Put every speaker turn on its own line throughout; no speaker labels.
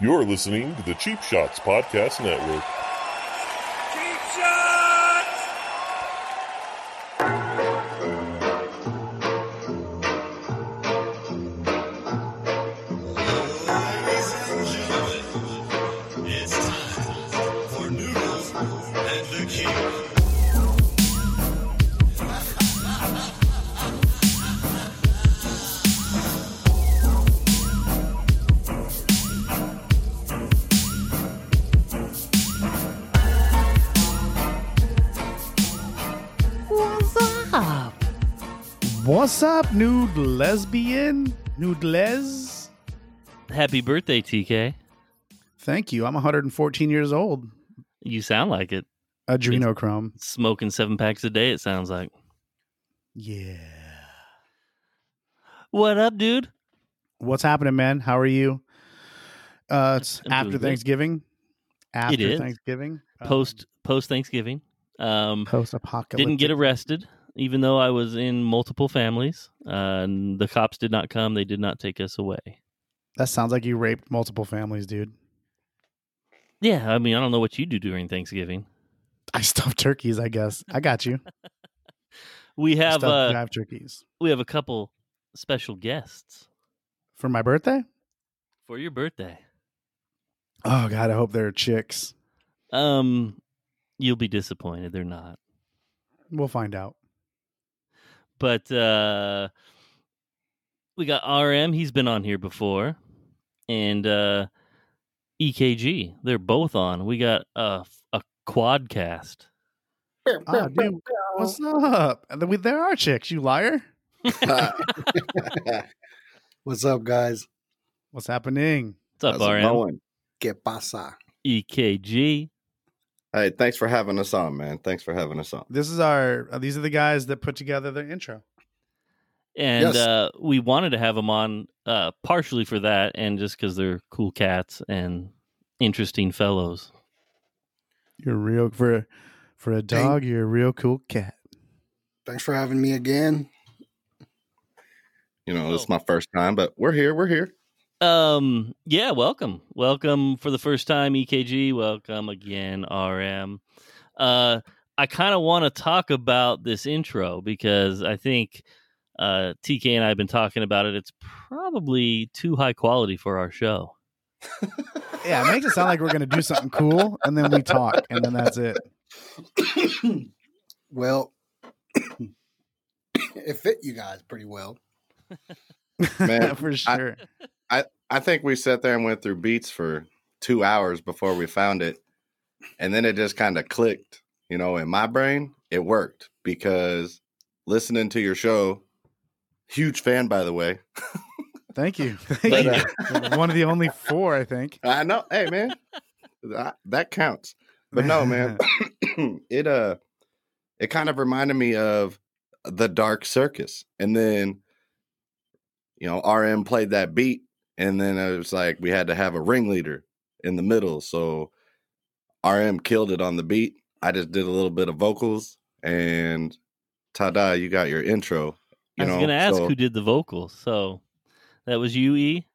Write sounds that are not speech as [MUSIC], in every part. You're listening to the Cheap Shots Podcast Network.
Cheap shots!
Ladies and gentlemen, it's time for Noodles and the King.
What's up?
What's up, nude lesbian? Nude les?
Happy birthday, TK.
Thank you. I'm 114 years old.
You sound like it.
Adrenochrome.
Smoking seven packs a day, it sounds like.
Yeah.
What up, dude?
What's happening, man? How are you? Uh, it's
I'm doing
after
great.
Thanksgiving. After
is.
Thanksgiving. Um,
Post post Thanksgiving. Um
post-apocalyptic.
didn't get arrested, even though I was in multiple families. Uh, and the cops did not come. They did not take us away.
That sounds like you raped multiple families, dude.
Yeah, I mean, I don't know what you do during Thanksgiving.
I [LAUGHS] stuffed turkeys, I guess. I got
[LAUGHS]
you.
We have
stuffed
uh,
jive turkeys
we have a couple special guests
for my birthday.
for your birthday.
Oh God, I hope they're chicks.
Um, you'll be disappointed. They're not.
We'll find out.
but uh we got RM, he's been on here before, and uh EKG, they're both on. We got a a quadcast.
Ah, dude, what's up? And then we- There are chicks. You liar.
What's up, guys?
What's happening?
What's up, E
How's it
RM?
going?
Que pasa?
EKG.
Hey, thanks for having us on, man. Thanks for having us on.
This is our. Uh, these are the guys that put together the intro.
And
Yes.
uh we wanted to have them on uh partially for that and just cuz they're cool cats and interesting fellows.
You're real for for a dog. You're a real cool cat.
Thanks for having me again. [COUGHS]
You know, it's
Oh.
my first time, but we're here. We're here.
Um yeah, welcome. Welcome for the first time EKG, welcome again RM. Uh I kind of want to talk about this intro because I think uh TK and I have been talking about it. It's probably too high quality for our show.
Yeah, it makes it sound like we're gonna do something cool, and then we talk, and then that's
[LAUGHS]
it.
well, [COUGHS] it fit you guys pretty well.
Man,
[LAUGHS] for sure.
I think we sat there and went through beats for two hours before we found it. And then it just kind of clicked. You know, in my brain, it worked because listening to your show, huge fan, by the way.
Thank you.
But,
Thank
uh,
you. One of the only four, I think.
I know. Hey, man, I- that counts. But no,
[LAUGHS]
man, [CLEARS THROAT] it uh, it kind of reminded me of the Dark Circus, and then you know RM played that beat, and then it was like we had to have a ringleader in the middle, so RM killed it on the beat. I just did a little bit of vocals, and ta-da, you got your intro. You
I was
know,
going to ask
so-
who did the vocals. So that was you, E.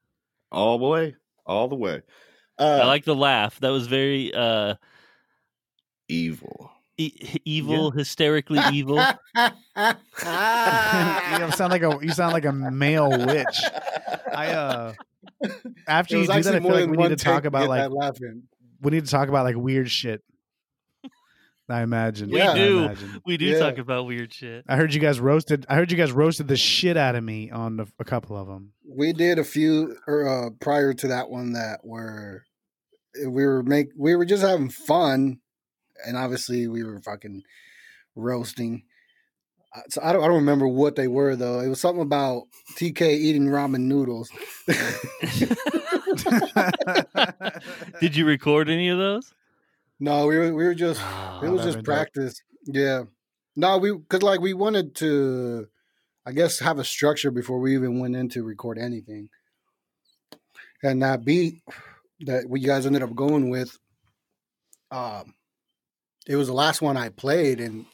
all the way, all the way.
I
Uh,
like the laugh. That was very uh
evil. [LAUGHS]
e- evil, hysterically evil.
[LAUGHS]
[LAUGHS]
you sound like a you sound like a male witch. I uh after
It
you
was
do that, I
actually
feel
more
like
than
we
one
need to
take
talk about
get
like
that laughing.
we need to talk about like weird shit. I imagine.
We
I
do.
imagine.
We do
Yeah.
talk about
[LAUGHS]
weird shit. [LAUGHS]
I heard you guys roasted. I heard you guys roasted the shit out of me on the, a couple of [LAUGHS]
[LAUGHS]
them.
We did a few or, uh, prior to that one that were eh, we were make we were just having fun, and obviously we were fucking roasting. Uh, So I don't I don't remember what they were though. It was something about TK eating ramen noodles. [LAUGHS]
Did you record any of those?
no, we were we were just it
Oh,
was
that'd
just
been dope.
practice. Yeah. No, we because like we wanted to, I guess, have a structure before we even went in to record anything. And that beat that we guys ended up going with, um, it was the last one I played, and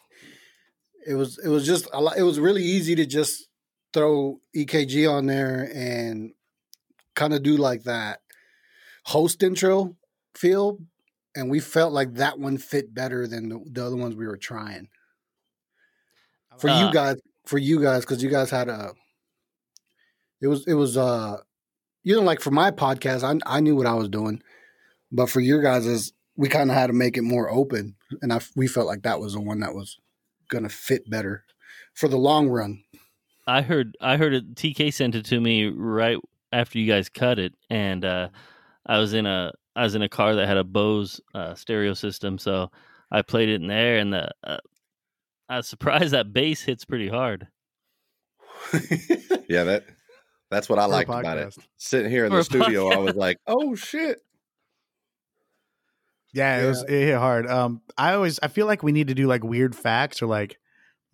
it was it was just a lot, it was really easy to just E throw EKG on there and kind of do like that host intro feel, and we felt like that one fit better than the, the other ones we were trying. For
Uh,
you guys, for you guys, because you guys had a. It was it was uh, you know, like for my podcast, I I knew what I was doing, but for your guys, is we kind of had to make it more open, and I we felt like that was the one that was gonna fit better for the long run.
I heard I heard it TK sent it to me right after you guys cut it and uh I was in a I was in a car that had a Bose uh, stereo system so I played it in there and the uh, I was surprised that bass hits pretty hard.
Yeah, that that's what I
for a
liked about it.
podcast.
Sitting here in
For
the
a
studio, I was like, "Oh shit!"
Yeah, it
Yeah.
was it hit hard. Um, I always I feel like we need to do like weird facts or like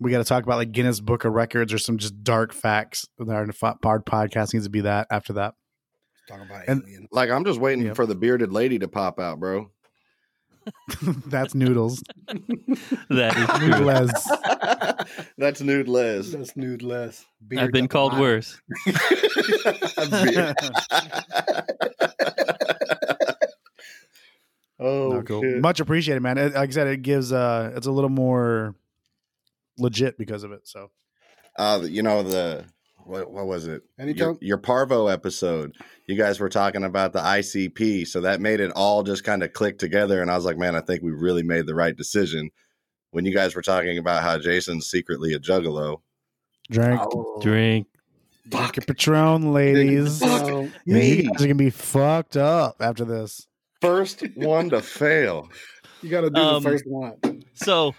we got to talk about like Guinness Book of Records or some just dark facts. That Our fo- pod podcast needs to be that after that. [LAUGHS]
Talk about
And-
aliens.
Like I'm just waiting
Yep.
for the bearded lady to pop out, bro.
That's noodles.
[LAUGHS]
That is true.
Noodles.
That's nude Les.
That's nude less.
I've been called worse.
[LAUGHS]
[LAUGHS]
Beard. oh,
No, cool.
shit.
Much appreciated, man. It, like I said, it gives uh, it's a little more legit because of it. So
uh, you know the what, what was it? Your,
Anytime.
your Parvo episode. You guys were talking about the ICP, so that made it all just kind of click together. And I was like, man, I think we really made the right decision when you guys were talking about how Jason's secretly a juggalo.
drink,
Oh,
Drink.
drink your Patron, ladies.
no.
Yeah, you
me.
guys are gonna be fucked up after
[LAUGHS]
this.
First one to fail.
You got to do
Um,
the first one.
So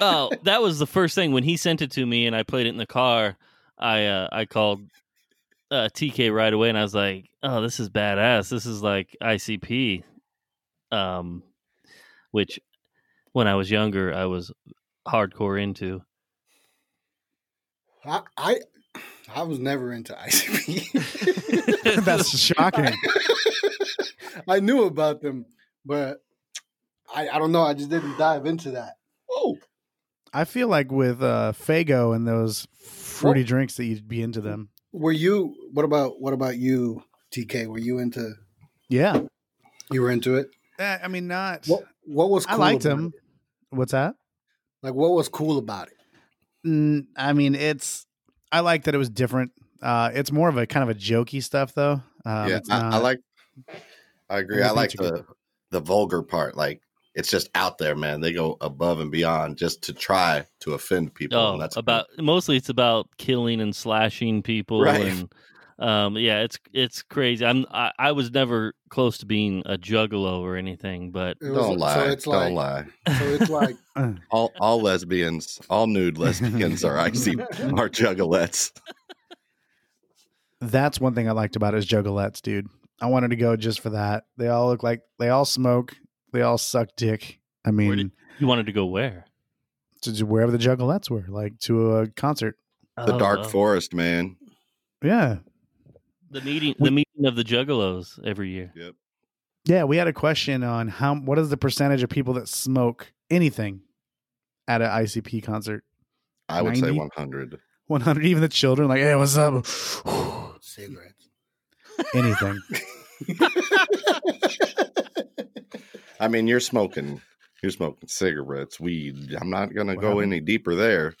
oh, that was the first thing when he sent it to me and I played it in the car. I uh, I called uh, TK right away and I was like, "Oh, this is badass. This is like ICP." Um which when I was younger, I was hardcore into. [LAUGHS]
I, I I was never into ICP.
That's shocking.
[LAUGHS] I knew about them, but I, I don't know. I just didn't dive into that. Oh,
I feel like with uh Fago and those fruity drinks that you'd be into them.
were you? What about what about you, TK? Were you into?
Yeah.
You were into it.
Eh, I mean not
What What was? Cool
I liked
about
him.
it?
What's that?
Like what was cool about it?
Mm, I mean it's I like that it was different. Uh it's more of a kind of a jokey stuff though. Um,
yeah,
it's
I, I
not-
like. I agree. I
Everything's
like
a
the the vulgar part. Like it's just out there, man. They go above and beyond just to try to offend people.
Oh,
and that's
about mostly it's about killing and slashing people
Right.
and um yeah, it's it's crazy. I'm I, I was never close to being a juggalo or anything, but
It was-
don't lie.
So it's
don't
like
lie. [LAUGHS]
so it's like
All all lesbians, all nude lesbians
[LAUGHS]
are icy are
[LAUGHS]
juggalettes.
that's one thing I liked about it is Jogolettes, dude. I wanted to go just for that. They all look like they all smoke, they all suck dick. I mean,
Where did- you wanted to go where?
to to wherever the Juggalettes were, like to a concert.
The
Oh,
dark
wow.
forest, man.
Yeah,
The meeting, the meeting of the Juggalos
[LAUGHS]
every year.
Yep.
Yeah, we had a question on how what is the percentage of people that smoke anything at an ICP concert?
I would say
90?
one hundred.
100 even the children like, "Hey, what's up?" [SIGHS]
[LAUGHS]
cigarettes.
anything.
I mean, you're smoking, you're smoking cigarettes, weed. I'm not gonna
What
go
happened?
any deeper there,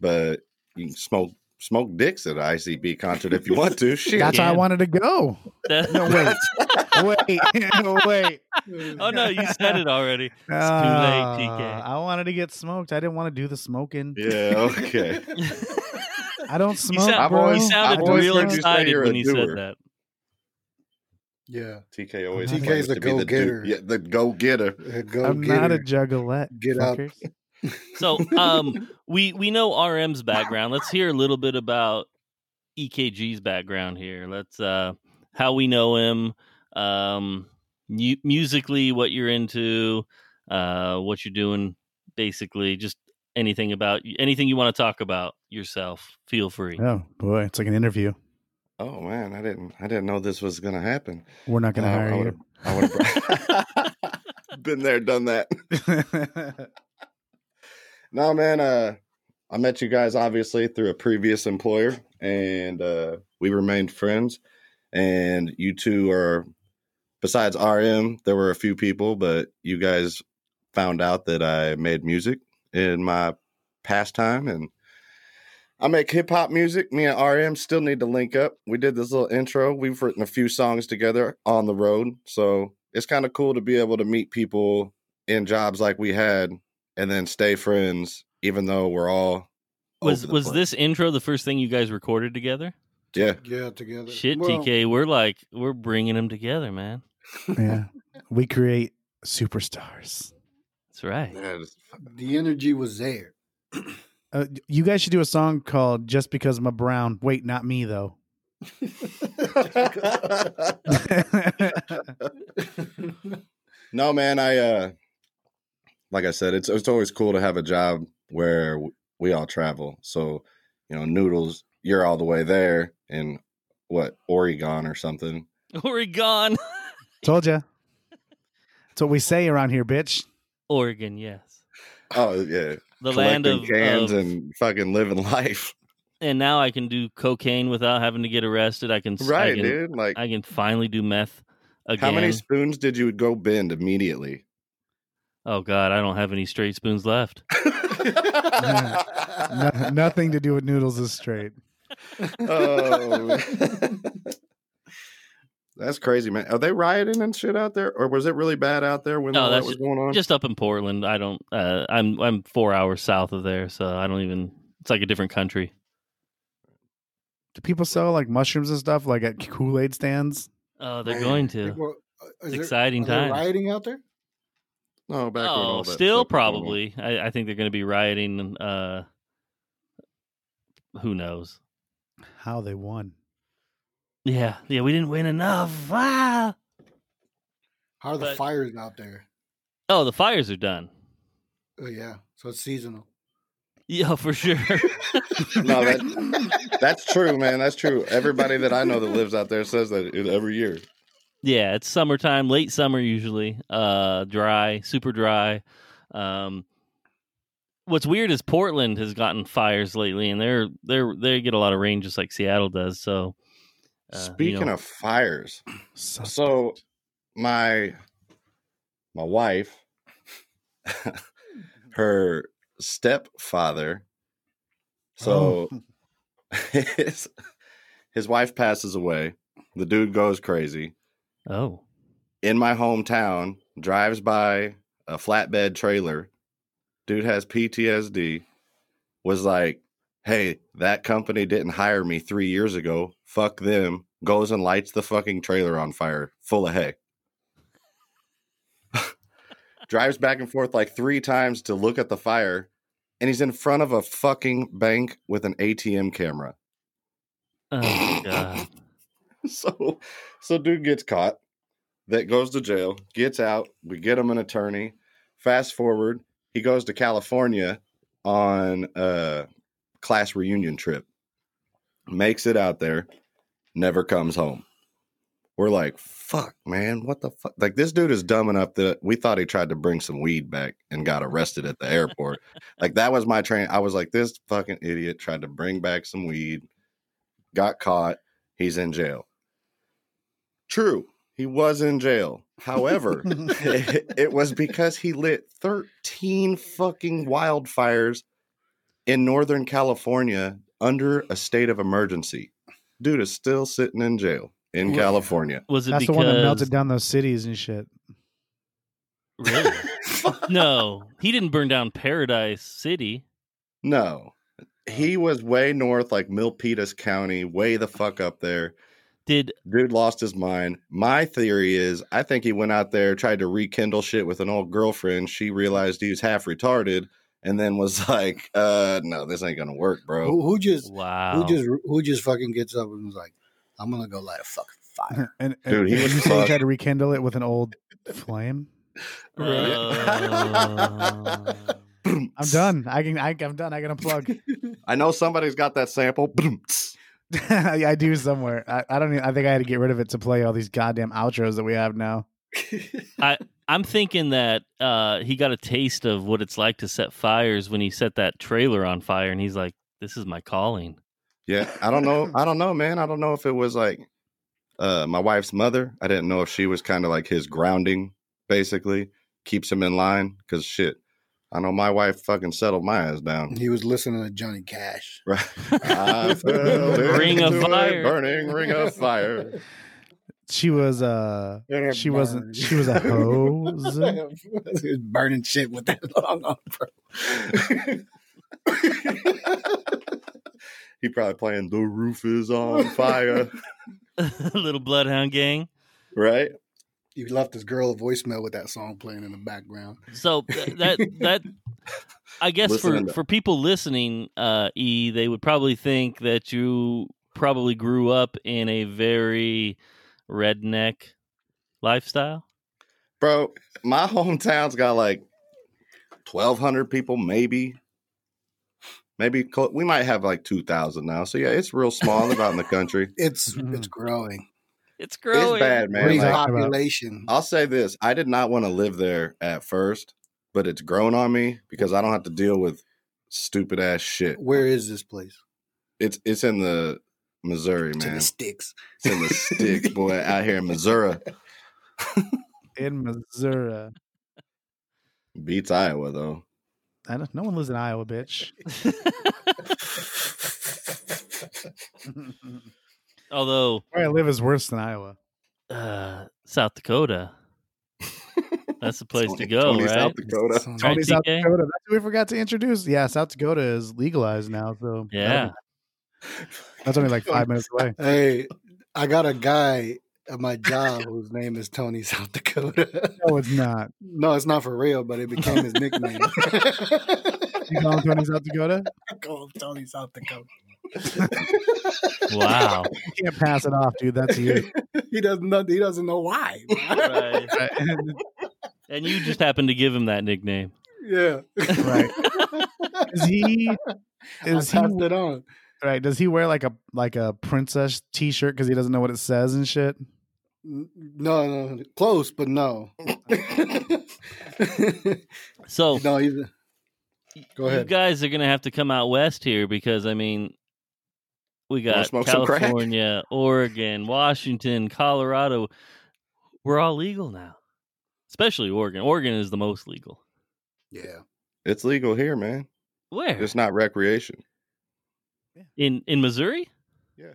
but you can smoke smoke dicks at an ICB concert if you want to. Shit.
That's how I
Yeah.
wanted to go.
That- [LAUGHS]
No wait. wait. [LAUGHS] wait. Mm.
oh no, you said it already.
Ah,
TK.
I wanted to get smoked. I didn't want to do the smoking.
[LAUGHS] Yeah.
[LAUGHS]
Okay. [LAUGHS]
I don't
He
smoke,
sound-
I've
bro.
he
always-
sounded
I've always
real
heard you say
excited
you're a
when he said
doer.
that.
Yeah,
TK always
TK is
claims
the
to be dude-
go-getter.
Yeah, the go getter.
Uh, go
I'm
get
not [LAUGHS]
her.
a juggalette.
Get up.
fuckers.
So,
[LAUGHS]
um, we we know RM's background. Let's hear a little bit about EKG's background here. Let's uh, how we know him, um, mu- musically, what you're into, uh, what you're doing, basically, just anything about anything you want to talk about yourself. Feel free.
Oh boy, it's like an interview.
Oh man, I didn't I didn't know this was gonna happen.
We're not going to
Uh, I
hire
would've- I would have [LAUGHS] been there, done that.
you.
No, man. Uh, I met you guys obviously through a previous employer, and uh, we remained friends. And you two are besides RM, there were a few people, but you guys found out that I made music in my pastime and I make hip hop music. Me and RM still need to link up. We did this little intro. We've written a few songs together on the road. So it's kind of cool to be able to meet people in jobs like we had and then stay friends, even though we're all
Was
over the
was
place.
this intro the first thing you guys recorded together?
Yeah.
Yeah, together.
Shit,
Well,
TK, we're like we're bringing them together, man.
[LAUGHS] Yeah. we create superstars.
That's right.
Yeah, it's-
The energy was there.
[LAUGHS]
[LAUGHS]
Uh, you guys should do a song called "Just Because I'm a Brown." Wait, not me [LAUGHS] though.
no man i uh like i said it's it's always cool to have a job where w- we all travel so you know noodles you're all the way there in what oregon or something
[LAUGHS] Oregon,
Told ya. That's what we say around here, bitch.
Oregon, yes,
oh yeah
the land
collecting
of,
cans
of- and...
and fucking living [LAUGHS] life
now I can do cocaine without having to get arrested. I can, I
right
can,
dude like
I can finally do meth again.
how many spoons did you go bend immediately
Oh God, I don't have any straight spoons left.
No- nothing to do with noodles is straight.
Oh. [LAUGHS] That's crazy, man. Are they rioting and shit out there, or was it really bad out there when
No,
all that
that's
was going on?
Just up in Portland, I don't. Uh, I'm I'm four hours south of there, so I don't even. It's like a different country.
Do people sell like mushrooms and stuff like at Kool Aid stands?
Oh, they're
Man,
going
Like,
to.
well, uh, is
It's
there-
exciting
are there
time.
Rioting out there.
no, back when all
Oh,
that
still
stuff was going on.
probably. [LAUGHS] I, I think they're going to be rioting. and, Uh, who knows?
How they won?
Yeah, yeah. We didn't win enough. Ah!
How are the
But-
fires out there?
Oh, the fires are done.
Oh yeah, so it's seasonal.
Yeah, for sure.
[LAUGHS] No,
[LAUGHS]
that, that's true, man. That's true. Everybody that I know that lives out there says that every
Uh,
year.
[LAUGHS] yeah, it's summertime, late summer usually. Uh, dry, super dry. Um, what's weird is Portland has gotten fires lately, and they're they're they get a lot of rain just like Seattle does. So, uh, you
Speaking
know,
of fires,
Suspect.
so my my wife, [LAUGHS] her stepfather, so.
Oh.
[LAUGHS] his, his wife passes away. The dude goes crazy.
oh,
In my hometown, drives by a flatbed trailer. Dude has PTSD. Was like, hey, that company didn't hire me three years ago. Fuck them. Goes and lights the fucking trailer on fire full of hay. [LAUGHS] drives back and forth like three times to look at the fire. And he's in front of a fucking bank with an ATM camera.
oh my
[LAUGHS]
god,
so so dude gets caught that goes to jail gets out we get him an attorney fast forward he goes to california on a class reunion trip makes it out there never comes home we're like fuck man what the fuck like this dude is dumb enough that we thought he tried to bring some weed back and got arrested at the airport like that was my train i was like this fucking idiot tried to bring back some weed got caught he's in jail. True, he was in jail. However, it, [LAUGHS] it was because he lit 13 fucking wildfires in Northern California under a state of emergency. Dude is still sitting in jail in
Yeah.
California.
was it
That's the
because
one that melted down those cities and shit.
Really? no, he didn't burn down Paradise City.
No.
Uh.
He was way north, like Milpitas County, way the fuck up there.
Did
Dude lost his mind. My theory is I think he went out there, tried to rekindle shit with an old girlfriend. She realized he was half retarded and then was [LAUGHS] like, uh, no, this ain't gonna work, bro.
Who, who just
wow?
who just who just fucking gets up and was like, I'm gonna go light a fucking fire.
[LAUGHS] And, and
Dude, he
and
was
you say you
fucked.
tried to rekindle it with an old flame.
Uh,
[CLEARS THROAT]
I'm done. I can. I, I'm done. I can unplug.
I know somebody's got that sample. [LAUGHS] Boom, tss.
[LAUGHS] I I do somewhere. I, I don't. Even, I think I had to get rid of it to play all these goddamn outros that we have now.
I'm thinking that uh, he got a taste of what it's like to set fires when he set that trailer on fire, and he's like, "This is my calling."
yeah, I don't know. I don't know, man. I don't know if it was like uh, my wife's mother. I didn't know if she was kind of like his grounding, basically keeps him in line. Cause shit, I know my wife fucking settled my ass down.
He was listening to Johnny Cash.
[LAUGHS] Right, [LAUGHS]
Ah.
I fell
Uh, Ring of
into a
fire.
burning ring of fire.
She was uh She wasn't- she was a
[LAUGHS]
hose?
he was burning shit with that [LAUGHS] long arm, bro. [LAUGHS]
He probably playing "The Roof Is on Fire,"
[LAUGHS] Little Bloodhound Gang.
right?
He left his girl a voicemail with that song playing in the background.
So th- that that I guess
Listening
for
to-
for people listening, uh, E, they would probably think that you probably grew up in a very redneck lifestyle.
Bro, my hometown's got like 1,200 people, maybe. Maybe cl- we might have like 2,000 now. So yeah, it's real small about in the country.
It's
Mm-hmm.
it's growing.
It's
It's [LAUGHS]
growing.
bad, man.
Pretty
Like,
talking about?
Repopulation.
I'll say this I did not want to live there at first, but it's grown on me because I don't have to deal with stupid ass shit.
Where is this place?
It's, it's in the Missouri,
To
man.
the
It's
sticks.
in the sticks, boy, out here in Missouri.
in Missouri.
Beats Iowa, though.
I don't, no one lives in Iowa, bitch.
Although
Where I live is worse than Iowa.
uh, South Dakota, that's the place to go,
Tony,
right?
South Dakota.
Right,
Tony, South
TK?
Dakota. That's what we forgot to introduce. Yeah, South Dakota is legalized now, so that'll
[LAUGHS]
be-
Yeah.
that's only like five minutes
[LAUGHS]
away.
[LAUGHS] Hey, I got a guy at my job whose name is Tony South Dakota.
No, it's not.
no, it's not for real, but it became his [LAUGHS] nickname.
You call him Tony South Dakota?
I call him Tony South Dakota.
Wow.
You can't pass it off, dude. That's you.
[LAUGHS] He doesn't know. He doesn't know why.
Right. And you just happened to give him that nickname.
yeah,
[LAUGHS] right. Is he? Is
I
he
passed it on.
right? Does he wear like a like a princess T-shirt because he doesn't know what it says and shit?
N- No, no, no, close, but [LAUGHS] no.
So
no, he's a- Go
you
ahead.
guys are gonna have to come out west here because I mean, we got
smoke some crack?
California, Oregon, Washington, Colorado. We're all legal now, especially Oregon. Oregon is the most legal.
yeah,
It's legal here, man.
Where
It's not recreation.
in in Missouri?
Yeah.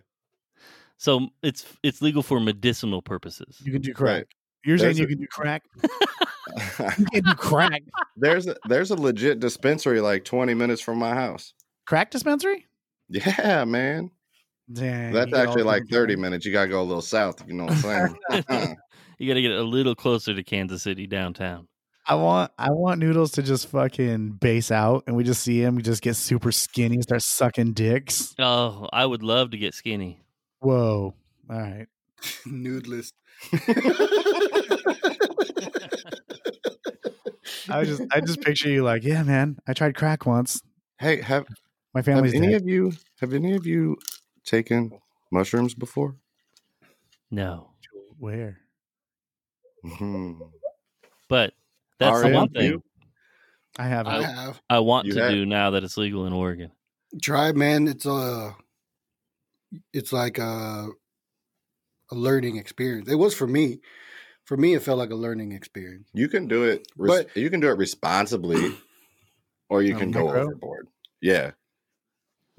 So it's it's legal for medicinal purposes.
You can do crack.
Right.
You're saying
There's
you
a-
can do crack? You can do crack.
[LAUGHS] there's a, there's a legit dispensary like 20 minutes from my house.
Crack dispensary?
Yeah, man.
Dang.
That's
you all
actually like
fucking-
30 minutes. You got to go a little south, if you know what I'm saying. Uh-huh.
You got to get a little closer to Kansas City downtown.
I want I want noodles to just fucking base out, and we just see him just get super skinny, and start sucking dicks.
Oh, I would love to get skinny.
Whoa! All right,
[LAUGHS] nudeless.
I was just
[LAUGHS]
I just picture you like, yeah, man. I tried crack once.
hey, have,
My
have
family's
any
dead.
of you have any of you taken mushrooms before?
No,
Where?
Mhm.
but that's the
RM,
one thing
you?
I haven't.
I have
I want
You
to
had-
do now that it's legal
[LAUGHS]
in Oregon. [LAUGHS]
tried, man. It's a, it's like a, a learning experience. It was for me. For me, it felt like a learning experience.
You can do it. Res- you can do it responsibly, or you
Um,
can go
micro?
overboard. Yeah,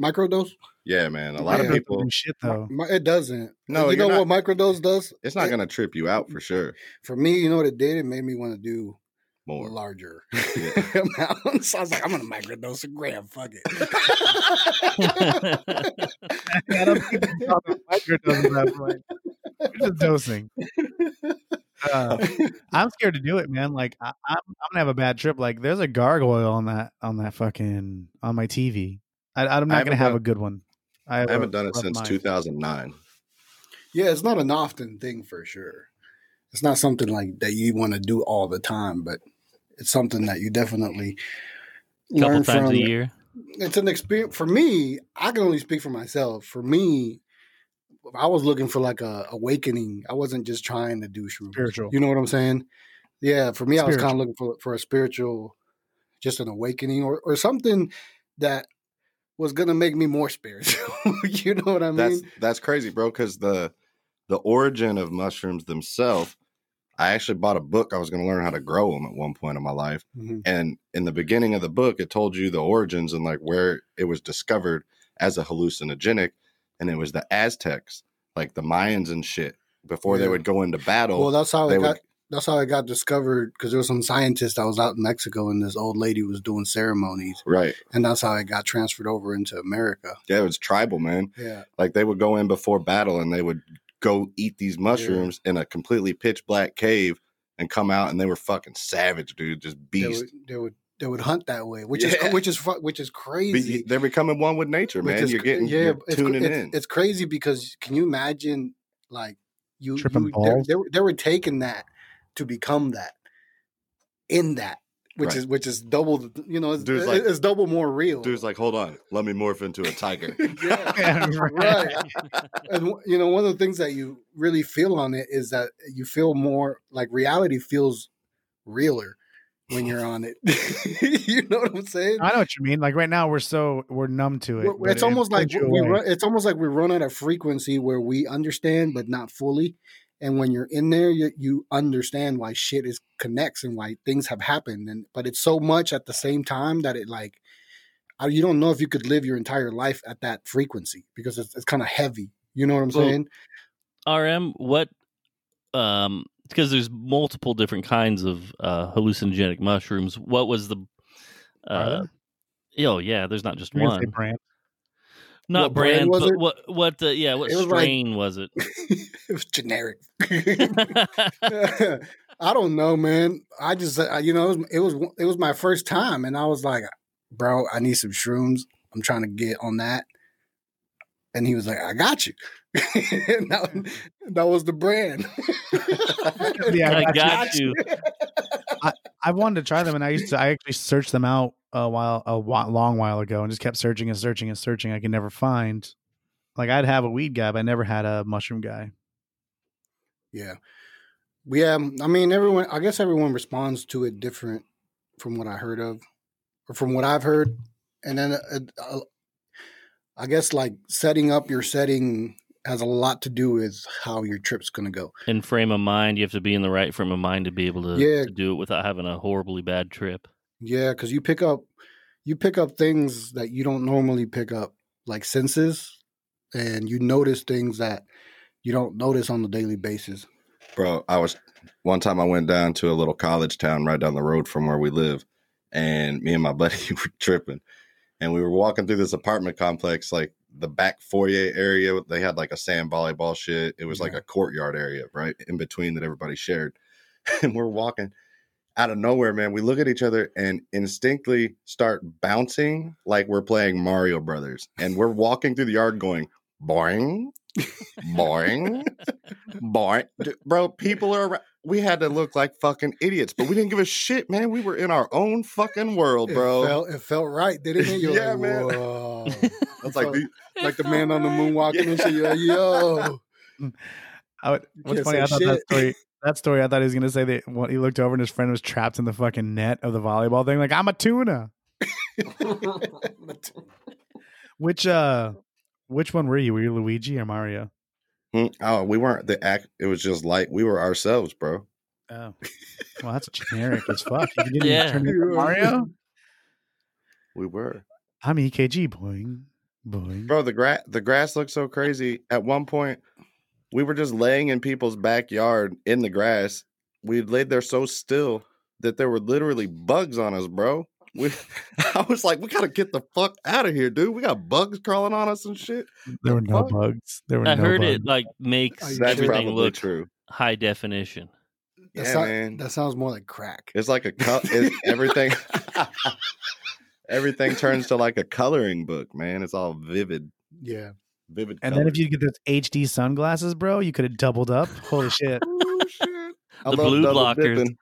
Microdose?
yeah, man. A lot of
Yeah.
Doesn't
people.
do shit though.
Mi- It doesn't.
No,
you
you're
know
not-
what microdose does?
It's not going to trip you out for sure.
For me, you know what it did? It made me want to do
More.
larger [LAUGHS]
Yeah.
amounts. I was like, I'm gonna microdose a gram. Fuck it.
I don't think you call them microdosing at that point. You're just dosing. Uh, I'm scared to do it, man. Like I, I'm, I'm gonna have a bad trip. Like there's a gargoyle on that on that fucking on my TV. I,
I
I'm not
haven't
gonna have
done-
a good one. I, have
I haven't
a
done it
rough
since
mind.
2009.
[LAUGHS] yeah, it's not an often thing for sure. It's not something like that you want to do all the time, but it's something that you definitely
couple
learn
times
from.
a year.
It's an experience for me. I can only speak for myself. For me, I was looking for like a awakening. I wasn't just trying to do shrooms.
spiritual.
[LAUGHS]
[LAUGHS]
You know what I'm saying? Yeah, for me, I was kind
Spiritual.
of looking for for a spiritual, just an awakening or or something that [LAUGHS] was gonna make me more spiritual. you know what I mean?
That's that's crazy, bro. Because the the origin of mushrooms themselves. I actually bought a book. I was going to learn how to grow them at one point in my life.
Mhm.
And in the beginning of the book, it told you the origins and like where it was discovered as a hallucinogenic. And it was the Aztecs, like the Mayans and shit, before they
Yeah.
would go into battle.
Well, that's how
they
it
would
got. That's how it got discovered because there was some scientist that was out in Mexico and this old lady was doing ceremonies,
right.
and that's how it got transferred over into America.
Yeah, it was tribal, man.
Yeah,
Like they would go in before battle and they would go eat these mushrooms in a completely pitch black cave and come out and they were fucking savage, dude. Just
they
beast.
would, they would they would hunt that way, which
Yeah.
is which is fu- which is crazy.
Be- they're becoming one with nature,
Which
man.
is
you're
cr-
getting you're
it's,
tuning
it's,
in.
It's crazy because can you imagine like you,
Tripping
you they,
balls?
they, were- they were taking that to become that in that, which
Right.
is which is double. the- You know, it's,
Dude's
it-
like-
it's double more real.
[LAUGHS]
Dude's like, hold on, let me morph into a
[LAUGHS]
tiger.
Yeah,
right. and w- you know, one of the things that you really feel on it is that you feel more like reality feels realer when you're on it. [LAUGHS] you know what I'm saying?
I know what you mean. Like right now, we're so we're numb to it.
We're-
but
it's
it
almost like
pulls you
we
away.
run, it's almost like we run at a frequency where we understand but not fully and when you're in there you, you understand why shit is connects and why things have happened and but it's so much at the same time that it like I, you don't know if you could live your entire life at that frequency because it's, it's kind of heavy you know what i'm
Well,
saying
RM, what um because there's multiple different kinds of uh hallucinogenic mushrooms. What was the
Are
uh oh yeah, there's not just
there? I'm gonna say
one.
brand.
Not
What brand
brand,
was
but
it?
what what uh, yeah, what
It was like-
strain was it?
it
[LAUGHS]
was [LAUGHS] generic I don't know, man. I just, I, you know, it was, it was it was my first time, and I was like, bro, I need some shrooms. I'm trying to get on that. And he was like, I got you. [LAUGHS] and that, that was the brand. [LAUGHS]
Yeah, I
I
got you.
got you.
I wanted to try them, and I used to. I actually searched them out a while, a wa- long while ago, and just kept searching and searching and searching. I could never find. Like I'd have a weed guy, but I never had a mushroom guy.
Yeah. Yeah. um, I mean, everyone, I guess everyone responds to it different from what I heard of or from what I've heard. And then uh, uh, I guess like setting up your setting has a lot to do with how your trip's going to go.
And frame of mind, you have to be in the right frame of mind to be able to,
Yeah.
to do it without having a horribly bad trip.
Yeah. Cause you pick up, you pick up things that you don't normally pick up, like senses, and you notice things that you don't notice on a daily basis.
bro i was one time i went down to a little college town right down the road from where we live and me and my [LAUGHS] buddy were tripping and we were walking through this apartment complex like the back foyer area they had like a sand volleyball shit it was like
Yeah.
a courtyard area right in between that everybody shared [LAUGHS] and we're walking out of nowhere man we look at each other and instinctly start bouncing like we're playing mario brothers and we're walking through the yard going boing boing boing D- bro people are ar- we had to look like fucking idiots but we didn't give a shit man we were in our own fucking world
It
Oh, bro
felt, it felt right, didn't it? You're
[LAUGHS] Yeah,
like,
man.
"Whoa."
it's like the-
like the man on the moon walking and shit. You're like, yo,
I would, what's funny?
can't say
I thought that
shit. [LAUGHS]
story. That story. I thought he was gonna say that when he looked over and his friend was trapped in the fucking net of the volleyball thing. Like I'm a tuna. Which uh, which one were you? Were you Luigi or Mario?
Mm, oh we weren't the act it was just like we were ourselves bro
Oh, well, that's generic as fuck. You didn't
Yeah.
turn into Mario.
[LAUGHS]
we were
I'm EKG boing boing.
bro the grass the grass looked so crazy at one point we were just laying in people's backyard in the grass we laid there so still that there were literally bugs on us bro we, [LAUGHS] I was like, we gotta get the fuck out of here, dude. We got bugs crawling on us and shit.
There were no
Fuck.
bugs. There were
I
no
heard
bugs.
it like makes
That's
That's
everything
probably
look
true.
high definition.
that,
yeah,
sou-
man.
that sounds more like crack.
It's like a co- [LAUGHS] it's everything. everything turns to like a coloring book, man. It's all vivid,
[LAUGHS] Yeah.
vivid.
And then if
colors.
you get those HD sunglasses, bro, you could have doubled up. Holy shit!
Oh, I
The
love
blue
double
blockers.
dipping.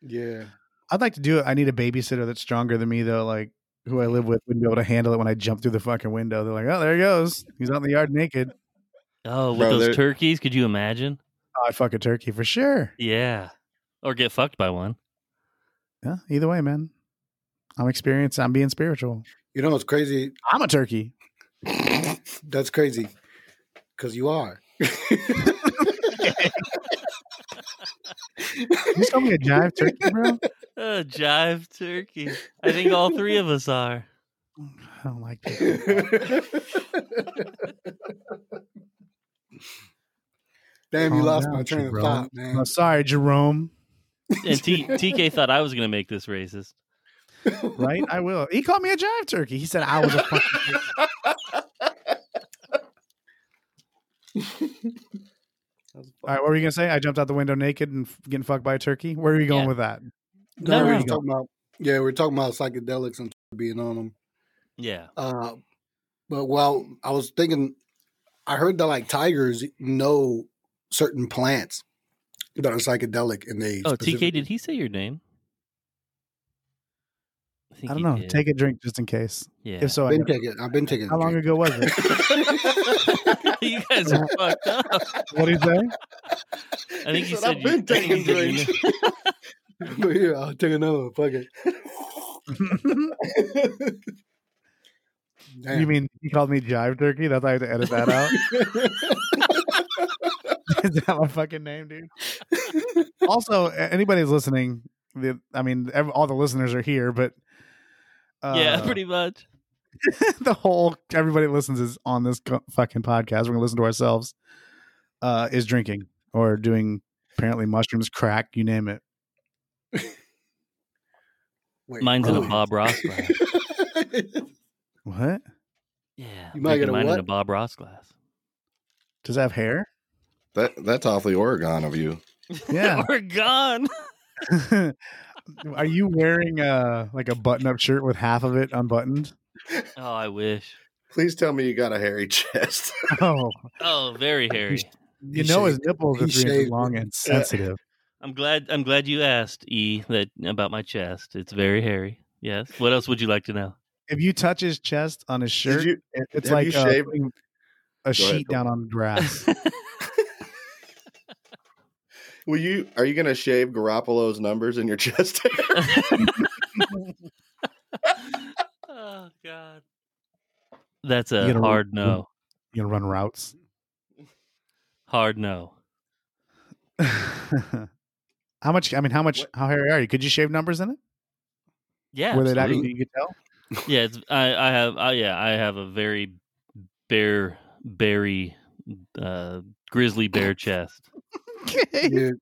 Yeah.
I'd like to do it. I need a babysitter that's stronger than me, though. Like who I live with wouldn't be able to handle it when I jump through the fucking window. They're like, "Oh, there he goes. He's out in the yard naked."
Oh, with
Bro,
those
there-
turkeys, could you imagine?
Oh, I fuck a turkey for sure.
Yeah. Or get fucked by one.
Yeah. Either way, man. I'm experienced. I'm being spiritual.
You know, it's crazy.
I'm a turkey.
[LAUGHS]
That's crazy because you are.
You just call me a jive turkey, bro.
Uh, jive turkey. I think all three of us are.
I don't like that.
Damn, you
Calm
lost
down,
my train of
Jerome.
thought, man.
I'm sorry, Jerome.
And T- TK thought I was going to make this racist.
Right? I will. He called me a jive turkey. He said I was a fucking turkey. All right, what were you gonna say? I jumped out the window naked and f- getting fucked by a turkey. Where are you going
Yeah.
with that?
No,
No,
we
no.
were talking about yeah, we were talking about psychedelics and being on them.
Yeah.
Uh, but while I was thinking, I heard that like tigers know certain plants that are psychedelic, and they
Oh,
specifically-
TK, did he say your name? think
I
he
don't know.
did.
Take a drink just in case.
yeah.
If so, I
been
know.
taking. I've been taking.
how
a
long
drink.
ago was
[LAUGHS]
it?
[LAUGHS] you guys are fucked up.
What do you say?
I think he
said, I've
said you-
been
I think he
taking
said you
drinks.
But yeah, I'll take another one. Fuck it. [LAUGHS] Damn.
You mean he called me jive turkey? That's why I have to edit that
[LAUGHS]
out. [LAUGHS] Is that my fucking name, dude? also, a- anybody's listening. The, I mean, ev- all the listeners are here, but uh,
yeah, [LAUGHS] pretty much.
[LAUGHS] the whole everybody that listens is on this co- fucking podcast. We're gonna listen to ourselves. Uh, is drinking or doing apparently mushrooms, crack, you name it.
Wait,
Mine's in a
really?
Bob Ross glass.
What
Yeah.
You
I'm
might get
drinking
a
mine in
what?
a Bob Ross glass.
does that have
[LAUGHS]
hair?
That that's awfully Oregon of you.
Yeah.
[LAUGHS] We're gone.
[LAUGHS] are you wearing uh like a button-up shirt with half of it unbuttoned? [LAUGHS]
Oh, I wish.
Please tell me you got a hairy [LAUGHS] chest.
Oh,
Oh, very hairy.
[LAUGHS] you
He
know his
[LAUGHS] shaved
nipples are
He
three inches
shaved
long
it.
and sensitive.
I'm glad. I'm glad you asked E that about my chest. It's very hairy. Yes. What else would you like to know? [LAUGHS] if
If you touch his chest on his shirt,
Did you
it- it's
have
like
you
uh,
shaved-
putting a sheet down on
[LAUGHS]
grass.
will you are you gonna shave Garoppolo's numbers in your [LAUGHS] chest hair?
oh God. That's a
You gotta-
hard no.
you can run routes. [LAUGHS]
Hard no.
how much? I mean, how much?
What-
How hairy are you? Could you shave numbers in it?
Yeah.
Were they that?
absolutely.
You could tell.
Yeah. It's, I, I have. I, yeah. I have a very bear, berry, uh, grizzly bear chest. [LAUGHS]
[LAUGHS]
[LAUGHS] Okay.
Dude,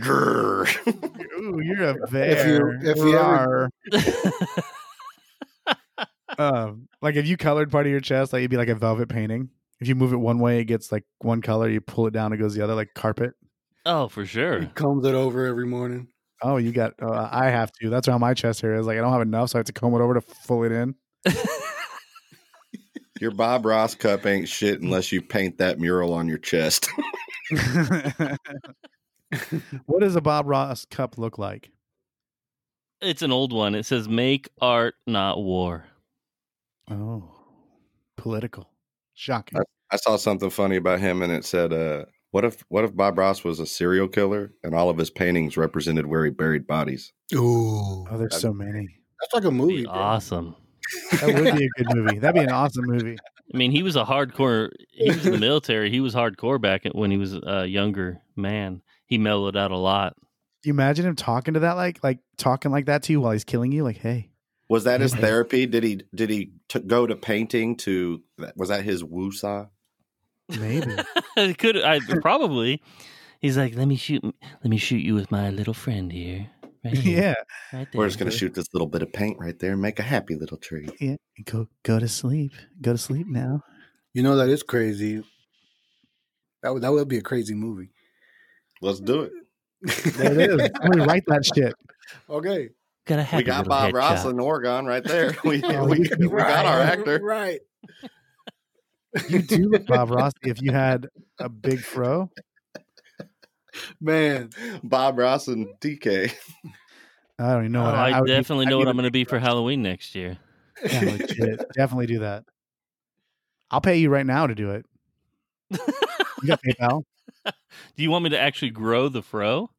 Grrr.
Ooh, you're a
If you-
bear.
if you ever-
Rawr. um, like if you colored part of your chest, like it'd be like a velvet painting. If you move it one way, it gets like one color. You pull it down, it goes the other, like carpet.
oh, for
he
sure. [LAUGHS]
combs it over every morning.
Oh, you got. Uh, I have to. That's how my chest hair is. Like I don't have enough, so I have to comb it over to full it [LAUGHS] in.
Your Bob Ross cup ain't shit unless you paint that mural on your chest.
what does a Bob Ross cup look like?
It's an old one. It says "Make art, not war."
Oh, political. Shocking.
I saw something funny about him, and it said, uh, "What if what if Bob Ross was a serial killer and all of his paintings represented where he buried bodies?"
Ooh,
Oh, there's so many.
that's like a
It'd be
movie. bro.
awesome.
That would be a good movie. That'd be an awesome movie.
I mean, he was a hardcore. He was in the military. He was hardcore back when he was a younger man. He mellowed out a lot.
Do you imagine him talking to that like like talking like that to you while he's killing you? Like, hey.
Was that his
Yeah.
therapy? Did he did he t- go to painting to? Was that his woosah?
Maybe.
[LAUGHS] It could I probably? He's like, let me shoot. Let me shoot you with my little friend here. Right
[LAUGHS]
here,
yeah.
right there.
We're just gonna shoot this little bit of paint right there and make a happy little tree.
Yeah. Go go to sleep. Go to sleep now.
You know that is crazy. That would, that would be a crazy movie.
Let's do it.
There it is. Somebody write that shit.
[LAUGHS] Okay.
Got a happy
we got
little
Bob
headshot. Oh,
Ross in Oregon right [LAUGHS] there. We,
[LAUGHS]
we,
yeah.
we got our
Right,
actor.
Right.
You do look Bob Ross if you had a big fro.
Man.
Bob Ross and TK.
I don't even know
Oh,
what
I,
would be-
definitely
I'd
know
be
what
the
I'm going to
big
be for Halloween next year.
Fro. Yeah,
[LAUGHS]
legit. Definitely do that. I'll pay you right now to do it. You
[LAUGHS]
got PayPal.
Do you want me to actually grow the fro?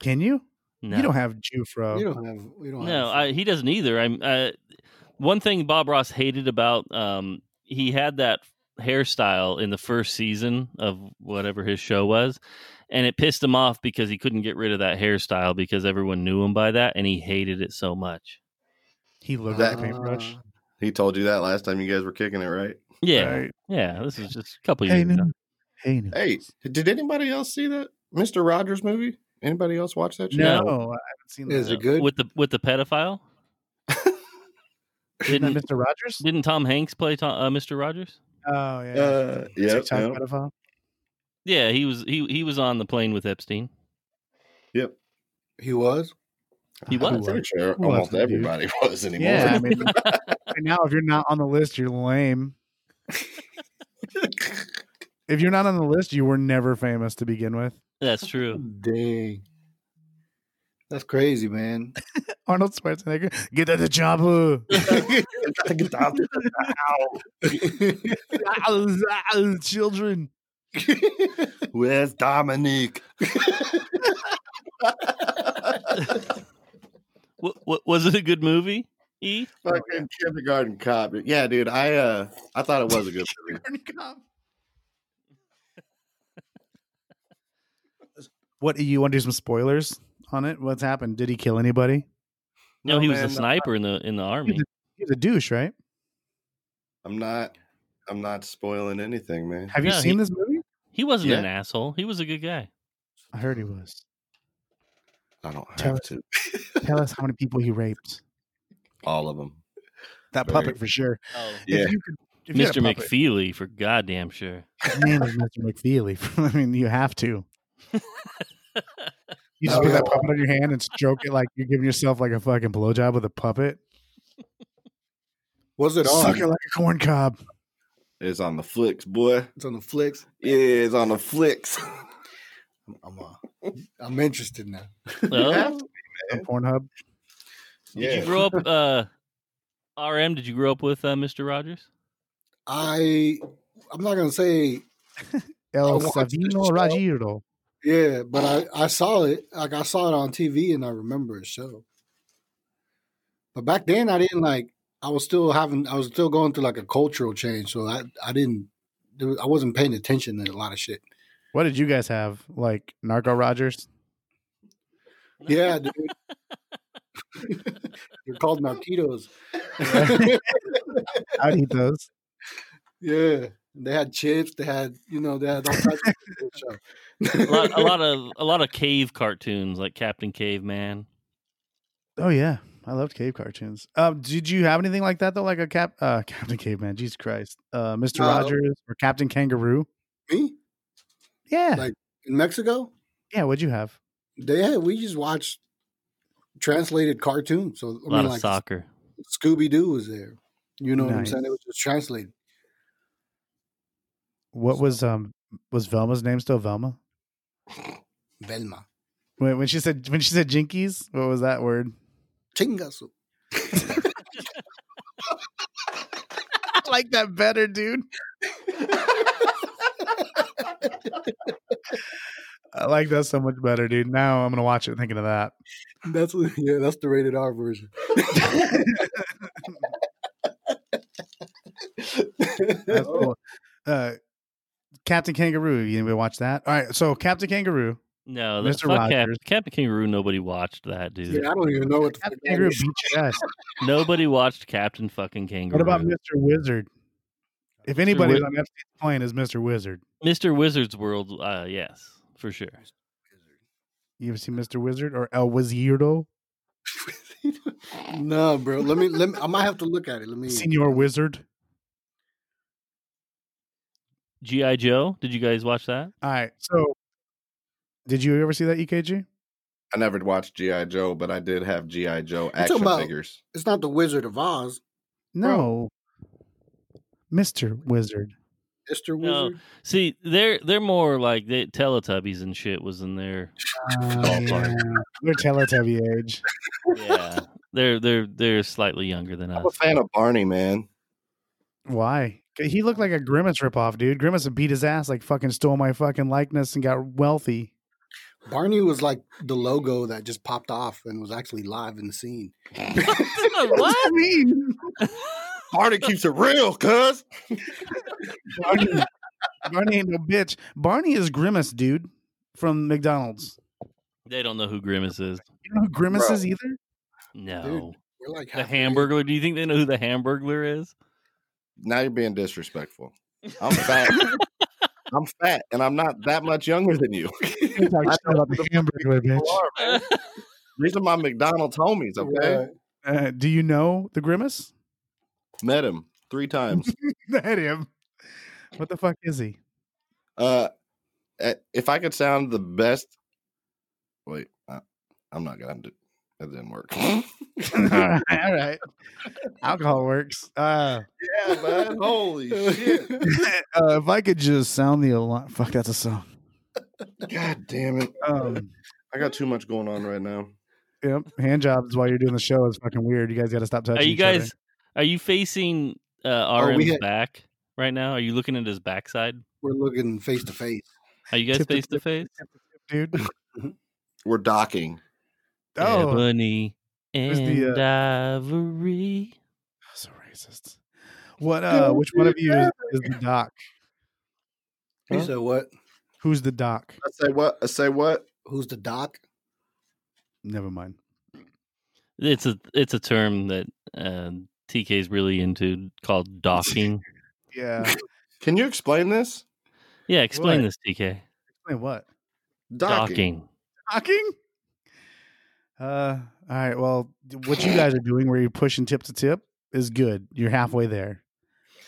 Can you?
No,
You don't have Jew fro.
You don't have. We don't
no,
have.
I, he doesn't either. I'm. Uh, one thing Bob Ross hated about um, he had that hairstyle in the first season of whatever his show was. And it pissed him off because he couldn't get rid of that hairstyle because everyone knew him by that and he hated it so much.
He looked
That-
at the paintbrush.
Ah.
He told you that last time you guys were kicking it, right?
Yeah.
Right.
Yeah. This is just a couple
Hey,
years ago.
no. Hey, no.
Hey, did anybody else see that Mister Rogers movie? Anybody else watch that? shit?
no,
no.
I haven't seen that.
Is it good?
With the with
[LAUGHS]
the pedophile?
Isn't
didn't,
that Mr. Rogers?
didn't Tom Hanks play Tom, uh, Mr. Rogers?
Oh yeah.
Uh, yeah,
TikTok
yeah.
pedophile.
Yeah, he was he he was on the plane with Epstein.
He was.
He
I'm
was.
pretty sure
Who
almost
was it, dude?
everybody [LAUGHS] was anymore.
Yeah, I mean,
[LAUGHS]
and now if you're not on the list, you're lame. if you're not on the list, you were never famous to begin with.
[LAUGHS] That's true.
Dang. That's crazy, man.
Arnold Schwarzenegger, get out the chopper. Ow, ow, Children.
[LAUGHS] Where's [LAUGHS] Dominique?
W- w- was it a good movie? E?
Fucking kindergarten cop. Yeah, dude. I uh, I thought it was a good movie.
What you want to do some spoilers on it? What's happened? Did he kill anybody?
[LAUGHS] No,
No,
he was
Oh, man,
a
no.
sniper in the in the army.
He's a douche, right?
I'm not. I'm not spoiling anything, man.
Have you
No,
seen
he-
this movie?
He wasn't
Yeah.
an asshole. He was a good guy.
I heard he was.
I don't
Tell
have to.
Tell us how many people he raped.
All of them.
That
Very-
puppet for sure.
Oh,
Yeah.
If you could, if you had
Mr.
a puppet-
McFeely for goddamn sure.
His name is Mr. McFeely. [LAUGHS] I mean, you have to. You just
Oh,
put
yeah.
that puppet on your hand and stroke it like you're giving yourself like a fucking blowjob with a puppet.
Was it on?
Suck it like a corn cob.
It's on the flicks, boy.
It's on the flicks.
Yeah, it's on the [LAUGHS] flicks.
I'm uh, I'm interested now.
Oh,
on Pornhub.
Did you grow up uh RM, did you grow up with uh, Mr. Rogers?
I I'm not gonna say
El
watched this
Savino
show.
Ragiro.
yeah, but I I saw it like I saw it on TV and I remember it so. But back then I didn't like I was still having I was still going through like a cultural change, so I I didn't there was- I wasn't paying attention to a lot of shit.
What did you guys have? Like Narco Rogers?
[LAUGHS]
Yeah, dude. They're called Narquitos.
I'd eat those.
[LAUGHS] yeah. They had chips, they had you know, they had all kinds of shit,
A
so.
lot, a lot of a lot of cave cartoons like Captain Caveman.
Oh yeah. I loved cave cartoons. Um, did you have anything like that though? Like a cap uh [LAUGHS] Captain Caveman, Jesus Christ. Uh Mr.
No.
Rogers or Captain Kangaroo?
[LAUGHS] Me?
Yeah.
Like- In Mexico?
yeah, what'd you have?
They had we just watched translated cartoons. So
A
I
lot
mean,
of
like
soccer.
Scooby Doo was there. You know what I'm
Nice.
saying? It was just translated.
What was um was Velma's name still Velma?
Velma,
When, when she said when she said jinkies, what was that word?
chingasu.
[LAUGHS]
[LAUGHS]
I like that better, dude. I like that so much better, dude. Now I'm gonna watch it thinking of that.
That's what- yeah, that's the rated R version. [LAUGHS] [LAUGHS]
That's
Oh.
cool. Uh, Captain Kangaroo. You anybody watch that? All right. So Captain Kangaroo.
No, that's
Mr.
fuck Cap-
Rogers.
Captain Kangaroo. Nobody watched that dude.
Yeah, I don't even know what the fuck
Captain
that
Kangaroo
is.
beat your ass.
Nobody watched Captain fucking
[LAUGHS]
Kangaroo.
What about Mr. Wizard? If anybody's
Wiz-
on Epstein's plane is Mr. Wizard.
Mr. Wizard's World? Uh, yes, for sure.
You ever seen Mr. Wizard or El Wizardo?
[LAUGHS] no, bro. Let me. Let me. I might have to look at it. Let me.
Senior Wizard.
GI Joe. Did you guys watch that?
All right. So, did you ever see that E EKG?
I never watched GI Joe, but I did have GI Joe
talking
action
about-
figures.
It's not the Wizard of Oz,
No. Mr. Wizard.
Mister
No. [LAUGHS]
Wizard.
See, they're they're more like they, Teletubbies and shit was
[LAUGHS]
in there.
Oh, yeah. They're Teletubby age.
Yeah, they're they're they're slightly younger
[LAUGHS]
than
I'm a
[LAUGHS] us.
fan of Barney, man.
Why? 'Cause He looked like a Grimace ripoff, dude. Grimace beat his ass, like fucking stole my fucking likeness and got wealthy.
Barney was like the logo that just popped off and was actually live in the scene.
what?
mean?
Barney keeps it real, cuz.
Barney, Barney ain't no bitch. Barney is Grimace, dude, from McDonald's.
[LAUGHS] They don't know who Grimace is.
You know who Grimace
Bro.
is
[LAUGHS]
either?
No.
We're like
the
halfway.
hamburglar. Do you think they know who the hamburglar is?
Now you're being disrespectful. I'm [LAUGHS] fat. I'm fat, and I'm not that much younger than you. [LAUGHS]
You talk shit about the hamburger,
You
bitch.
are, man. These are my McDonald's homies, okay?
Right.
Uh, do you know the Grimace? [LAUGHS]
Met him three times. [LAUGHS]
That him. What the fuck is he? [LAUGHS]
Uh, eh, if I could sound the best, wait, I, I'm not gonna do. That didn't [LAUGHS] work. yeah,
All right. Alcohol works. Uh,
man. Holy shit!
uh, if I could just sound the alarm. Fuck, that's a song.
God damn it!
Um,
I got too much going on right now.
yep. Hand jobs while you're doing the show is fucking weird. You guys got to stop touching.
Are you
each other. Oh,
guys? Are you facing uh,
we
RM's
had-
back right now? Are you looking at his backside?
[LAUGHS] We're looking face to face.
Are you guys
Tip to
face to
tip.
face?
dude? [LAUGHS]
We're docking.
Oh,
Ebony
was
and
the, uh,
Ivory.
so racist. What? Uh, which one of you is, is the doc?
He
Huh?
said, "What?
Who's the doc?
I say what? I say what?
Who's the doc?"
Never mind.
It's a it's a term that uh, TK's really into [LAUGHS] called docking.
Yeah.
Can you explain this?
yeah, explain
What?
this, TK.
[LAUGHS] Explain what?
Docking.
Docking. Uh. All right. Well, what you guys are doing, where you're pushing tip to tip, is good. You're halfway there.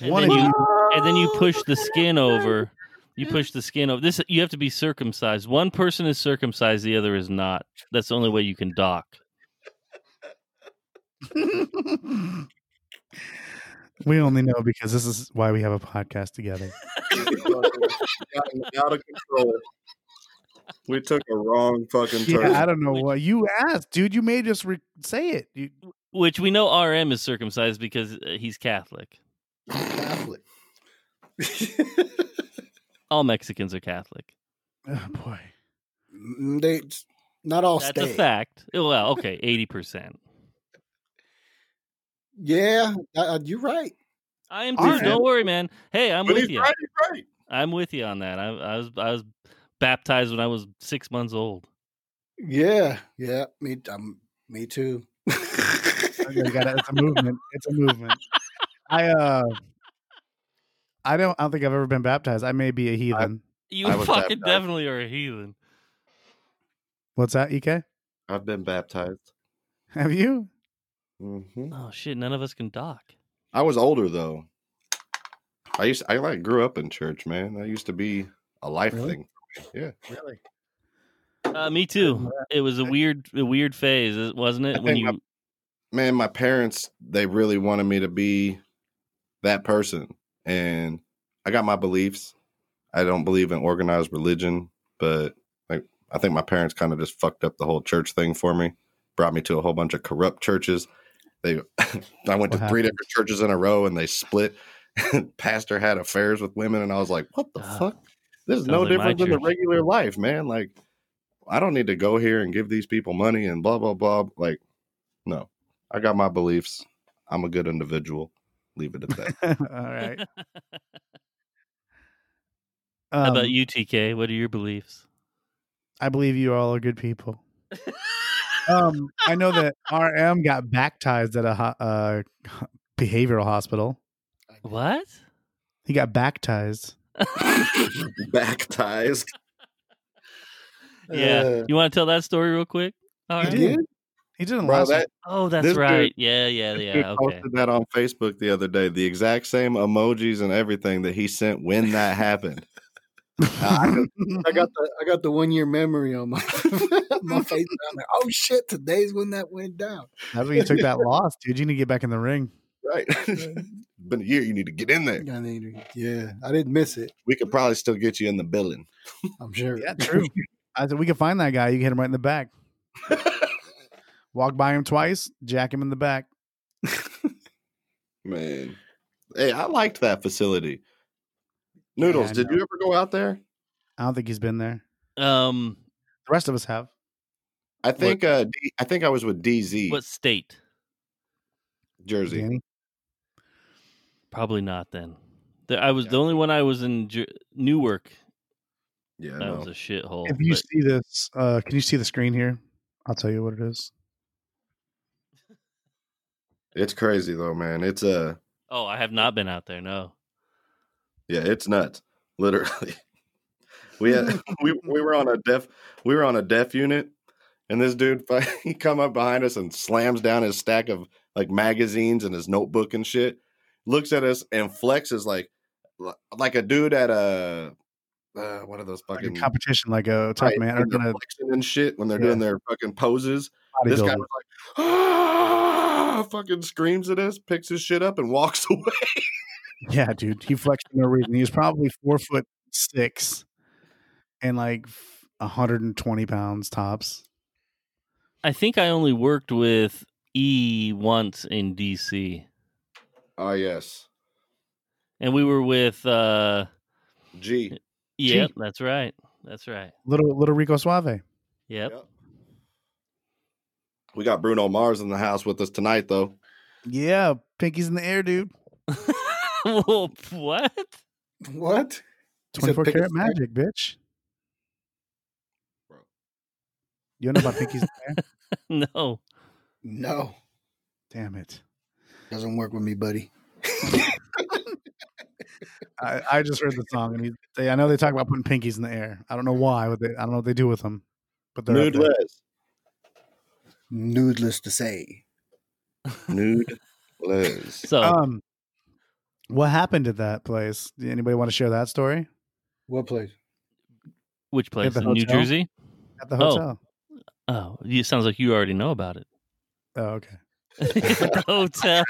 And
One
then
of
you and then you
Oh,
push the skin over. You push the skin over. This you have to be circumcised. One person is circumcised, the other is not. That's the only way you can dock.
we only know because this is why we have a podcast together.
Gotten out of control. We took a wrong fucking turn.
Yeah, I don't know what you asked, dude. You may just re- say it. You,
Which we know RM is circumcised because uh, he's Catholic.
Catholic. [LAUGHS]
All Mexicans are Catholic.
oh boy.
Mm, they not all
That's
stay.
a fact. Well, okay, eighty percent.
Yeah, uh, you're right.
I am too.
All right.
Don't worry, man. Hey, I'm
But
with
he's
you.
right, he's right.
I'm with you on that. I, I was I was baptized when I was six months old.
Yeah, yeah. Me, um, me too. [LAUGHS]
Okay, Oh, you gotta- it's a movement. It's a movement. I uh, I don't. I don't think I've ever been baptized. I may be a heathen.
You
I was
fucking
baptized.
definitely are a heathen.
What's that, Ek?
I've been baptized.
Have you?
hmm
Oh shit! None of us can dock.
I was older though. I used I like grew up in church, man. That used to be a life
Really?
thing.
Really?
Uh, me too. It was a weird, a weird phase, is- wasn't
I
it? When
think my-
you,
Man, my parents they really wanted me to be that person, and I got my beliefs. I don't believe in organized religion, but like I think my parents kind of just fucked up the whole church thing for me. Brought me to a whole bunch of corrupt churches. They, [LAUGHS] I went to
What
three
happened?
different churches in a row, and they split. [LAUGHS] Pastor had affairs with women, and I was like, "What the
Ah.
fuck?" This is
Sounds
no
like my
different than the
church.
regular life, man. Like, I don't need to go here and give these people money and blah blah blah. Like, no, I got my beliefs. I'm a good individual. Leave it at
[LAUGHS]
that.
[LAUGHS] All right.
how
Um,
about you, TK? What are your beliefs?
I believe you all are good people. um, I know that RM got baptized at a ho- uh, [LAUGHS] behavioral hospital.
What?
He got baptized.
Back ties.
Yeah.
Uh,
You want to tell that story real quick? All
He
right.
did. He didn't
Bro,
last.
that
Oh, that's
This dude-
right. yeah, yeah,
this dude
yeah. Okay.
posted that on Facebook the other day. The exact same emojis and everything that he sent when
[LAUGHS]
that happened.
[LAUGHS]
I got the I got the one year memory on my [LAUGHS] my face.
[LAUGHS]
I'm like, oh shit, today's when that went down.
That's when you took that loss, dude. You need to get back in the ring.
[LAUGHS] Right. Been a year. You need to get in there.
Mm.
I need to- Yeah, I didn't miss it.
We could probably still get you in the building.
I'm sure. [LAUGHS]
Yeah, true. [LAUGHS] I said we can find that guy. You can hit him right in the [LAUGHS] back. Walk by him twice, jack him in the back.
Man. Hey, I liked that facility. Noodles,
Yeah, I
did you ever go out there?
I don't think he's been there.
Um,
The rest of us have.
I think uh D- I think I was with DZ
what state?
Jersey.
Danny.
Probably not then. The, I was the only one I was in Jer- Newark.
Yeah,
That
no.
Oh, was a shithole.
If you
but-
see this, uh, can you see the screen here? I'll tell you what it is.
it's crazy though, man. It's a uh,
oh, I have not been out there. No.
yeah, it's nuts. [LAUGHS] Literally, we had [LAUGHS] we we were on a deaf we were on a deaf unit, and this dude fi- [LAUGHS] he come up behind us and slams down his stack of like magazines and his notebook and shit. Looks at us and flexes like like a dude at a uh, what are those
Like a
fucking
competition, like a tough
Right,
man.
like
Or
the
kind of
flexing and shit when they're
Yeah.
doing their fucking poses. This guy
bodybuilder.
was like, ah, [LAUGHS] fucking screams at us, picks his shit up, and walks [LAUGHS] away.
Yeah, dude, he flexed for no reason. He was probably four foot six, and like 120 pounds tops.
I think I only worked with E once in DC,
Oh,
Ah, yes.
and we were with. uh
Gee.
Yep, that's right. That's right.
Little little Rico Suave.
Yep.
Yep. We got Bruno Mars in the house with us tonight, though.
Yeah, pinkies in the air, dude.
[LAUGHS] Well, what? [LAUGHS]
What? He said
24
pick a
karat
stack.
magic, bitch. You don't know about pinkies in the air?
No.
No,
Damn it.
doesn't work with me, buddy.
I, I just heard the song, and he, they, I know they talk about putting pinkies in the air. I don't know why. But they, I don't know what they do with them. But they're up
Nude
there.
Les.
Needless to say,
[LAUGHS] Nude Les.
So
Um, what happened at that place? Do Anybody want to share that story
what place?
which place?
the
In New
hotel?
Jersey?
at the
Oh.
hotel?
Oh, it sounds like you already know about it. [LAUGHS]
Oh, okay. [LAUGHS]
the hotel.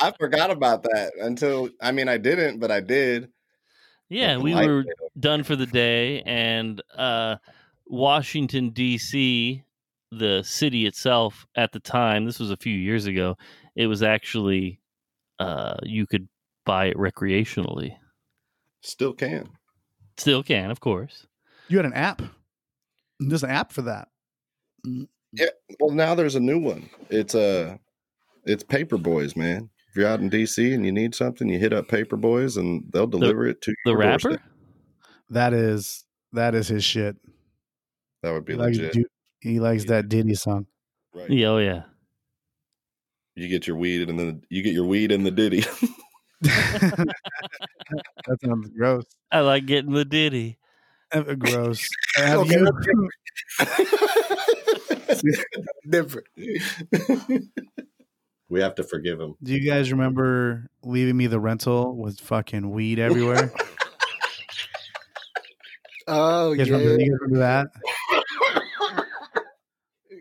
I forgot about that until, I mean, I didn't, but I did.
Yeah,
Fucking
we
light
were
day.
done for the day, and uh, Washington D.C., the city itself at the time, this was a few years ago. It was actually uh, you could buy it recreationally.
Still can.
Still can, of course.
You had an app. There's an app for that.
Well, now there's a new one. It's uh, it's Paper Boys, man. If you're out in DC and you need something, you hit up Paper Boys and they'll deliver it to
The
your
rapper.
doorstep.
That is that is his shit.
That would be
He likes,
legit.
Du- he likes that Diddy song. [LAUGHS]
right.
Yeah, oh yeah.
You get your weed and then you get your weed in the ditty. [LAUGHS]
that sounds gross.
I like getting the ditty.
Uh, Gross. Have
Okay,
you-
[LAUGHS]
[LAUGHS]
Different.
we have to forgive him.
do you guys remember leaving me the rental with fucking
[LAUGHS]
weed everywhere?
Oh
You guys,
yeah.
remember, you guys remember that?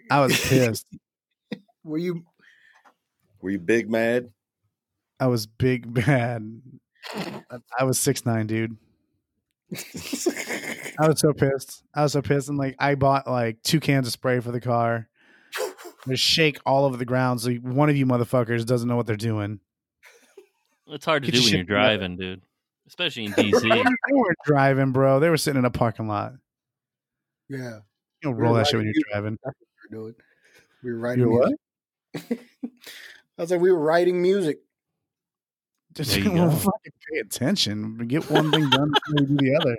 I was pissed.
Were you? [LAUGHS]
Were you big mad?
I was big [LAUGHS] bad. I- I was six nine, dude. [LAUGHS] I was so pissed. I was so pissed. And like, I bought like two cans of spray for the car. There's shake all over the ground, so one of you motherfuckers doesn't know what they're doing.
It's hard to
Get
do
your
when you're
shit together.
driving, dude. Especially in DC.
They weren't driving, bro. They were sitting in a parking lot.
Yeah.
You don't
We were
roll that shit
riding
when
you-
you're driving.
We were doing. We were writing.
You were what?
music. [LAUGHS] I was like, we were writing music.
Just [LAUGHS]
There you
well,
go.
fucking pay attention. Get one thing done before you do the other.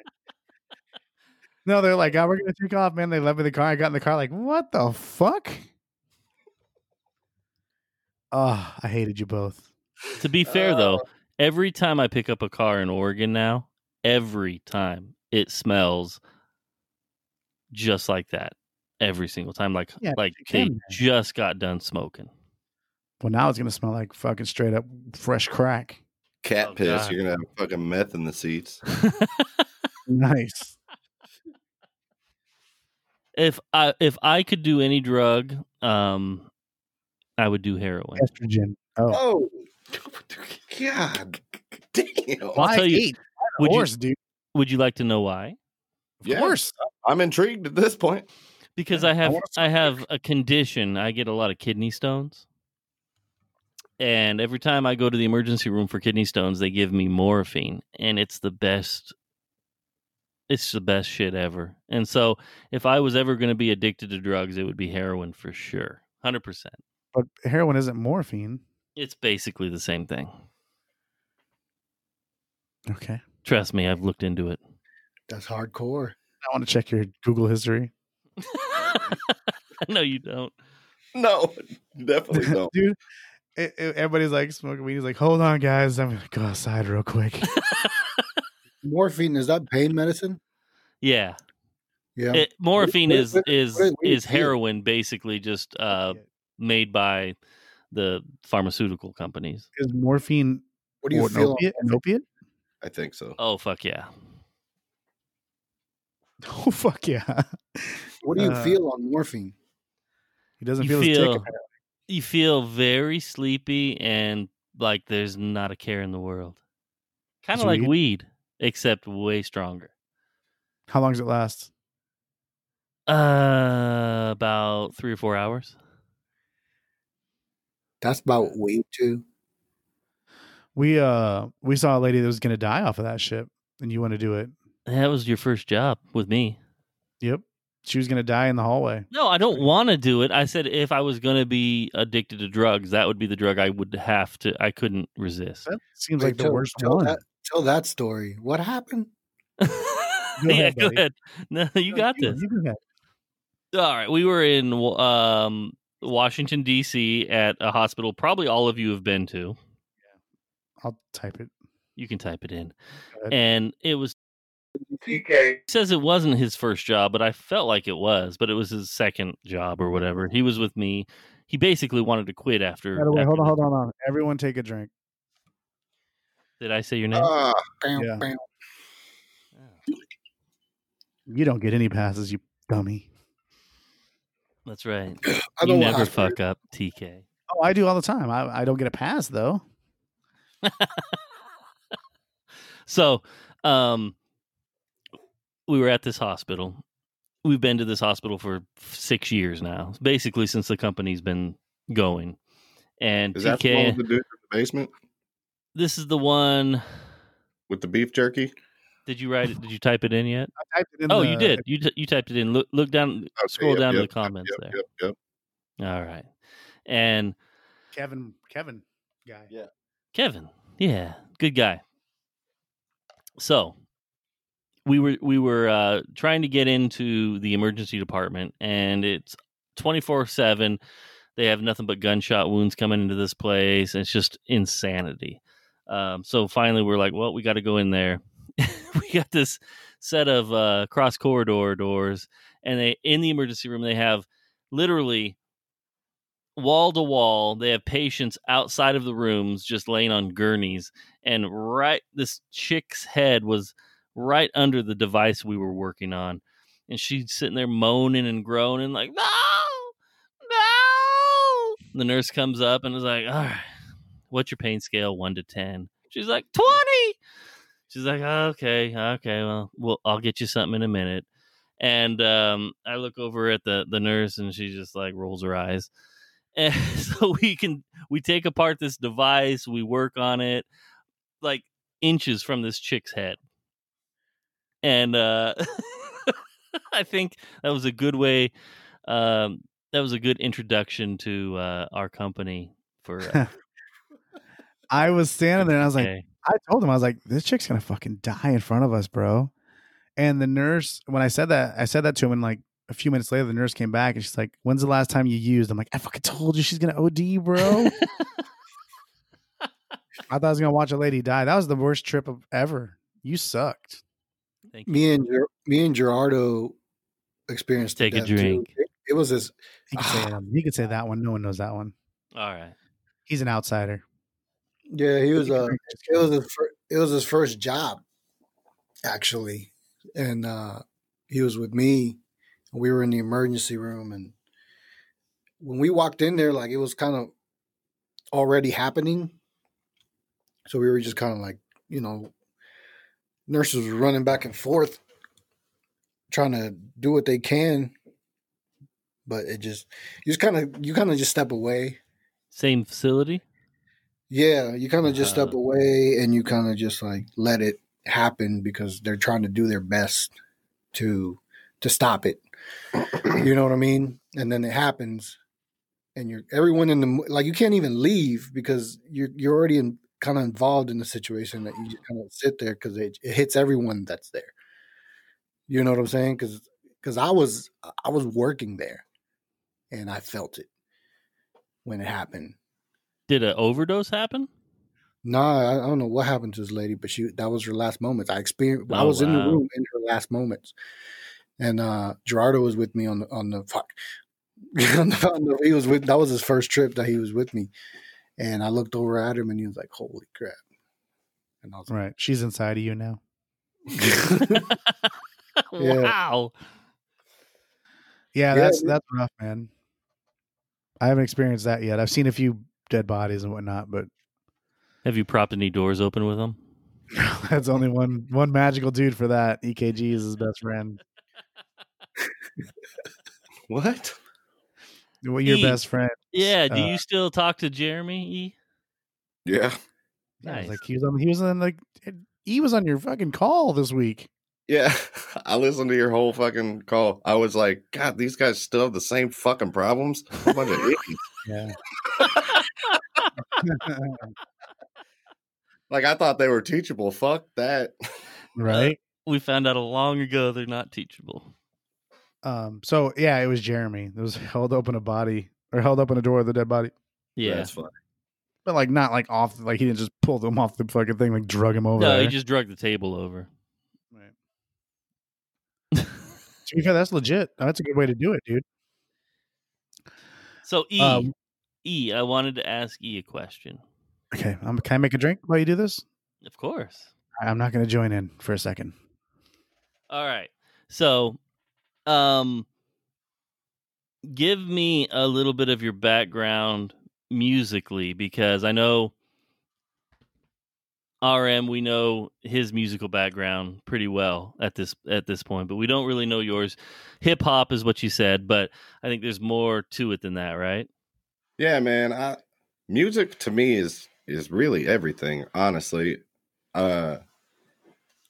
No, they're like, oh, we're gonna take off, man. They left me in the car. I got in the car, like, what the fuck? Oh, I hated you both.
to be fair though,
Oh.
every time I pick up a car in Oregon now, every time it smells just like that. Every single time. Like
Yeah,
like
you
they
can.
just got done smoking. [LAUGHS]
Well, now it's gonna smell like fucking straight up fresh crack.
Cat
Oh,
piss.
God.
You're gonna have fucking meth in the seats.
Nice.
if I if I could do any drug, um I would do heroin.
Estrogen. Oh,
Oh,
God.
damn!
I'll tell you,
eight?
Would
Of
you
course, dude.
would you like to know why?
Of
Yeah.
course.
I'm intrigued at this point. [LAUGHS]
Because
Yeah,
I
I
have
wanna
I have a condition. I get a lot of kidney stones. And every time I go to the emergency room for kidney stones, they give me morphine and it's the best it's the best shit ever. And so if I was ever going to be addicted to drugs, it would be heroin for sure. 100%.
But heroin isn't morphine.
It's basically the same thing.
Okay.
Trust me, I've looked into it. [LAUGHS]
That's hardcore.
I want to check your Google history.
no, you don't.
No,
[LAUGHS]
[LAUGHS]
definitely don't.
Dude, it, it- everybody's like smoking weed. He's like, hold on, guys. I'm going to go outside real quick. [LAUGHS]
Morphine is that pain medicine?
Yeah,
Yeah.
It- morphine
What-
is
what-
is
what- what do you
is
feel?
heroin, basically just uh, made by the pharmaceutical companies.
Is morphine
what do you
or an
feel?
opiate? An opiate? [LAUGHS]
I think so.
Oh fuck yeah!
Oh, fuck yeah.
What do you
Uh,
feel on morphine?
He doesn't
You
feel, his tick.
feel-
apparently.
You feel very sleepy and like there's not a care in the world. Kind
Is
of like
weed-
weed, except way stronger.
How long does it last?
Uh, about three or four hours.
That's about weed too.
We uh we saw a lady that was gonna die off of that shit, and you want to do it.
That was your first job with me.
Yep. She was gonna die in the hallway.
No, I don't want to do it. I said if I was going to be addicted to drugs, that would be the drug I would have to. I couldn't resist.
That seems
Wait,
like the
tell-
worst
tell
one.
That, tell that story. What happened?
[LAUGHS] yeah,
ahead,
go
buddy.
ahead. No, you
No,
got
you-
this.
you can have-
All right, we were in um, Washington D.C. at a hospital. Probably all of you have been to.
I'll type it.
You can type it in,
Go ahead.
and it was. He says it wasn't his first job, but I felt like it was. But it was his second job or whatever. He was with me. He basically wanted to quit after.
By the way,
after
hold on,
the-
hold on, hold on. Everyone take a drink.
Did I say your
Uh,
name?
Ah,
Bam,
Yeah.
bam.
You don't get any passes, you dummy. [CLEARS THROAT]
That's right.
I
You
don't
never
have
fuck up, TK.
Oh, I do all the time. I, I don't get a pass though.
So, um, we were at this hospital. We've been to this hospital for six years now, basically since the company's been going. And
is that the one with
TK,
the dude in the basement
this is the one.
with the beef jerky? Oh,
Did you write it? Did you type it in yet?
I typed it in
Oh,
the-
you did. You t- you typed it in. Look look down.
Okay,
Scroll
yep,
down to
yep,
the comments
yep,
there.
Yep, yep.
All right. And
Kevin Kevin guy.
Yeah.
Kevin. Yeah, good guy. So, we were we were uh, trying to get into the emergency department, and it's twenty four seven. They have nothing but gunshot wounds coming into this place. It's just insanity. Um, so finally, we're like, well, we got to go in there. [LAUGHS] we got this set of uh, cross corridor doors, and they in the emergency room they have literally wall to wall. They have patients outside of the rooms just laying on gurneys. And right, this chick's head was right under the device we were working on. And she's sitting there moaning and groaning, like, no, no. The nurse comes up and is like, all right, what's your pain scale? One to 10. She's like, 20. She's like, okay, okay, well, well, I'll get you something in a minute. And um, I look over at the, the nurse and she just like rolls her eyes. And [LAUGHS] so we can we take apart this device, we work on it like inches from this chick's head. And uh [LAUGHS] I think that was a good way um that was a good introduction to uh our company for uh,
I was standing there and [LAUGHS] I was like,
okay.
I told him I was like, this chick's gonna fucking die in front of us, bro. And the nurse, when I said that, I said that to him, and like a few minutes later, the nurse came back and she's like, "When's the last time you used?" I'm like, "I fucking told you she's gonna OD, bro." I thought I was gonna watch a lady die. That was the worst trip of ever. You sucked.
Thank you.
Me and Ger- me and Gerardo experienced
Take a
death, too.
drink.
It, it was this.
He could say that. He could say that one. No one knows that one.
All right.
He's an outsider.
Yeah, he was uh, a. It was his. Fir- it was his first job, actually, and uh, he was with me. We were in the emergency room, and when we walked in there, like it was kind of already happening. So we were just kind of like, you know, nurses were running back and forth, trying to do what they can, but it just you just kind of you kind of just step away
Same facility?
yeah, you kind of just step
Uh-huh.
away and you kind of just like let it happen because they're trying to do their best to to stop it. you know what I mean? And then it happens, and you're everyone in the mo- like you can't even leave because you're you're already in kind of involved in the situation that you just kind of sit there because it, it hits everyone that's there. You know what I'm saying? Because because I was I was working there, and I felt it when it happened.
Did an overdose
[LAUGHS]
happen? [LAUGHS]
No, I, I don't know what happened to this lady, but she that was her last moments. I experienced. I
Oh,
was in the
wow.
room in her last moments, and uh Gerardo was with me on the on the fuck. [LAUGHS] on the- on the- he was with. That was his first trip that he was with me, and I looked over at him and he was like, "Holy crap!" And I was like,
Right. She's inside of you now.
Wow.
Yeah,
Yeah,
that's
dude.
that's rough, man. I haven't experienced that yet. I've seen a few dead bodies and whatnot, but [LAUGHS]
Have you propped any doors open with them?
that's only one one magical dude for that. EKG is his best friend.
What?
Well, your
E.
best friend.
Yeah. Do
Uh,
you still talk to Jeremy? E?
Yeah.
Yeah, it was
Nice.
Like he was on he was on like eh, he was on your fucking call this week.
Yeah. [LAUGHS] I listened to your whole fucking call. I was like, God, these guys still have the same fucking problems. A bunch of
[LAUGHS]
idiots.
Yeah.
Like I thought they were teachable. Fuck that. [LAUGHS]
right.
We found out a long ago they're not teachable.
Um so yeah, it was Jeremy. It was held open a body or held open a door with a dead body.
Yeah.
That's funny.
But like not like off like he didn't just pull them off the fucking thing, like drug him over.
no,
there.
he just drug the table over.
Right. To be fair, that's legit. That's a good way to do it, dude.
[LAUGHS] So E,
Um,
E, I wanted to ask E a question.
Okay, I'm, can I make a drink while you do this?
Of course.
I'm not going to join in for a second.
All right. So, um, give me a little bit of your background musically because I know RM. We know his musical background pretty well at this at this point, but we don't really know yours. Hip hop is what you said, but I think there's more to it than that, right?
Yeah, man. I music to me is is really everything, honestly. Uh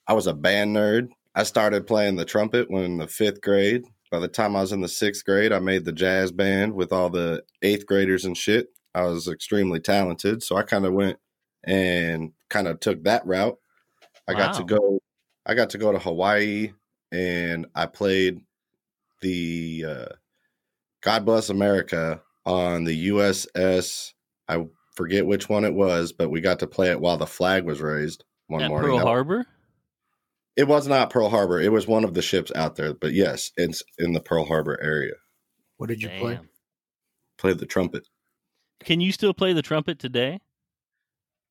I was a band nerd. I started playing the trumpet when in the fifth grade. By the time I was in the sixth grade, I made the jazz band with all the eighth graders and shit. I was extremely talented, so I kind of went and kind of took that route. I got to
Wow.
go. I got to go to Hawaii, and I played the uh, God Bless America on the USS. I forget which one it was, but we got to play it while the flag was raised one
At
morning.
Pearl
That-
Harbor.
it was not Pearl Harbor. It was one of the ships out there, but yes, it's in the Pearl Harbor area.
"What did you play?"
Damn.
Play the trumpet.
Can you still play the trumpet today?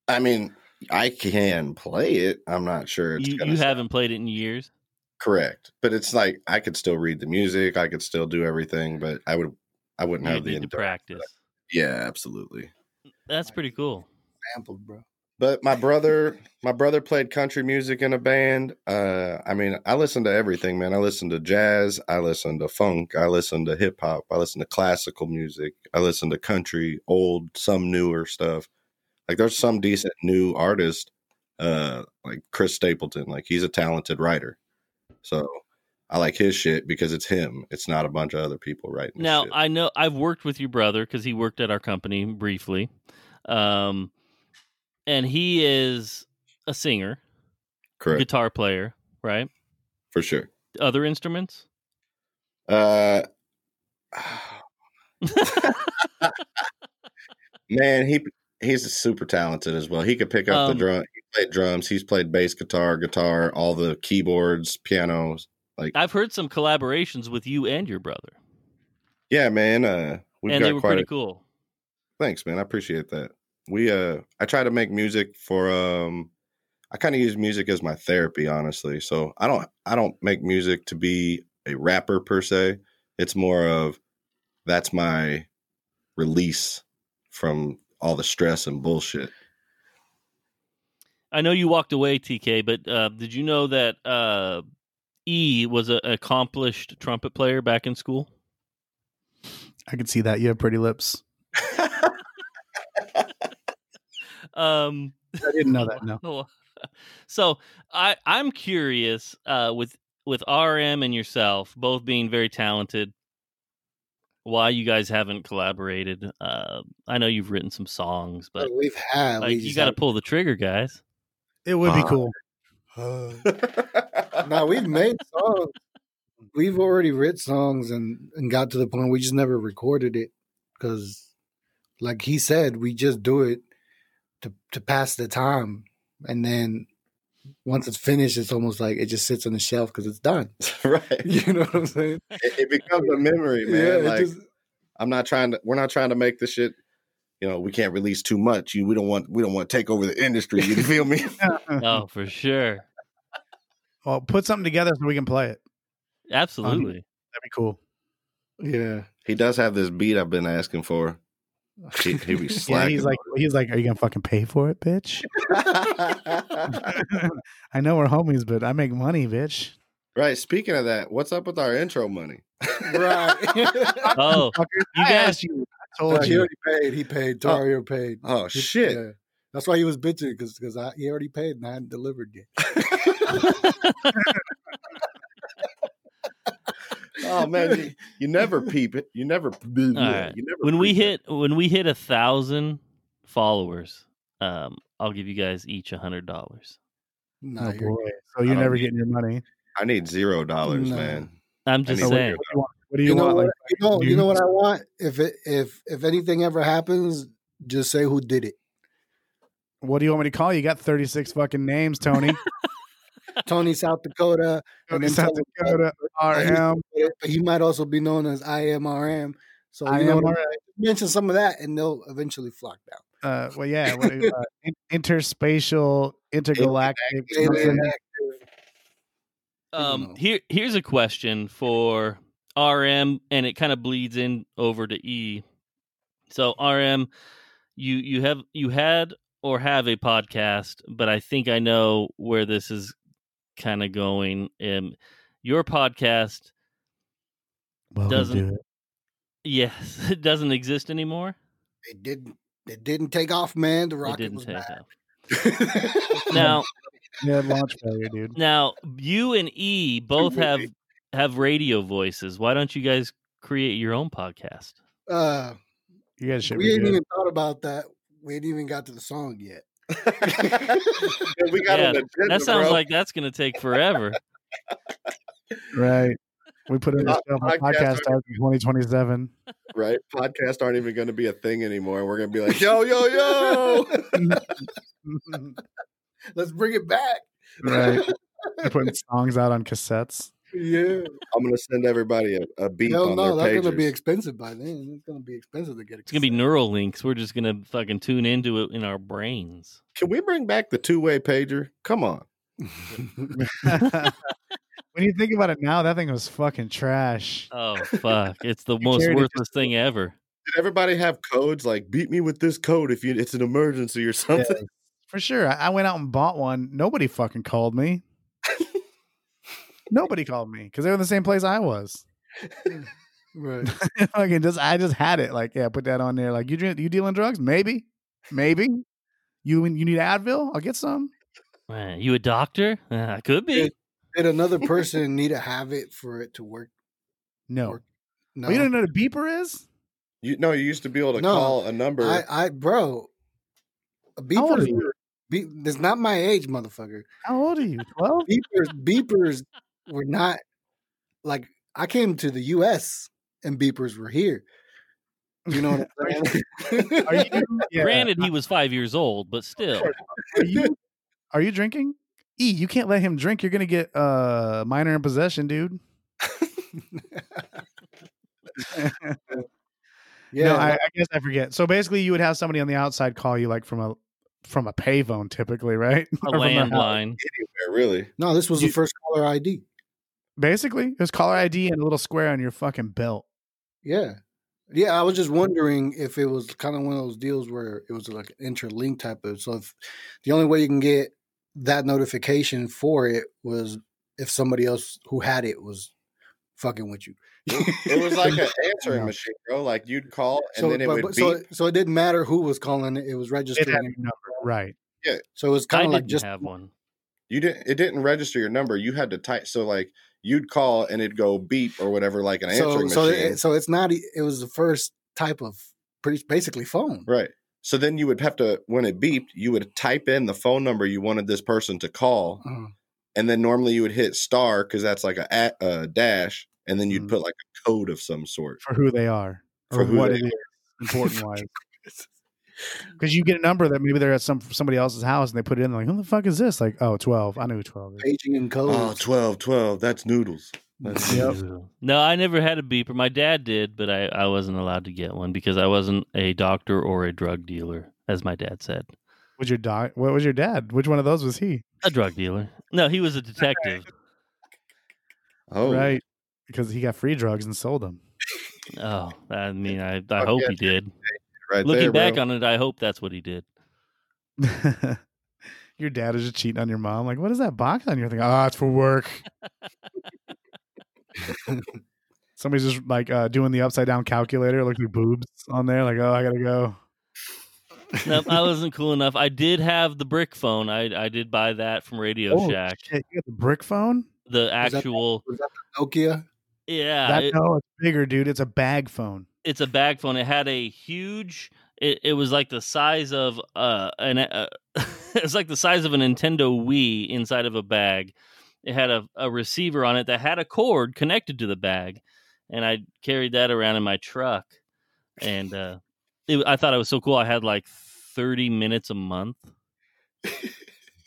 I mean, I can play it. I'm not sure. It's
You,
gonna
you
sound
haven't played it in years.
correct, but it's like I could still read the music. I could still do everything, but I would, I wouldn't
You
have the
need to
endurance.
practice.
Yeah, absolutely.
That's pretty cool.
Sample, bro.
But my brother, my brother played country music in a band. Uh, I mean, I listen to everything, man. I listen to jazz. I listen to funk. I listen to hip hop. I listen to classical music. I listen to country, old, some newer stuff. Like there's some decent new artist, uh, like Chris Stapleton. Like he's a talented writer. So I like his shit because it's him. It's not a bunch of other people writing. his
Now
shit.
I know I've worked with your brother because he worked at our company briefly, um, and he is a singer,
correct
guitar player, right?
for sure.
Other instruments?
Uh,
[LAUGHS]
man, he he's super talented as well. He could pick up
Um,
the drum. He played drums. He's played bass guitar, guitar, all the keyboards, pianos.
I've heard some collaborations with you and your brother,
Yeah, man. Uh, we've
and
got
they were
quite
pretty
a,
cool.
Thanks, man. I appreciate that. We uh I try to make music for um I kind of use music as my therapy, honestly. So I don't I don't make music to be a rapper per se. It's more of that's my release from all the stress and bullshit. [LAUGHS]
I know you walked away, TK, but uh, did you know that uh, E was an accomplished trumpet player back in school?
I can see that. You have pretty lips.
Um,
[LAUGHS] I didn't know that. No.
Oh. So I I'm curious uh, with with RM and yourself both being very talented. why you guys haven't collaborated. Uh, I know you've written some songs,
Oh,
but
We've had.
like, you got to pull the trigger, guys.
It would be
Uh,
cool.
no, we've made
[LAUGHS]
songs. We've already written songs and, and got to the point we just never recorded it because, like he said, we just do it to to pass the time, and then once it's finished, it's almost like it just sits on the shelf because it's done. [LAUGHS]
right.
You know what I'm saying?
It, it becomes a memory, man.
it
like
just-
I'm not trying to. We're not trying to make this shit. You know, we can't release too much. You, we don't want. We don't want to take over the industry. You feel me?
[LAUGHS] Oh, for
Um,
sure,
Well, put something together so we can play it.
absolutely.
That'd be cool.
yeah.
he does have this beat I've been asking for. He, he be
Yeah,
slacking.
he's like, he's like, are you gonna fucking pay for it, bitch? I know we're homies, but I make money, bitch.
right. Speaking of that, what's up with our intro money?
[LAUGHS]
[LAUGHS]
Right.
Oh,
Fucker,
you
I
guys-
asked you. I told
But he
you.
already paid. He paid. Dario paid.
Oh
He-
shit!
yeah. That's why he was bitching because because he already paid and I hadn't delivered yet.
Oh man,
[LAUGHS]
you, you never peep it. You never. You never
right. when we
peep it.
hit when we hit a thousand followers, um, I'll give you guys each a hundred dollars.
Nah,
Oh,
you're
boy.
I
So you're
don't
never
need-
getting your money.
I need zero dollars,
Nah. [LAUGHS]
man.
I'm
I
just
know what
saying.
you're-
What do you want? What do you want?
You, know what?
Like,
you know, you know
nudes?
what I want. If it, if if anything ever happens, just say who did it.
what do you want me to call you? You got 36 fucking names, [LAUGHS] Tony.
Tony South Dakota. And
Tony,
then
South
tell him-
Dakota, [LAUGHS] RM.
But he might also be known as IMRM. So you know, what I'm
IMRM.
saying? mention some of that, and they'll eventually flock down.
Uh, well, yeah. What, uh, in- interspatial, intergalactic.
They- they-
something.
don't know.
Um, here here's a question for RM, and it kind of bleeds in over to E. So RM, you you have you had or have a podcast, but I think I know where this is kind of going. Um, your podcast,
Welcome
doesn't-
to it.
yes, [LAUGHS] it doesn't exist anymore.
It didn't. It didn't take off, man. The rocket
it didn't
was
take
back.
off. Now
Yeah, launch failure, dude.
now you and E both have
Really?
have radio voices. Why don't you guys create your own podcast?
uh,
You guys should
we
be
ain't
good.
even thought about that. We ain't even got to the song yet.
Yeah, we got
Yeah,
an agenda,
That sounds
bro.
like that's going to take forever.
Right. We put in
Uh,
this film, our
podcast
podcast starts in 2027.
right? Podcasts aren't even going to be a thing anymore. We're going to be like, yo, yo, yo. [LAUGHS]
[LAUGHS] Let's bring it back.
right.
[LAUGHS]
They're putting songs out on cassettes. [LAUGHS]
Yeah.
I'm going to send everybody a, a beat
Hell
on
no,
their
that's
pages.
gonna be expensive by then. It's gonna be expensive to get.
It's gonna be neural links. We're just gonna fucking tune into it in our brains.
Can we bring back the two way pager? Come on.
when you think about it now, that thing was fucking trash.
Oh fuck! It's the most
carried it
worthless thing ever.
Did everybody have codes like beat me with this code if you it's an emergency or something?
For sure. I, I went out and bought one. Nobody fucking called
[LAUGHS]
me. Nobody called me because they were in the same place I was.
[LAUGHS] Right.
Fucking just I just had it. Like, yeah, put that on there. Like, you drink, you dealing drugs? Maybe, maybe. You you need Advil? I'll get some.
Man, you a doctor? Uh, I could be.
It- Did another person need to have it for it to work?
No,
Or- No.
Well, Oh, you don't know what a beeper is.
You no, you used to be able to
No,
call a number.
I, I, bro. A
How old
beeper.
are you?
Be, that's not my age, motherfucker.
How old are you? Twelve?
Beepers, beepers were not like I came to the U.S. and beepers were here. You know
[LAUGHS]
what I'm saying?
Are
[LAUGHS]
[LAUGHS]
you? Yeah.
Granted, he was five years old, but still,
Are you? Are you drinking? E, you can't let him drink. You're gonna get uh minor in possession, dude. [LAUGHS]
yeah,
No, I, I guess I forget. So basically, you would have somebody on the outside call you like from a from a payphone, typically, right?
a
[LAUGHS] Or from their house.
landline.
anywhere,
[LAUGHS]
really.
no, this was
you-
the first caller ID.
Basically, it was caller ID and a little square on your fucking belt.
Yeah. Yeah, I was just wondering if it was kind of one of those deals where it was like an interlink type of. So if the only way you can get that notification for it was if somebody else who had it was fucking with you.
It
[LAUGHS]
was like an answering machine, bro. Like you'd call and
so,
then it
but-
would
but-
beep.
so, so it didn't matter who was calling it; it was
It
registering.
had your number, right?
so it was
I
kind of
didn't
like just
have one.
you didn't it didn't register your number. You had to type so like you'd call and it'd go beep or whatever, like an
so
answering
so
machine.
it, so it's not. e- It was the first type of pretty basically phone.
Right. So then you would have to, when it beeped, you would type in the phone number you wanted this person to call.
Uh,
And then normally you would hit star because that's like a, a, a dash. And then you'd
Mhm.
Mm-hmm.
put like a code of some sort.
for who they are
For
or
who
what
they
it is
[LAUGHS]
important wise. Because you get a number that maybe they're at some somebody else's house and they put it in like, who the fuck is this? Like, oh, 12. I knew who 12 is.
paging and code.
Oh, 12, 12. That's noodles. That's
Yep.
No, I never had a beeper. My dad did, but I, I wasn't allowed to get one because I wasn't a doctor or a drug dealer, as my dad said.
Was your dog? What was your dad? Which one of those was he?
A drug dealer. No, he was a detective.
Oh,
Right. Because he got free drugs and sold them.
Oh, I mean, I, I
Fuck
hope
yeah,
he did.
Right there,
Looking back
bro.
on it, I hope that's what he did.
[LAUGHS] your dad is just cheating on your mom. Like, what is that box on your thing? Ah, it's for
[LAUGHS]
work. Somebody's just like uh, doing the upside down calculator, like the boobs on there. Like, oh, I gotta go.
No, I wasn't cool enough. I did have the brick phone. I I did buy that from Radio
Oh,
Shack.
shit, you got the brick phone?
The
that the-
actual,
was that the Nokia?
yeah,
That,
it-
no, it's bigger, dude. It's a bag phone.
it's a bag phone. It had a huge. It, it was like the size of uh an uh, [LAUGHS] it was like the size of a Nintendo Wii inside of a bag. It had a, a receiver on it that had a cord connected to the bag, and I carried that around in my truck. And uh, it, I thought it was so cool. I had like thirty minutes a month.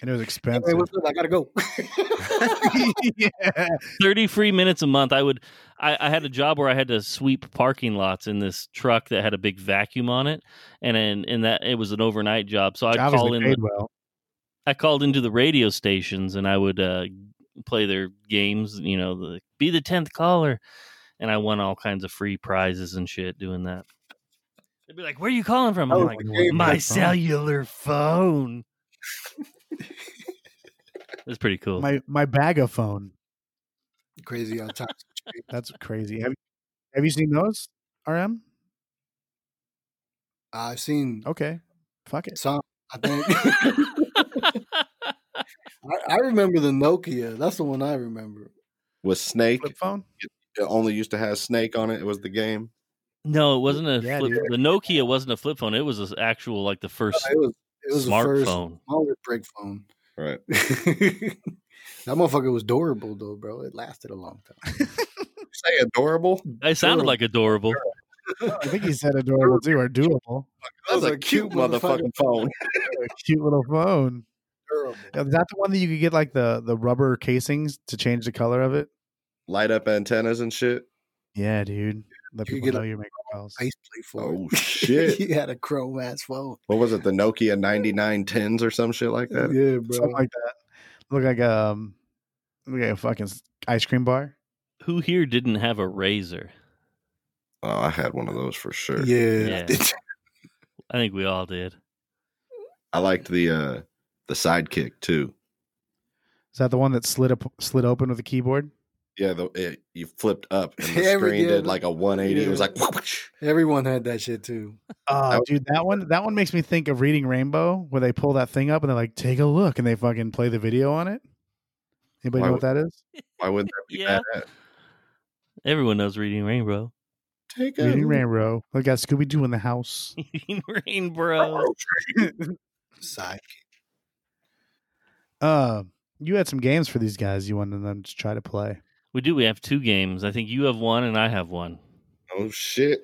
And it was
Hey,
expensive.
[LAUGHS]
what's up? I gotta go.
[LAUGHS]
[LAUGHS]
yeah.
30 free minutes a month i would I, I had a job where i had to sweep parking lots in this truck that had a big vacuum on it and and, and that it was an overnight job so i'd call
Obviously
in
paid
the,
well.
i called into the radio stations and i would uh, play their games you know the, be the 10th caller and i won all kinds of free prizes and shit doing that they'd be like where are you calling from i'm
Oh,
like
Like,
gave
what
my
the fuck?
cellular [LAUGHS] phone it's pretty cool
my my bag of phone.
Crazy on top.
That's crazy. Have, have you seen those? RM?
I've seen
Okay. Fuck it.
some. I think [LAUGHS]
[LAUGHS]
I, I remember the Nokia. That's the one I remember.
Was Snake.
Flip phone. [LAUGHS]
It only used to have Snake on it. It was the game.
No, it wasn't a
Yeah,
flip.
dude.
The Nokia wasn't a flip phone. It was an actual like the first
It was it was the
Oh,
first
smartphone.
smaller brick phone.
[LAUGHS] Right.
that motherfucker was durable though, bro. It lasted a long time.
Say adorable.
It sounded like adorable.
I think he
[LAUGHS]
said adorable too, or doable.
That was a cute motherfucking phone.
Cute little phone.
Durable.
Is that the one that you could get like the the rubber casings to change the color of it?
[LAUGHS] Light up antennas and shit.
Yeah, dude. Let
You could
people
get,
know
like,
you're making calls.
Face plate for
Oh,
it.
shit.
[LAUGHS]
[LAUGHS]
he had a chrome ass phone.
What was it? The Nokia 9910s or some shit like that?
Yeah, bro.
Something like that. Look like um, look like a fucking s- ice cream bar.
Who here didn't have a razor?
Oh, I had one of those for sure.
Yeah.
Yeah. I think we all did.
I liked the uh the sidekick too.
Is that the one that slid up, slid open with a keyboard?
Yeah, the it, you flipped up and [LAUGHS] the
Yeah, we
screen
did.
did like a 180. It was
Yeah.
like whoosh.
[LAUGHS] Everyone had that shit too.
Oh,
was-
dude, that one that one makes me think of Reading Rainbow, where they pull that thing up and they're like, "Take a look," and they fucking play the video on it. Anybody
Why
know what that is?
why would that be
Yeah.
bad?
Everyone knows Reading Rainbow. [LAUGHS]
Take [LAUGHS]
Reading
a
Rainbow. Look, got Scooby Doo in the house.
Reading
Oh,
Rainbow.
Oh. Side.
Uh, you had some games for these guys. You wanted them to try to play.
We do. We have two games. I think you have one and I have one.
Oh shit.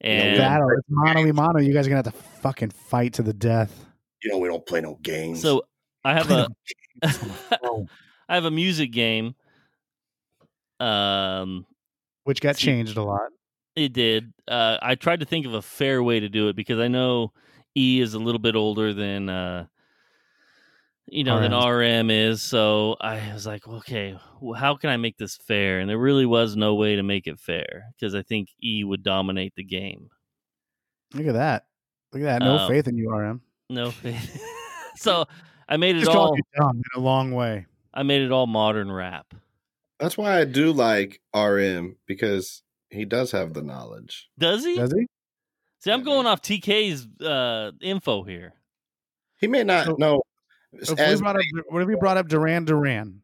And
Battle. It's mono y mono. You guys are gonna have to fucking fight to the death.
You know we don't play no games.
so I have
[LAUGHS]
a [LAUGHS]
Oh.
I have a music game. Um,
Which got
See-
changed a lot.
It did. Uh, I tried to think of a fair way to do it because I know E is a little bit older than uh, you know than RM is. So I was like, okay, wh- how can I make this fair? And there really was no way to make it fair because I think E would dominate the game.
Look at that. Look at that. No
Um,
faith in you, RM.
No, [LAUGHS] so I made it
Just all
all.
you dumb in a long way.
I made it all modern rap.
that's why I do like RM because he does have the knowledge.
Does he?
Does he?
See, I'm
Yeah,
going off TK's uh, info here.
He may not
So-
know
If we
as
[LAUGHS]
brought up, what if we brought up Duran Duran?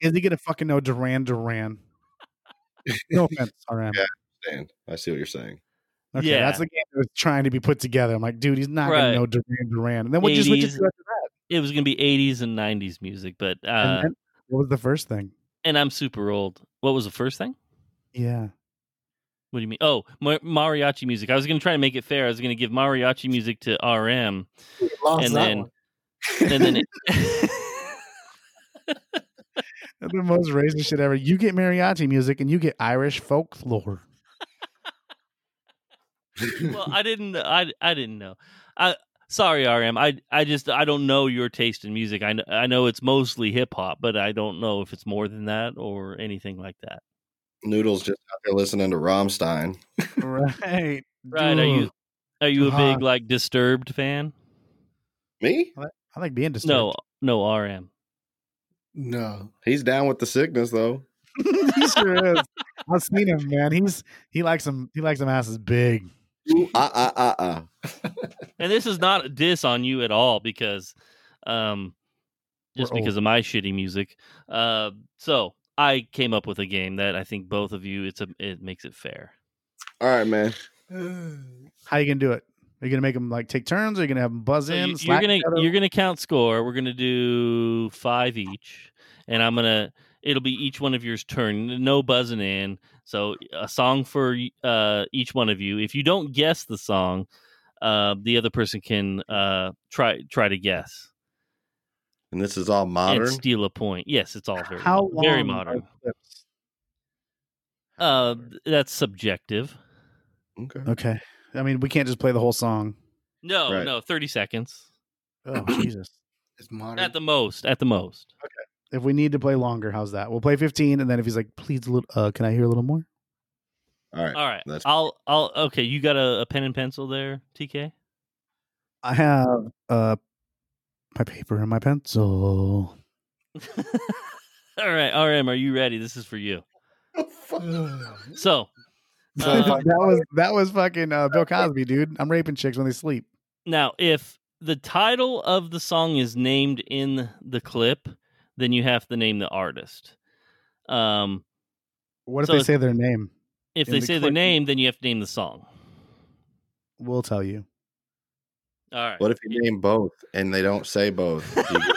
Is he gonna fucking know Duran
[LAUGHS]
Duran? No offense, RM.
Yeah. understand. I see what you're saying.
Okay,
Yeah.
that's the game that was trying to be put together. I'm like, dude, he's not
Right.
gonna know Duran Duran. And then what just what
80s.
just after that?
It was gonna be '80s and '90s music, but
And
uh, and,
then what was the first thing?
I'm super old. What was the first thing?
Yeah.
What do you mean? Oh, ma- mariachi music. I was gonna try to make it fair. I was gonna give mariachi music to RM,
Lost
And
that
then-
one.
[LAUGHS] and then
[LAUGHS]
That's the most racist shit ever. You get mariachi music and you get Irish
[LAUGHS]
folklore.
well, I didn't. I I didn't know. I sorry, RM. I I just I don't know your taste in music. I kn- I know it's mostly hip hop, but I don't know if it's more than that or anything like that.
[LAUGHS] Noodles just out there listening to Rammstein.
right.
Right? Are you
Dude.
are you a
God.
big like Disturbed fan?
Me?
I like being disturbed.
No, no, RM.
No. [SIGHS]
He's down with the sickness though.
[LAUGHS] he sure is. I've seen him, man. He's he likes him. He likes him asses big.
Ooh, Ah ah ah ah.
And this is not a diss on you at all because, um, just
We're old.
because of my shitty music. Uh, so I came up with a game that I think both of you. It's a it makes it fair.
All right, man.
How you gonna do it? Are you gonna make him like take turns? Or are you gonna have him buzz
So
in?
you, are
slack
gonna
each other?
you're gonna count score. We're gonna do five each, and I'm gonna it'll be each one of yours turn. No buzzing in. So a song for uh, each one of you. If you don't guess the song, uh, the other person can uh, try try to guess
And this is all modern.
and steal a point. Yes, it's all very
How
mo- very
long are
modern.
clips?
Uh, that's subjective.
Okay.
Okay. I mean, we can't just play the whole song.
No,
Right.
no, thirty seconds [COUGHS]
Oh Jesus!
It's modern.
at the most. At the most.
If we need to play longer, how's that? We'll play 15, and then if he's like, "Please, a little, uh, can I hear a little more?"
All right. [LAUGHS]
Uh,
All right.
That's-
I'll I'll okay. You got a, a pen and pencil there, [LAUGHS] TK.
I have uh my paper and my
Oh,
pencil. [LAUGHS]
All right, RM, are you ready? This is for you.
[LAUGHS]
So Uh,
that was that was fucking uh,
[LAUGHS]
Bill Cosby, dude. I'm raping chicks when they sleep.
now, if the title of the song is named in the clip, then you have to name the artist. Um,
What if
So
they
it's-
say their name?
if
In
they
the
say their
clip.
name, then you have to name the song.
We'll tell you.
All right. [LAUGHS]
What if you name both and they don't say both? You
[LAUGHS]
get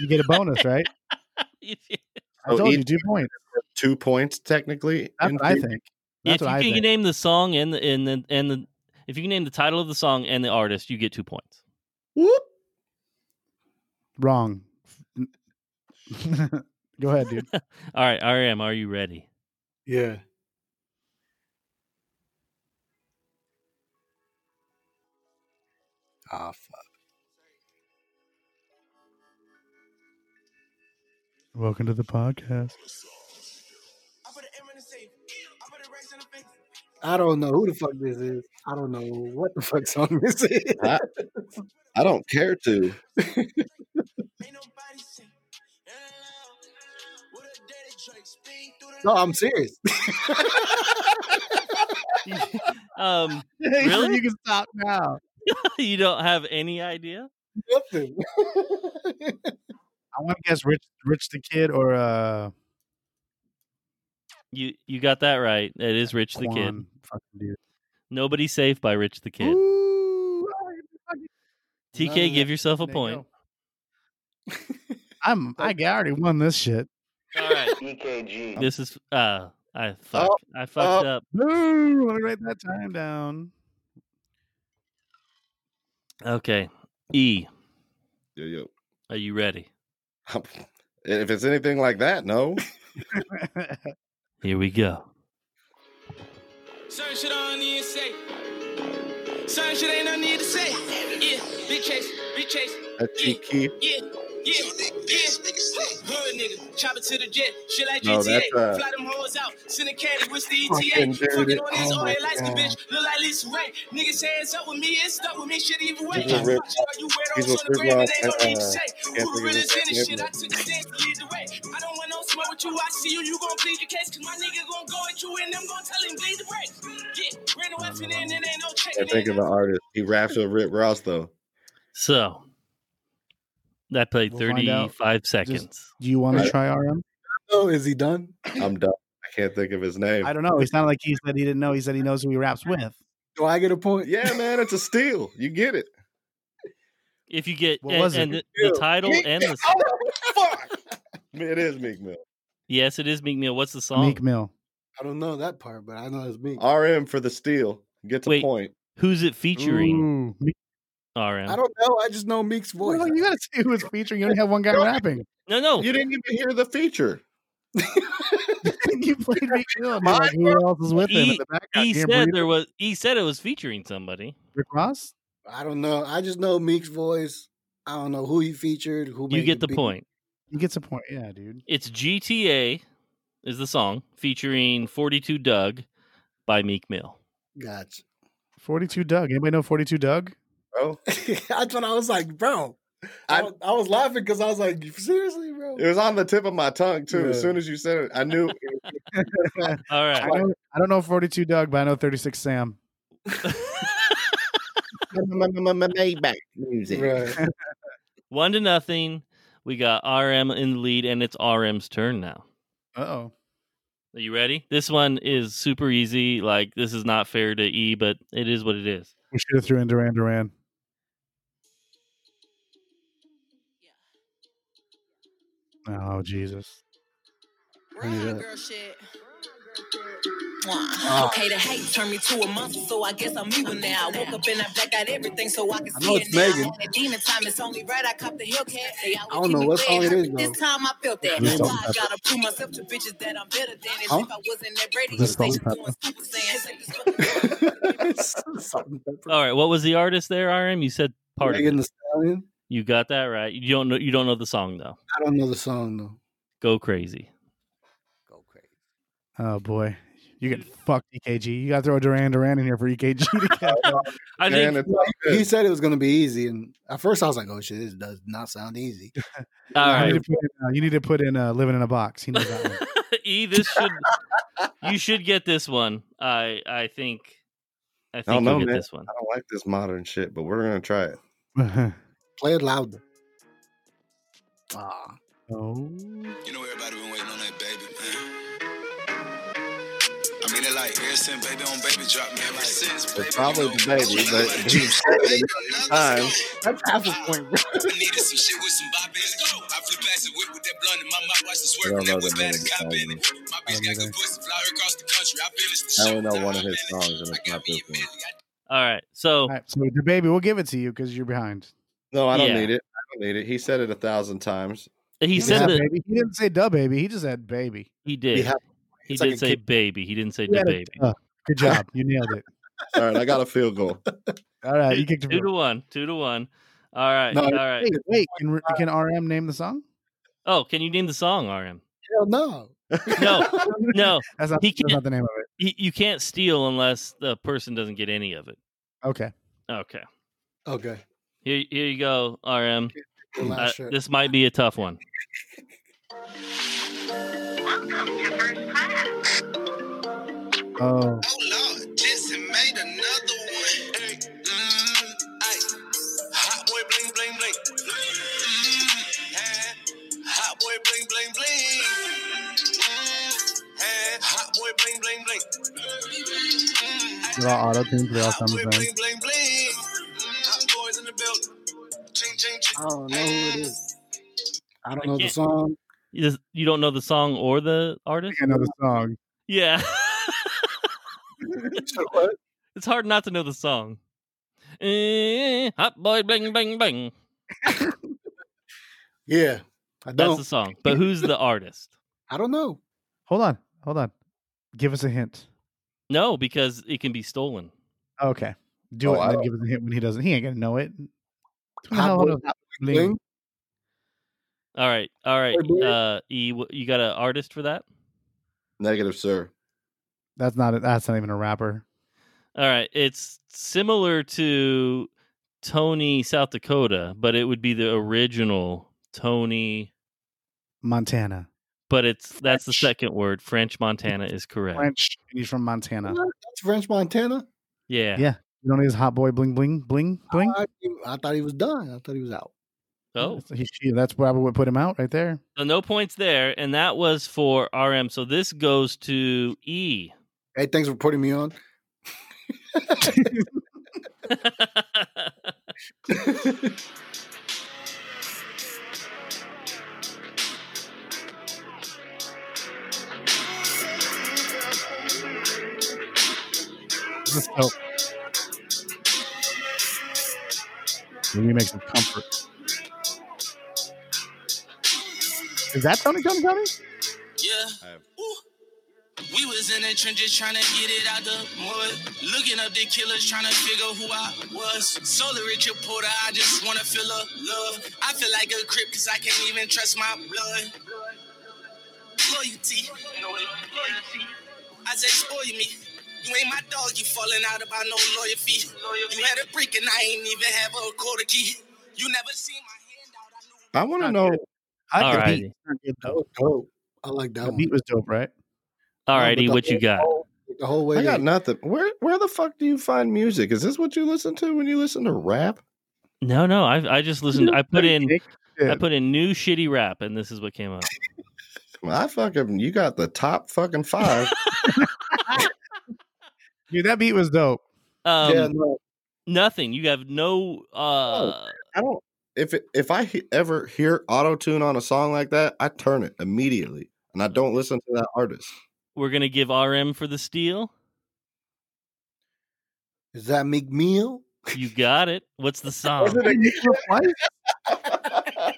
You get a bonus, right?
[LAUGHS]
I
So
told you
each-
two points.
two points technically.
That's
in
what I
theory?
think.
if
That's
you
what I
can
think.
name the song and the and the and the if you can name the title of the song and the artist, you get two points.
Whoop.
Wrong. [LAUGHS] Go ahead,
[LAUGHS]
dude.
All right, RM, are you ready?
yeah. Ah, fuck.
Welcome to the podcast.
I don't know who the fuck this is. I don't know what the fuck song [LAUGHS] this is.
I don't care to.
No, I'm serious.
Um, Really?
Really? [LAUGHS] you can stop now.
[LAUGHS] you don't have any idea? [LAUGHS]
Nothing.
I want to guess Rich, Rich the Kid or uh,
You you got that right. It is Rich the Kid.
Quan. Fucking dude.
Nobody safe by Rich the Kid.
Ooh, I already fucking-
TK,
No,
give yourself a
there you
point.
go. I'm. I g- I already won this shit.
All right,
Oh.
EKG.
this is uh, I fuck, I fucked up.
Ooh, let me write that time down. [LAUGHS]
Okay, E,
Yo, yo.
are you ready?
[LAUGHS] If it's anything like that,
[LAUGHS]
no.
Here we go.
Certain shit I don't need to say. Certain shit ain't no need to say. Yeah, be chasing, be chasing.
That's cheeky.
Yeah, yeah, yeah. Hood nigga, chop it to the jet. Shit like
No,
GTA.
that's, uh,
Fly them hoes out. Send a caddy, with the
Fucking
ETA?
dirty.
Fucking on his
Oh
oh
my
lights,
God.
bitch. Look like Lisa Ray. Niggas hands up with me, it's stuck with me. Shit even way.
He's a rip-
Fuck you, you
he's
weirdos
a
on the
rip
gram,
off,
it ain't no need to
uh,
say.
can't
Who
think of
really
his
in this
name.
shit? I took the stand to lead the way. I don't want no smoke with you. I see you, you gon' plead your case. Cause my nigga gon' go at you and I'm gon' tell him bleed the brakes. Yeah, ran a weapon in, it ain't no
I
checking
think
in.
of the artist. He raps with Rick Ross though.
So, That played
We'll find out.
35 seconds.
Do you want to
Right.
try RM?
Oh, is he done?
I'm done. I can't think of his name.
I don't know. He sounded like he said he didn't know. He said he knows who he raps with.
Do I get a point?
Yeah, man, it's a steal. You get it.
if you get
What
and,
was it?
and the, the title and the
Oh, fuck. It is Meek Mill.
yes, it is Meek Mill. What's the song?
Meek Mill.
I don't know that part, but I know it's me.
Oh,
RM for the steal. Gets a
Wait.
point.
Who's it featuring?
Ooh, Meek-
RM.
I don't know. I just know Meek's voice.
Well, you gotta see who it's featuring. You only have one
[LAUGHS]
guy rapping. [LAUGHS]
No, no.
You didn't even hear the feature.
you played
[LAUGHS]
Meek Mill. and you're Like, who else is with him in the background?
He
You can't
said
breathe.
there was. He said it was featuring somebody.
Rick Ross.
I don't know. I just know Meek's voice. I don't know who he featured. Who
You
made
get the
beat.
point.
He gets a point. Yeah, dude.
It's GTA is the song featuring 42 Doug by Meek Mill.
Gotcha. [LAUGHS]
Forty-two Doug. Anybody know Forty-two Doug?
Bro.
That's what I was like, bro. I,
I-
was- I was laughing because I was like, seriously, bro.
It was on the tip of my tongue too. As
Yeah.
soon as you said it, I knew it was
All
I
right.
don't, I don't know Forty-two Doug, but I know Thirty-six Sam.
Maybach music.
[LAUGHS]
Right. [LAUGHS]
One to nothing. We got RM in the lead, and it's RM's turn now.
Oh,
Are you ready? This one is super easy. Like this is not fair to E, but it is what it is.
we should have threw in Duran Duran. Oh Jesus!
Brown girl shit. Okay, the hate turned me to a monster, so I guess I'm evil now. I woke up and I black out everything, so I can
I
see
know
it
it's
now.
Megan.
The demon time is only right. I cop the Hellcat. They always
don't
keep
know
me
what song
red.
it is,
This
though.
time I felt that.
This
That's why
song
I gotta prove myself to bitches that I'm better than. As
Huh?
if I wasn't that radio
This song
station
pepper.
doing Super
[LAUGHS]
Saiyan.
Salt and pepper.
All right. What was the artist there, RM? You said part of
Megan
it.
the Stallion.
You got that right. You don't know. You don't know the song though.
I don't know the song though.
Go crazy.
[LAUGHS] Go crazy.
Oh boy, you get fucked, EKG. You got to throw Duran Duran in here for EKG to
[LAUGHS]
catch up.
I
Man,
think.
it's all good.
He said it was going to be easy, and at first I was like, "Oh shit, this does not sound easy."
All
You
right.
need to put in, uh, you need to put in uh, "Living in a Box."
[LAUGHS]
He knows that one.
E, this should you should get this one. I I think I think
don't know,
you'll get
man.
this one.
I don't like this modern shit, but we're gonna try it.
[LAUGHS]
Play it louder. Ah,
oh,
You know everybody been waiting on that baby, man. I mean, it like ever since baby on baby drop, man. Ever since baby,
It's probably
you
the
know,
baby,
nobody
but
like
you
you.
said it
Time.
enough
that's half a point, bro.
[LAUGHS] I needed some shit with some bop in it. I flew past it whip with that blunt in my mouth, watch the swerve,
don't
and
know
that was
the
bad
name
as
of
cop
the
in it. My bitch got good pussy, fly her across the country. I finished the
I
show.
only know
now
one of
I'm
his
in it.
songs, and
I
it's
got
not
me
this
a
one.
Bentley. I
All right. So
all right. So the baby, we'll give it to you because you're behind.
No, I don't
Yeah.
need it. I don't need it. He said it a thousand times.
he
You
said
said
that
baby. He didn't say "duh baby." He just said "baby."
he did.
Yeah.
He
It's
did
like a
say
kid-
baby. He didn't say
You
the
had a-
baby.
uh, good
[LAUGHS]
job. You nailed it.
All right, I got a field goal.
All right, uh, you kicked it.
Two to one. Two to one. All right.
No,
all right.
Wait, wait. Can, R- can RM name the song?
Oh, can you name the song, RM?
Hell no.
[LAUGHS]
No, no.
That's not,
He
that's not the name of it.
You you can't steal unless the person doesn't get any of it.
Okay.
Okay.
Okay.
Here, here you go, RM.
the
Uh,
last shot.
this might be a tough one.
Oh,
Oh Lord, Jensen made another one. Hey, mm, ay. Hot boy bling bling bling. Mm, eh. Hot boy bling bling bling. Mm, eh. Hot boy bling bling bling. Mm,
they're all auto tuned. They all
Hot
sound
boy
the same.
bling bling bling. Mm, Hot boys in the building. Ching ching ching.
I don't know who it is. I don't
I
know the
can't-
song.
You just- you don't know the song or the
I
artist?
think I know the song.
Yeah. [LAUGHS] It's hard not to know the song. Eh, hot boy, bling, bling, bling.
Yeah, I
That's
don't.
the song. But who's the artist?
I don't know.
Hold on, hold on. Give us a hint.
No, because it can be stolen.
Okay, do
Oh,
it
I
and then
don't-
give us a hint when he doesn't. He ain't gonna know it.
Hot
Hold
boy
on, hold on.
Bling.
All right, all right.
Hey, boy.
Uh, e, wh- you got an artist for that?
Negative, sir.
That's not. A, that's not even a rapper.
All right, it's similar to Tony South Dakota, but it would be the original Tony.
Montana.
But it's that's the
French.
second word. French Montana is correct.
French. And he's from Montana.
What? That's French Montana.
Yeah.
Yeah. You don't need his hot boy bling bling bling bling.
I, I thought he was done. I thought he was out.
Oh,
That's- he- she- that's probably what put him out right there.
so no points there, and that was for RM. So this goes to E.
Hey, thanks for putting me on.
This is dope. The remix of Comfort. Is that Tony Tony Tony?
I
Yeah.
have-
Ooh. We was in the trenches trying to get it out the mud. Looking up the killers, trying to figure who I was. Solar Richard Porter, I just wanna feel a love. I feel like a crip cause I can't even trust my blood. Loyalty. Loyalty. I said, spoil me. You ain't my dog, you falling out about no lawyer fee. You had a brick and I ain't even have a quarter key. You never seen my hand out. I knew
I want to know.
I like
Alrighty.
beat. It's not good,
That
though.
was dope. I like that
The
one.
beat was dope, right?
All [LAUGHS]
No, but
righty,
the
what you
whole-
got?
The whole way.
I got
they-
nothing. Where where the fuck do you find music? Is this what you listen to when you listen to rap?
No, no, I I just listened. I put in I
Shit.
put in new shitty rap, and this is what came up.
I fucking you got the top fucking
[LAUGHS]
five.
Dude, that beat was dope.
Um,
[LAUGHS] yeah, Oh. no,
Nothing. You have no. Uh,
I don't. If it, if I he- ever hear auto tune on a song like that, I turn it immediately, and I don't listen to that artist.
We're gonna give RM for the steal.
is that McMeal?
You got it. What's the song?
[LAUGHS]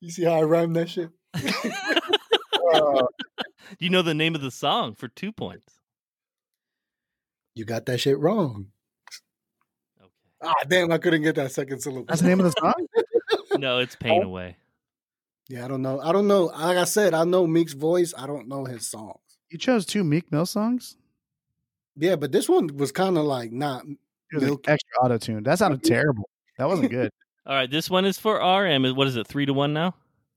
You see how I rhyme that shit?
[LAUGHS]
[LAUGHS] Uh.
you know the name of the song for two points.
You got that shit wrong.
Okay.
Ah, damn, I couldn't get that second syllable.
That's the name of the song.
[LAUGHS] No, it's Pain Away.
Yeah, I don't know. I don't know. Like I said, I know Meek's voice. I don't know his songs.
You chose two Meek Mill songs.
Yeah, but this one was kind of like not.
It was like
Milk.
extra auto tune. That
[LAUGHS]
sounded terrible. That wasn't good.
All right, this one is for RM. What is it? Three to one now.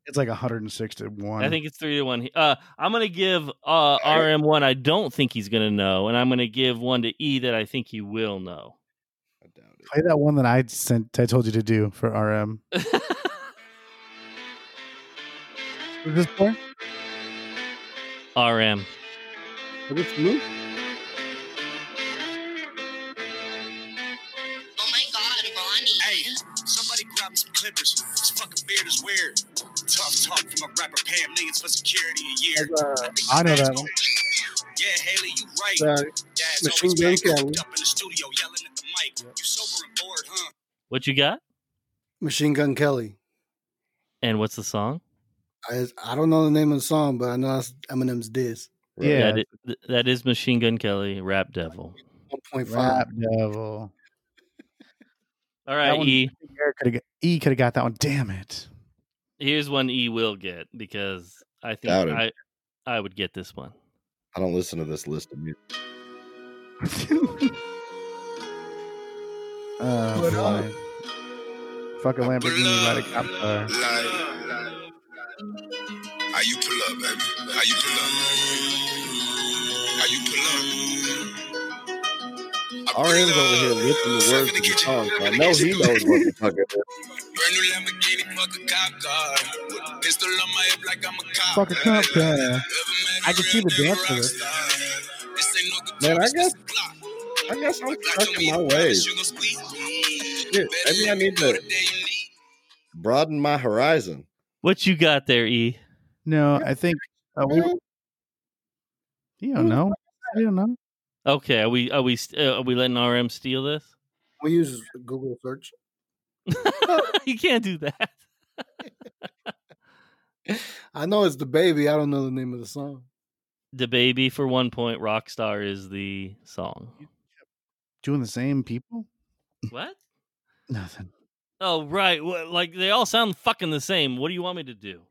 It's like 106 to one.
I think it's three to one. Uh, I'm gonna give uh, RM one. I don't think he's gonna know, and I'm gonna give one to E that I think he will know.
I doubt it.
play that one that I sent. I told you to do for RM. Is this for?
RM.
Is this Meek?
Oh my god, Ronnie.
Hey, somebody grab me some clippers. This fucking beard is weird. Tough talk from a rapper paying millions for security a year.
I know that one.
Yeah, Haley, you right.
Uh,
Dad's
Machine
always
Gun
back,
Kelly.
up in the studio yelling at the mic. You sober and bored, huh?
What you got?
Machine Gun Kelly.
And what's the song?
I, I don't know the name of the song, but I know that's Eminem's diss.
Yeah,
That i- th- that is Machine Gun Kelly, Rap Devil.
One point
Rap
five.
Devil.
All
That
right,
one-
E.
Eric could have. E could have got that one. Damn it. [LAUGHS]
Here's one E will get because I think
Doubt it.
I I would get this one.
I don't listen to this list of music.
Oh,
What up?
boy. Fucking Lamborghini by the cop car.
How you pull up, baby? How you pull up? How you pull up?
RM's over here lifting the words to the song. so I know he knows what the fuck it is.
Brand new Lamborghini, fuck a cop car. With a pistol on my hip like I'm a cop.
Fucking cop car. I can see the dance to this.
this.
Man, I guess- I guess I'm stuck in my ways. Shit, maybe I need to broaden my horizon.
What you got there, E?
No, I think. Uh, we, you don't know.
Hmm.
You don't know.
Okay, are we are we st- uh, are we letting RM steal this?
We use Google search.
[LAUGHS] you can't do that.
I know it's the baby. I don't know the name of the song.
The baby for one point. Rockstar is the song.
Doing the same people?
What?
Nothing.
Oh right, Wha- like they all sound fucking the same. What do you want me to do?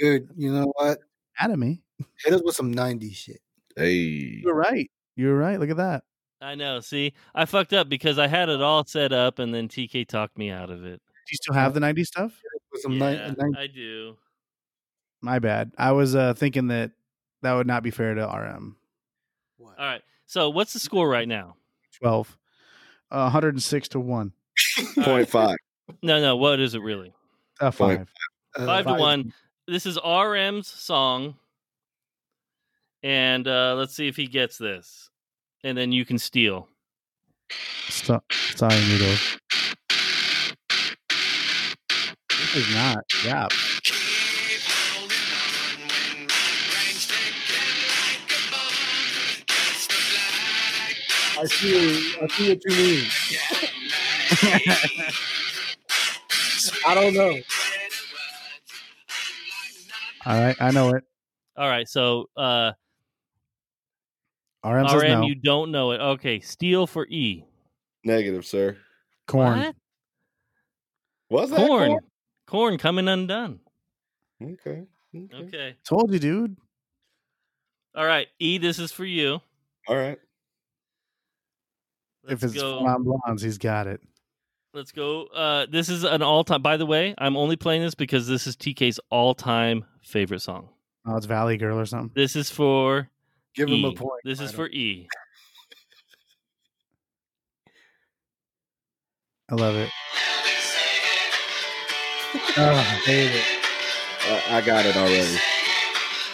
Dude, you know what?
Out of me.
Hit us with some 90s shit.
Hey,
eh? You're right. You're right. Look at that.
I know. See, I fucked up because I had it all set up, and then TK talked me out of it.
Do you still have the 90s stuff?
With some ni-
yeah,
90s.
I do.
My bad. I was uh, thinking that that would not be fair to RM.
What?
All right. So what's the score right now?
12. Uh, 106 to 1.
All right.
point five.
No, no. What is it really?
A five.
Uh,
Five to
five.
one. This is RM's song, and uh, let's see if he gets this, and then you can steal.
So, sorry, Noodles. This is not rap.
I see. I see what you mean.
[LAUGHS]
I don't know.
All right, I know it.
All right, so uh,
RM says
RM,
no.
you don't know it. Okay, steal for E.
Negative, sir.
Corn.
What?
Was that
Corn. Corn coming undone.
corn? Okay. okay.
Okay.
Told you, dude.
All right, E. This is for you.
All right.
Let's
if it's
go.
Flan Blondes, he's got it.
Let's go. Uh, this is an all-time. By the way, I'm only playing this because this is TK's all-time favorite song.
Oh, it's Valley Girl or something.
This is for
Give him a
E.
point.
This is
Fido.
for
[LAUGHS]
E. [LAUGHS]
I love
[LAUGHS]
it. Oh, I hate it.
I, I got it already.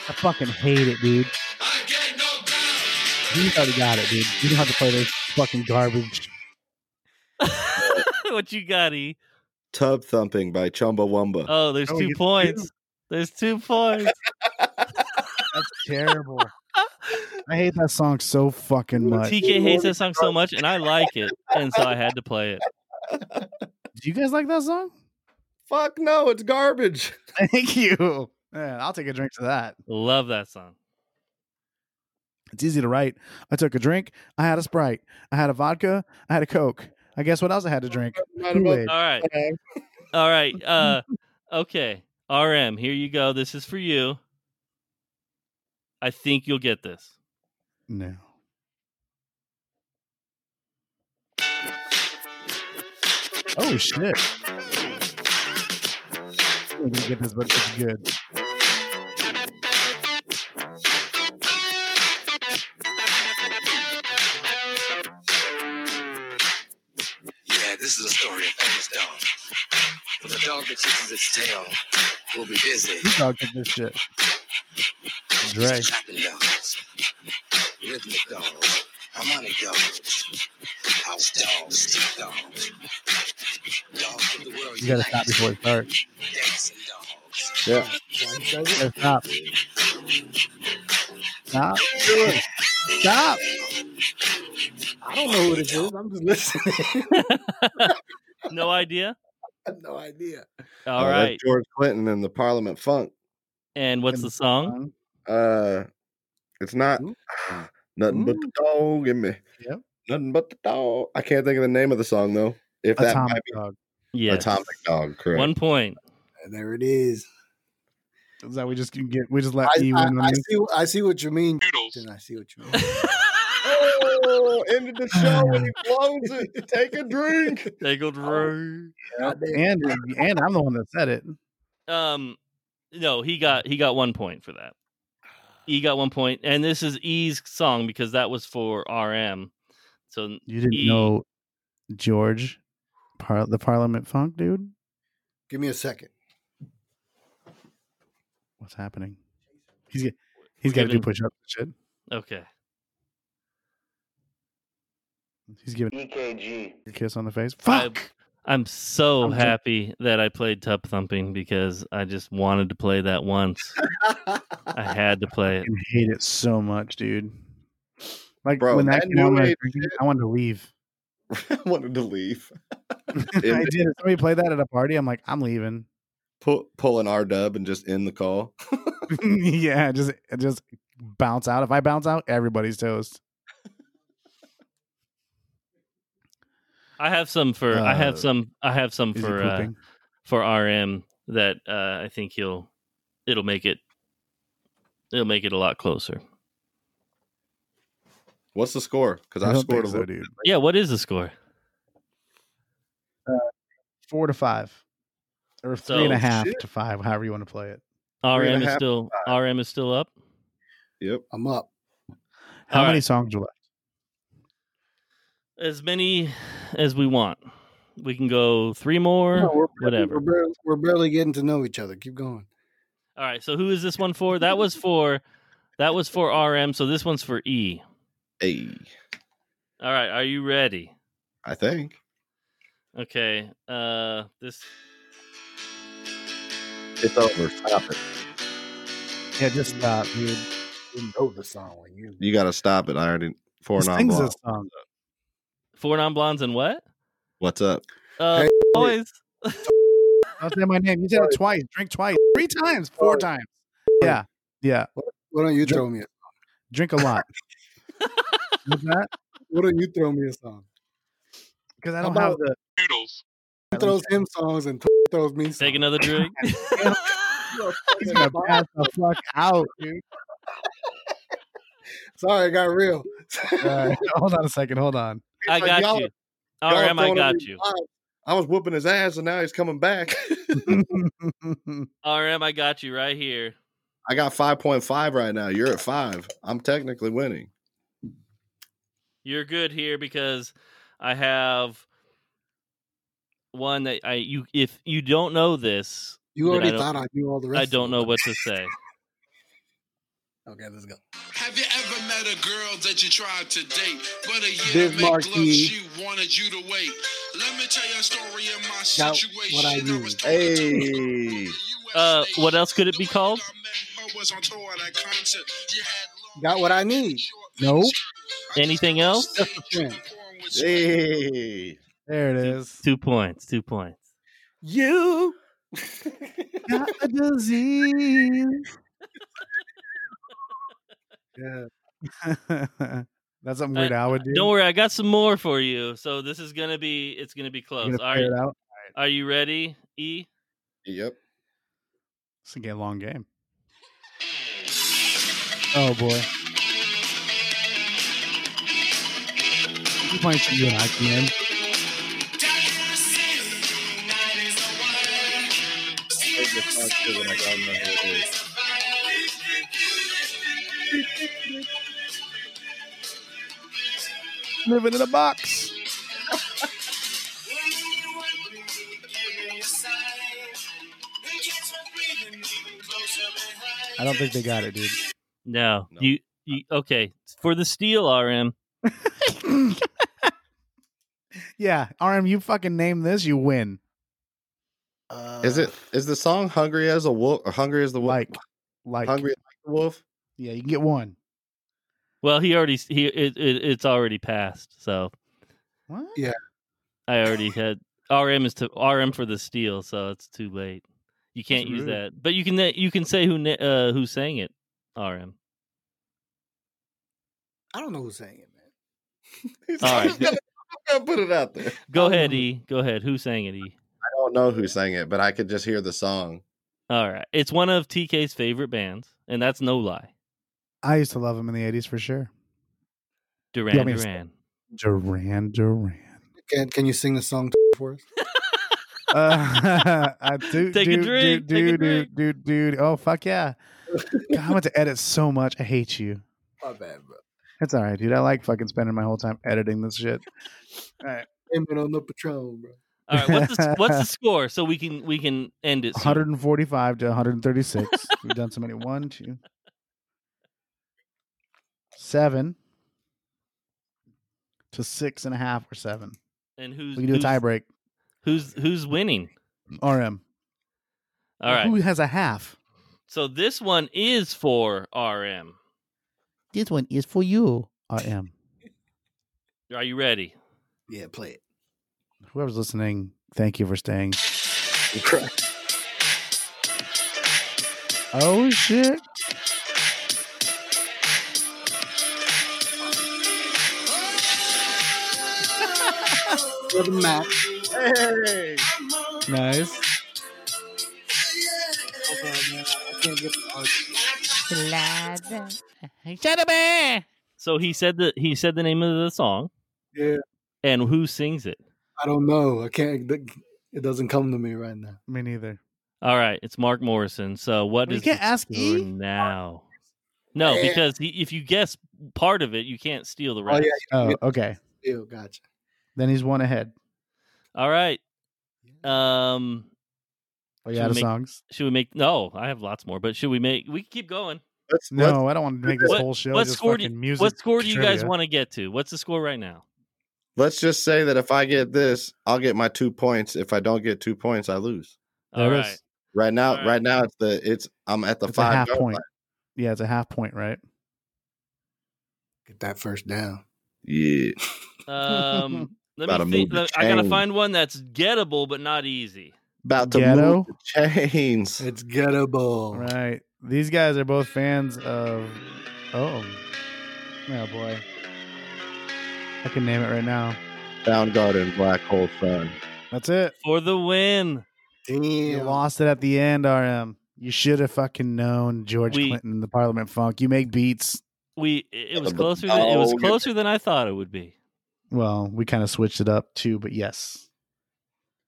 I fucking hate it, dude. You already got it, dude. You don't have to play this fucking garbage.
what you got, E?
Tub thumping by Chumbawamba.
Oh, there's
Oh,
two
you-
points. There's two points.
[LAUGHS] That's terrible. I hate that song so fucking much. Do
TK hates that song so much, and I like it, and so I had to play it.
you guys like that song?
Fuck no, it's garbage.
[LAUGHS] Thank you. Man, I'll take a drink to that.
Love that song.
It's easy to write. I took a drink. I had a Sprite. I had a vodka. I had a Coke. I guess what else I had to drink? Kool-Aid.
All right. All
[LAUGHS]
right. Uh, okay. RM, here you go. This is for you. I think you'll get this.
No. Oh shit. I'm gonna get this, but it's good.
Yeah, this is a story of famous dog. But the dog that chases its tail will be busy
Who dog did this shit? Dre.
trapping dogs, rhythmic dogs, harmonic dogs, house dogs, street dogs, dogs of the world.
You gotta stop
unite,
before it starts.
dancing dogs.
Yeah.
You gotta stop. Stop. Stop.
I don't know what it is. I'm just [LAUGHS] listening.
No idea?
I have no idea.
All
Oh,
Uh,
right.
that's George Clinton and the Parliament Funk.
And what's the song?
Uh, it's not
Ooh.
[SIGHS] nothing but the dog in me.
Yep.
Nothing but the dog. I can't think of the name of the song though. If that
Atomic
might be
dog.
Yes.
Atomic Dog, correct.
One
[LAUGHS]
point.
And there it is.
Is that we just can get? We just let
I,
E
I,
win on
I
this.
see. I see what you mean. And I see what you mean.
Oh, ended the show [LAUGHS] and he blows it. Take a [LAUGHS] drink.
They
Oh.
go through.
And and I'm the one that said it.
Um, no,
Oh.
he got he got one point for that. E
Ah.
got one point, and this is E's song because that was for RM. So
You didn't
E.
know George, par- the Parliament Funk dude.
Give me a second.
What's happening? He's get, he's got to do
giving-
push ups and
okay,
shit. He's giving
E
EKG.
a kiss on the face.
I-
Fuck.
I'm so
I'm just-
happy that I played Tub Thumping because I just wanted to play that once. I had to play it.
I hate it so much, dude. Like
Bro,
when that,
that
came out,
new
when I,
age
drank it, I wanted to leave. [LAUGHS]
I [LAUGHS] wanted to leave.
I did. If somebody played that at a party, I'm like, I'm leaving. [LAUGHS]
Pull, pull an R dub and just end the call.
yeah, just just bounce out. If I bounce out, everybody's toast.
I have some for I have
Uh,
some I have some
Is he
for uh,
pooping?
for RM that uh, I think he'll it'll make it it'll make it a lot closer.
What's the score? Because
I
I,
don't
scored
think
a
so,
little.
dude.
Yeah, what is the score?
Four to five, or
So-
three and a half
Shit.
to five, however you want to play it.
and
RM
a
is
half
still RM is still up.
Yep.
I'm up.
How
All
many
right.
songs are left?
As many as we want. We can go three more.
No, we're,
whatever.
We're barely, we're barely getting to know each other. Keep going.
All right. So who is this one for? That was for that was for RM. So this one's for E.
Hey,
All right. Are you ready?
I think
Okay. Uh this
it's over. Stop it.
Yeah, just stop, dude.
You know the song when you.
You got to stop it. I already four
This
non
thing's a
blonde.
song.
four non blondes and what?
What's up?
Uh
Hey.
always
Don't say my name. You said it twice. Drink twice. Three times. Four times. Yeah. Yeah.
Why don't you
Ju-
throw me? A,
Drink a
[LAUGHS]
lot. What's that?
why don't you throw me a song?
Because I
How
don't have [LAUGHS]
about-
the.
He throws him songs and throws me. Songs.
take
[LAUGHS]
another drink.
He's gonna pass the fuck out, dude.
Sorry, I got real.
Uh, [LAUGHS] hold on a second. Hold [LAUGHS] on.
I
Like,
got
y'all-
you.
y'all
RM, I
throwing
got
me
you.
vibes. I was whooping his ass, and now he's coming back. [LAUGHS]
RM, I got you right here.
I got five point five right now. You're at five. I'm technically winning.
You're good here because I have one that I you if you don't know this,
[LAUGHS] You
Then I
already
don't-
thought I knew all the rest.
I
of
don't
them.
[LAUGHS]
know what to say.
Okay, let's go.
Have you ever met a girl that you tried to date, but a year
Biz
make love
Markie.
she wanted you to wait? Let me tell you a story of my
Got what
situation.
I
I
need.
was talking
Hey,
[LAUGHS]
to a girl
Uh,
from the USA.
what else could it
The
be
way
called?
that I met her was on tour at a concert. You had long
Got what I need.
Nope.
Anything else?
Yeah.
hey.
There it is.
Two points. Two points.
You.
Got a disease. [LAUGHS]
Yeah.
That's something weird I would do.
Don't worry, I got some more for you. So this is gonna be it's gonna be
You
close.
gonna
All
figure
right,
it out.
are you ready? E.
Yep.
It's gonna get a long game. Oh boy. I'm playing some you and I can. Living in a box. I don't think they got it, dude.
No.
No.
You, you okay. For the steel RM.
[LAUGHS] yeah, RM, you fucking name this, you win.
Uh,
Is it is the song "Hungry as a Wolf"? Or "Hungry as the Wolf"?
Like, like,
"Hungry like the Wolf."
yeah, you can get one.
Well he already he it, it, it's already passed, so
What?
Yeah.
[LAUGHS]
I already had RM is to RM for the steel, so it's too late. You can't use
rude.
that. But you can you can say who na- uh, who sang it. RM.
I don't know who's saying it, man. [LAUGHS]
He's
[LAUGHS] All
like,
right.
[LAUGHS] I'm gonna- I'm gonna put it out there.
Go ahead,
Um,
E. Go ahead. Who sang it, E?
I don't know who sang it, but I could just hear the song.
All right. It's one of TK's favorite bands, and that's no lie.
I used to love him in the 80s for sure.
Duran
me to stop? Duran
Duran.
Duran.
Can Can you sing the song
[LAUGHS]
for us?
[LAUGHS] Uh, I do,
Take a
do,
drink, take
Do,
a
do,
drink.
do, do, do. Oh, fuck yeah. God, I'm about to edit so much. I hate you.
My bad, bro.
It's all right, dude. I like fucking spending my whole time editing this
[LAUGHS]
shit.
Aiming on the Patron, bro.
All right, what's the, what's the
[LAUGHS]
score so we can we can end it? soon?
145 to 136. We've done so many. One, two, seven to six and a half or seven.
And who's
We can do a
who's-
tie break.
Who's who's winning?
RM.
All right.
Who has a half?
So this one is for RM.
This one is for you, RM.
Are you ready?
Yeah, play it.
Whoever's listening, thank you for staying. Oh, shit.
For the Mac.
Hey,
Nice.
So he said the he said the name of the song
Yeah,
and who sings it.
I don't know. I can't. It doesn't come to me right now.
Me neither.
All right, it's Mark Morrison. So what
You
is
can't
the
ask
score
E?
now? No,
Eh.
Yeah.
because he, if you guess part of it, you can't steal the
Oh
rest.
yeah,
Oh, okay.
you do. Gotcha.
Then he's one ahead.
All right. Um,
Are you out of
Make-
songs?
should we make? No, I have lots more, but should we make? We can keep going.
Let's, let's-
No, I don't want to make this
What-
whole show
what
just
score do
fucking
you-
music.
What score do you guys
trivia.
want to get to? What's the score right now?
let's just say that if I get this, I'll get my two points. If I don't get two points, I lose.
All
There
right.
is-
Right now,
All right.
right. now it's the it's I'm at the
It's a
five
half
yard
point.
line.
Yeah, it's a half point, right?
Get that first down.
Yeah.
Um,
[LAUGHS]
let
Gotta
me think.
move the
let- I gotta
chain.
find one that's gettable but not easy.
About to
Ghetto?
move the chains.
It's gettable.
Right. These guys are both fans of. Oh. Oh boy. I can name it right now.
Soundgarden, Black Hole Sun.
That's it.
For the win.
You
Damn.
lost it at the end, RM. You should have fucking known George
We-
Clinton and the Parliament Funk. You make beats.
We it it was
Oh,
closer than it was
you're-
closer than I thought it would be.
Well, we kind of switched it up too, but yes.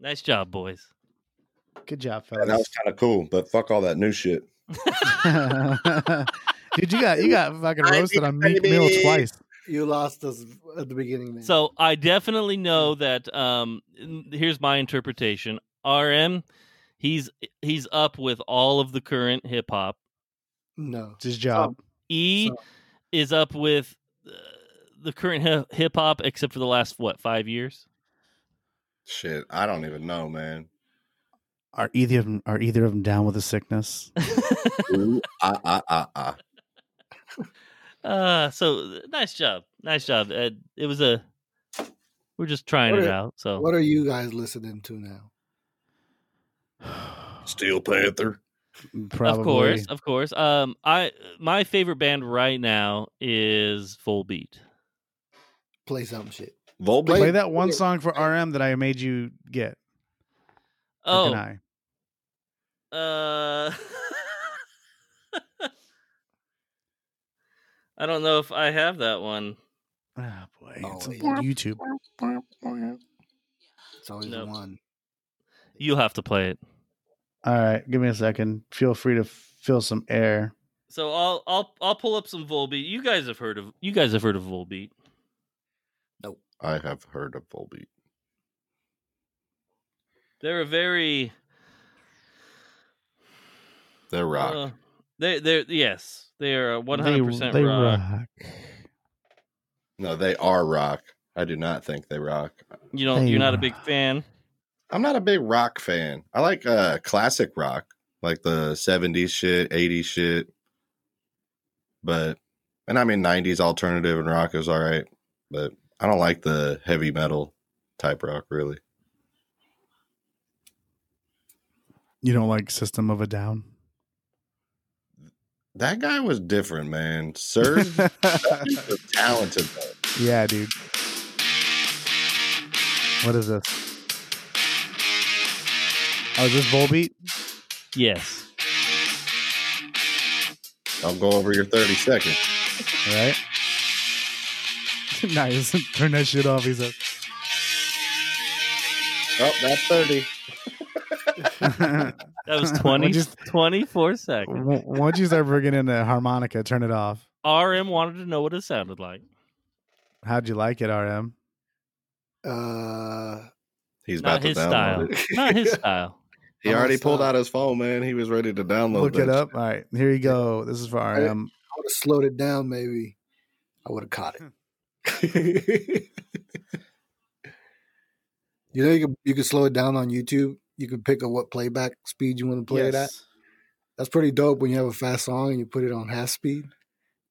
Nice job, boys.
Good job,
And that was
fellas.
kind of cool, but fuck all that new shit.
[LAUGHS] Dude, you got you got fucking
Baby,
roasted on Meek Mill
baby.
twice.
You lost us at the beginning. Man.
So I definitely know that. Um, n- here's my interpretation. RM, he's he's up with all of the current hip hop.
no.
It's his
Um,
job.
E
So-
is up with uh, the current hip hop, except for the last what five
[LAUGHS]
years.
Shit, I don't even know, man.
Are either of them are either of them down with the sickness? [SIGHS]
Ooh, ah, ah, ah, ah.
Uh, so th- nice job, nice job. Uh, it was a we're just trying
What
it
are-
out. So
What are you guys listening to now?
Steel Panther.
Probably.
of course, of course. Um, I my favorite band right now is Full Beat.
Play some shit.
Volbeat.
Play that one song for RM that I made you get. Or
Oh,
can I?
Uh, [LAUGHS] I don't know if I have that one.
Oh boy,
Oh,
it's on
yeah.
YouTube.
It's always
Nope.
one.
You'll have to play it.
All right, give me a second. Feel free to fill some air.
So I'll I'll I'll pull up some Volbeat. You guys have heard of you guys have heard of Volbeat.
I have heard of Volbeat.
They're a very
They're rock.
uh, they they're yes they are one hundred percent
They- they
rock.
no, they are rock. I do not think they rock.
You don't
They
you're not a
rock.
big fan.
I'm not a big rock fan. I like uh classic rock, like the 70s shit, 80s shit. But and I mean 90s alternative and rock is all right, but I don't like the heavy metal type rock really.
You don't like System of a Down?
That guy was different, man.
[LAUGHS]
Serge was talented. though.
yeah, dude. What is this? Oh, is this Volbeat?
Yes.
Don't go over your 30 seconds.
All right. [LAUGHS] nice. Turn that shit off. He said.
Oh, that's 30.
That [LAUGHS] was
Well,
20,
just-
24 [LAUGHS]
[LAUGHS]
seconds.
W- Once you start bringing in the harmonica, turn it off.
RM wanted to know what it sounded like.
How'd you like it, RM?
Uh,
He's about
Not
to
his
download
style.
it.
Not
[LAUGHS]
his style.
He
I'm gonna
already pulled
stop.
out his phone, man. He was ready to download
Look it
that
up. All right, here you go. This is for
I-
RM.
I would have slowed it down, maybe. I would have caught
Hmm.
it. [LAUGHS] you know, you can you can slow it down on YouTube. You can pick up what playback speed you want to play it at. That's pretty dope when you have a fast song and you put it on half speed.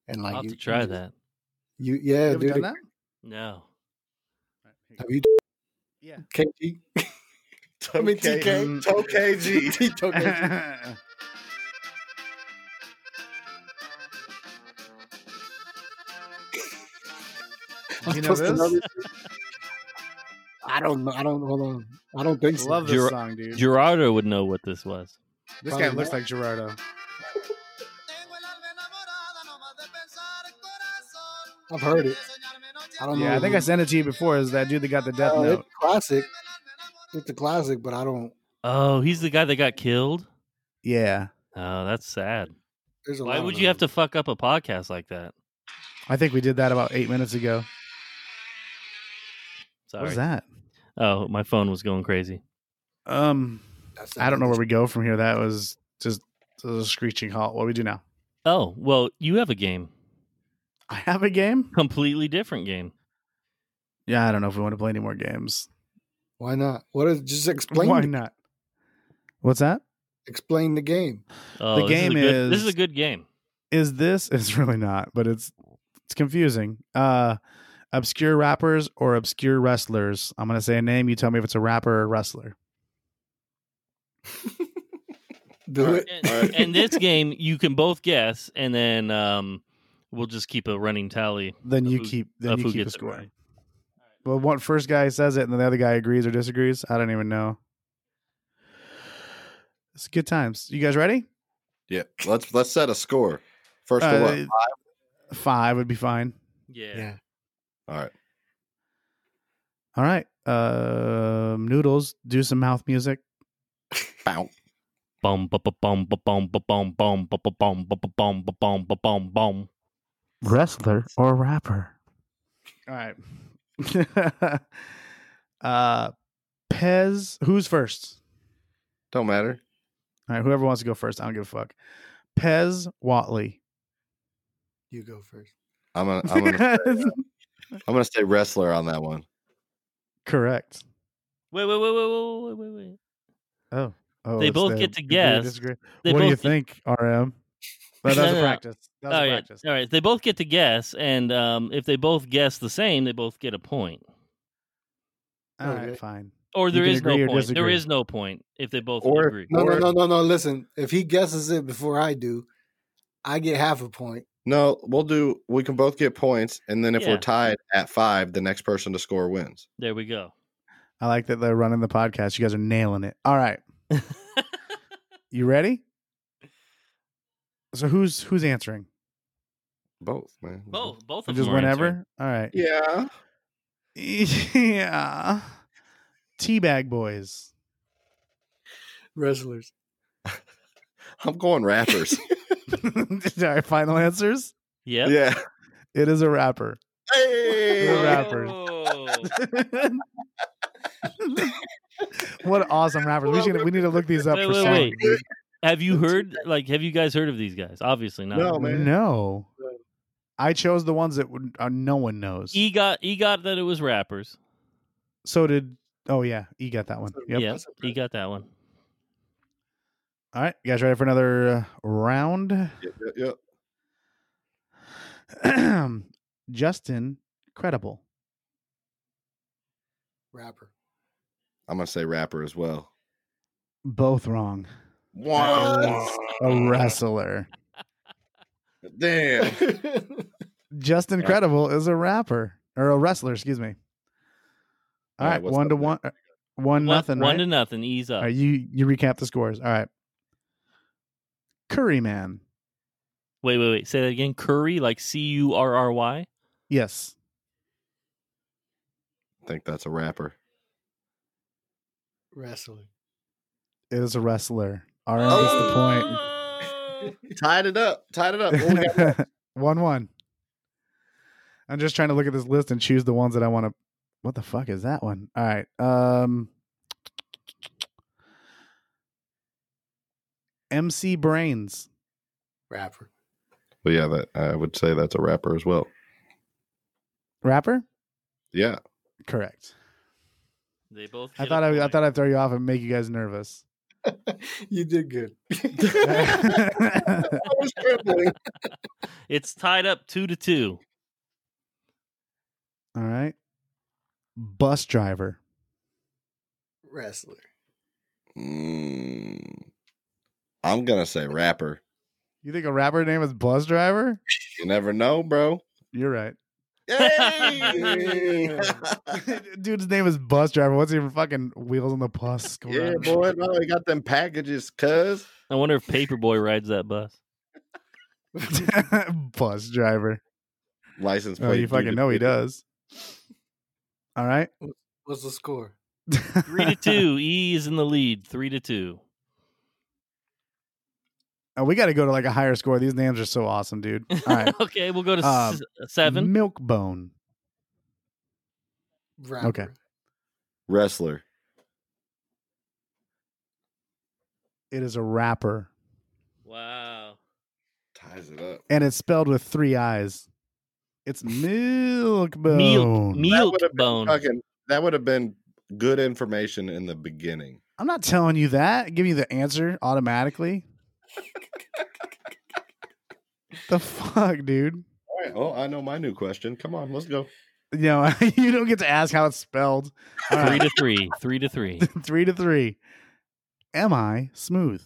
And like
I'll have
you
to
you
try
just-
that.
You
You
yeah,
ever
dude.
[LAUGHS] done that?
No.
Have you?
Yeah.
[LAUGHS] KG. I mean, TK.
[LAUGHS]
[LAUGHS] TK.
you know this?
[LAUGHS] I don't know. I don't. Hold on. I don't think so.
Love this
Ger-
song, dude.
Gerardo would know what this was.
this guy looks like Gerardo.
I've heard it. I don't know.
Yeah, I think I sent it to you before. Is that dude that got the death
Uh,
note?
it's classic. It's a classic, but I don't.
Oh, he's the guy that got killed?
Yeah,
Oh, that's sad.
There's a
Why
lot
would
of
you have
them.
to fuck up a podcast like that?
I think we did that about eight minutes ago.
Sorry.
What was that?
Oh, my phone was going crazy.
Um,
That's
I don't know where we go from here. That was just that was a screeching halt. What do we do now?
Oh, well, you have a game.
I have a game.
Completely different game.
Yeah, I don't know if we want to play any more games. [LAUGHS]
Why not? What is just explain?
Why
the-
not? What's that?
Explain the game.
Oh, this
game
is, a good, this
is-
is a good game.
Is this? [LAUGHS] It's really not, but it's it's confusing. Uh, obscure rappers or obscure wrestlers. I'm gonna say a name. You tell me if it's a rapper or wrestler.
Do
All right.
it.
And, and
[LAUGHS]
this game, you can both guess, and then um, we'll just keep a running tally.
Then
Of
you
who-
keep
of
then
who
you keep a
gets it
score.
right.
Well, one first guy says it, and then the other guy agrees or disagrees. I don't even know. It's good times. You guys ready?
Yeah, let's let's set a score. First of all,
Uh, five would be fine.
Yeah.
all right.
All right. Um, noodles, do some mouth music.
Bow.
Boom, ba ba boom, ba boom, ba boom, boom, ba ba boom, ba ba boom, ba boom, ba boom, boom.
Wrestler or rapper? All right. [LAUGHS] uh, Pez, who's first?
Don't matter.
All right, whoever wants to go first, I don't give a fuck. Pez Watley.
You go
[LAUGHS]
first.
I'm gonna I'm gonna, I'm gonna say wrestler on that one.
Correct.
Wait, wait, wait, wait, wait, wait, wait, wait.
Oh, oh,
They
it's
both
the
get to
agree or
guess.
disagree.
They
what do you
both-
think, RM? That,
No,
that was
[LAUGHS] no,
a
no.
practice. That was
All
a
right,
practice.
all right. They both get to guess, and um, if they both guess the same, they both get a point.
All right,
Okay.
fine.
Or
You
there
can
is no
agree or
point. There
disagree.
is no point if they both
Or-
agree.
No,
Or-
no, no, no, no. Listen, if he guesses it before I do, I get half a point.
No, we'll do. We can both get points, and then if
Yeah.
we're tied at five, the next person to score wins.
There
[LAUGHS]
we go.
I like that they're running the podcast. You guys are nailing it. All right. You ready? So who's who's answering?
Both, man.
both, Oh, both of
Just
them. are answering.
whenever? All right.
[LAUGHS] Yeah.
[LAUGHS] Yeah. Teabag
[LAUGHS]
boys. [LAUGHS]
Wrestlers.
I'm going rappers.
Our final answers.
[LAUGHS] Yep.
Yeah.
It is a rapper. [LAUGHS] We're
Hey.
rappers. [LAUGHS]
Oh.
what awesome rappers. We should we need to look these up
Wait,
for
wait,
song.
wait.
dude.
Have you heard? Like, have you guys heard of these guys? Obviously not.
No, Oh, man.
No. I chose the ones that would- uh, no one knows.
E got E got that it was rappers.
so did oh yeah, E got that one. Yep.
Yeah, he got that one.
All right, you guys ready for another uh, round? [CLEARS THROAT]
Yep, yep, yep.
Justin Credible.
Rapper.
I'm gonna say rapper as well.
Both wrong.
What?
A wrestler.
Damn.
Justin Credible is a rapper or a wrestler, excuse me. All
All right,
right,
what's
one
up
to
next?
one, uh, one
One-
nothing.
One
right?
to nothing. Ease
All
up.
right, you you recap the scores. All right, Curry Man.
Wait, wait, wait. Say that again. Curry, like C U R R Y.
Yes,
I think that's a rapper.
[LAUGHS] Wrestler.
it is a wrestler. All right, gets the point.
Oh.
[LAUGHS]
Tied it up. Tied it up. What we got?
[LAUGHS] one one. I'm just trying to look at this list and choose the ones that I want to. What the fuck is that one? All right. Um, MC Brains.
Rapper. [LAUGHS]
well, yeah, that I would say that's a rapper as well.
Rapper?
Yeah.
Correct.
They both.
I
get a
thought I, I
point.
thought I'd throw you off and make you guys nervous. [LAUGHS]
you did good. [LAUGHS]
All
it's tied up two to two.
right. Bus driver.
Wrestler.
Mm, I'm gonna say rapper.
You think a rapper name is bus driver?
You never know, bro.
You're right.
Hey! [LAUGHS]
[LAUGHS] Dude's name is bus driver. What's even fucking wheels on the
[LAUGHS]
bus? going
yeah,
on? [LAUGHS]
boy. No, he got them packages, cuz.
I wonder if
[LAUGHS]
Paperboy rides that bus.
bus driver.
License plate.
Oh, you fucking
dude.
know he does. All right. [LAUGHS]
What's the score?
Three to two. E is in the lead. Three to two.
Oh, we got to go to like a higher score. These names are so awesome,
[LAUGHS]
dude. All right. Uh,
okay, we'll go to s- seven.
Milk bone.
Rapper.
Wrestler.
It is a rapper,
Wow.
Ties it up.
and it's spelled with three I's. It's Milkbone.
Milk,
That
milk
would have been,
bone.
fucking- that would have been good information in the beginning.
I'm not telling you that. Give you the answer
[LAUGHS]
automatically. the fuck, dude.
All right. Oh, I know my new question. Come on, let's go.
You know, [LAUGHS] you don't get to ask how it's
[LAUGHS]
spelled. All
Three
right, [LAUGHS]
to three. Three to three.
three to three. Am I smooth?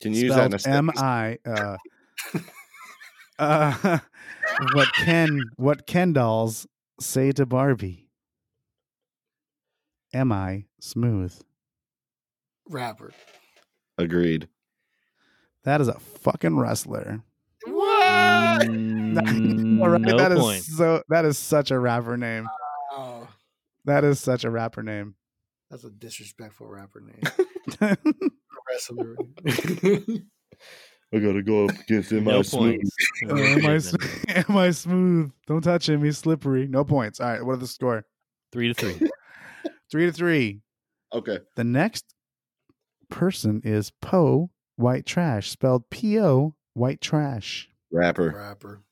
Can you use that in a
Spelled M
sentence?
I. Uh, [LAUGHS] uh, [LAUGHS] what Ken? What Ken dolls say to Barbie? Am I smooth?
Rapper.
Agreed.
That is a fucking wrestler.
Mm,
All right,
no
that is
point.
so. That is such a rapper name.
Oh,
That is such a rapper name. [LAUGHS]
that's a disrespectful rapper name. Wrestler.
I gotta go up
[LAUGHS]
against him.
no points. [LAUGHS]
Uh, am, I, sm- [LAUGHS] am I smooth? Don't touch him. He's slippery. No points. All right. What are the score?
Three to three.
Three to three.
Okay.
The next person is Poe White Trash, spelled P O White Trash.
Rapper.
rapper.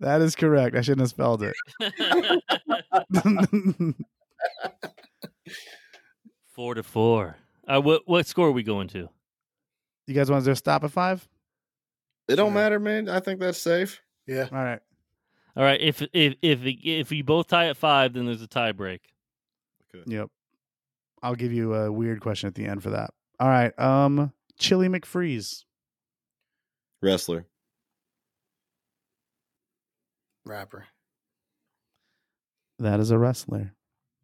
That is correct. I shouldn't have spelled it. [LAUGHS]
four to four. Uh, what what score are we going to?
you guys want to just stop at five?
It don't matter, man. I think that's safe.
Yeah.
All right.
All right. If if if if we both tie at five, then there's a tie break.
Yep. I'll give you a weird question at the end for that. All right. Um, Chili McFreeze.
Wrestler.
Rapper.
That is a wrestler.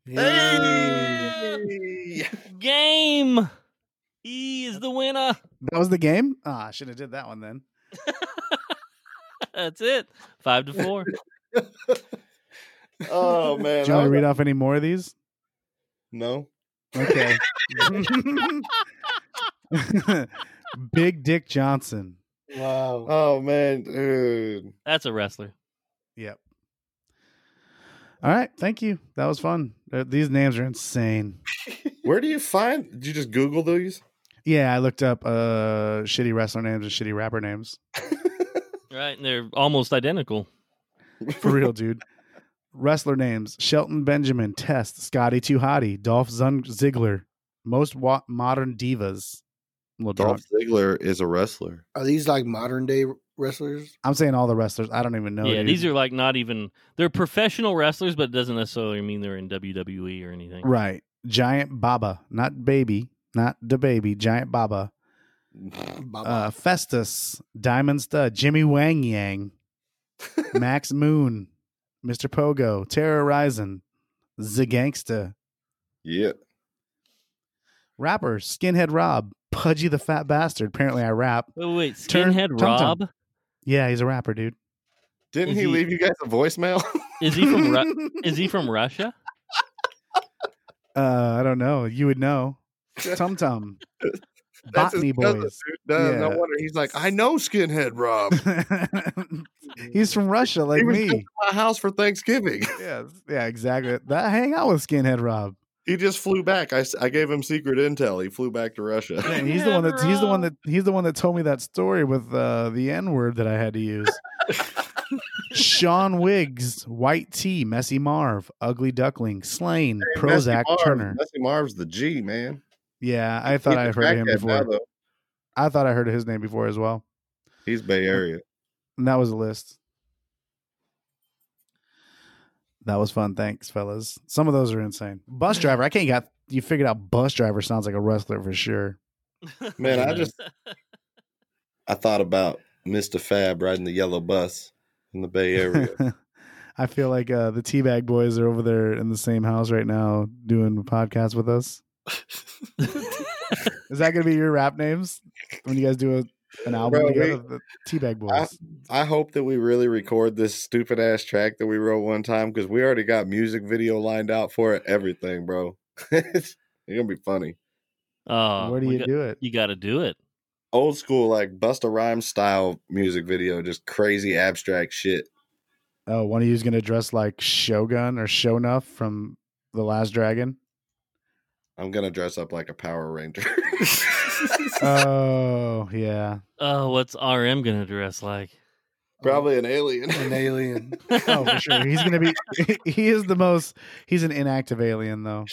Game. E is the winner.
That was the game. Ah, I should have did that one then.
That's it. Five
[LAUGHS]
to four.
Oh man. that
Do you want to
was-
read off any more of these?
No.
Okay. [LAUGHS] Big Dick Johnson.
Wow.
Oh man, dude.
That's a wrestler.
Yep. All right. Thank you. That was fun. Uh, These names are insane.
Where do you find? Did you just Google
[LAUGHS]
these?
Yeah, I looked up uh shitty wrestler names and shitty rapper names.
Right, and they're almost identical.
For real, dude. Wrestler names: Shelton Benjamin, Test, Scotty Too Hottie, Dolph Zun- Ziggler. Most wa- modern divas. I'm, a little
Dolph
drunk.
Ziggler is a wrestler.
Are these like modern day
[LAUGHS]
wrestlers?
I'm saying all the wrestlers. I don't even know.
yeah,
dude.
these are like not even they're professional wrestlers, but it doesn't necessarily mean they're in WWE or anything.
Right. Giant Baba, not baby, not the baby, Giant Baba.
Baba.
Uh, Festus, Diamond Stud, Jimmy Wang Yang,
[LAUGHS]
Max Moon, Mr. Pogo, Terror Rising, The Gangsta,
Yeah.
Rapper, Skinhead Rob, Pudgy the Fat Bastard. Apparently I rap.
Wait, wait, wait,
Turn-
Skinhead
Tom-Tom.
Rob?
Yeah, he's a rapper, dude.
Didn't
Is
he,
he-
leave you guys a voicemail? [LAUGHS]
Is he from
[LAUGHS]
Ru- is he from Russia?
Uh, I don't know. You would know.
[LAUGHS]
Tum Tum. Botany
cousin,
Boys.
dude. No, no
Yeah.
wonder he's like, I know Skinhead Rob.
[LAUGHS] he's from Russia, [LAUGHS] like
he was
me.
just at my house for Thanksgiving. [LAUGHS]
Yeah, yeah, exactly. That hang out with Skinhead Rob.
He just flew back. I, s- I gave him secret intel. He flew back to Russia. [LAUGHS]
Yeah, he's the one that he's the one
Rob.
that he's the one that told me that story with uh, the N word that I had
[LAUGHS]
to use. Sean Wiggs, White Tea, Messy Marv, Ugly Duckling, Slain, Prozac,
Messy Marv-
Turner.
Messy Marv's the G, man.
Yeah, I thought I
He's a
heard
crackhead
him
now,
before.
though.
I thought I heard his name before as well.
He's Bay Area.
And that was a list. That was fun. Thanks, fellas. Some of those are insane. Bus driver. I can't got you figured out bus driver sounds like a wrestler for sure.
Man,
[LAUGHS]
I just- I thought about Mr. Fab riding the yellow bus in the Bay Area.
[LAUGHS] I feel like uh, the Teabag Boys are over there in the same house right now doing a podcast with us. Is that going to be your rap names when you guys do a, an album
Bro, we-
together? the Teabag Boys.
I hope that we really record this stupid ass track that we wrote one time because we already got music video lined out for it. Everything, bro. [LAUGHS] it's gonna be funny.
oh,
Where do
we
you
got-
do it?
You got to do it.
Old school, like Busta Rhymes style music video, just crazy abstract shit.
oh, one of you is going to dress like Shogun or Shonuff from The Last Dragon.
I'm gonna dress up like a Power Ranger. [LAUGHS]
Oh, yeah.
Oh, what's RM gonna dress like?
Probably an alien.
An alien. [LAUGHS]
Oh, for sure. He's going to be, [LAUGHS] he is the most, he's an inactive alien, though.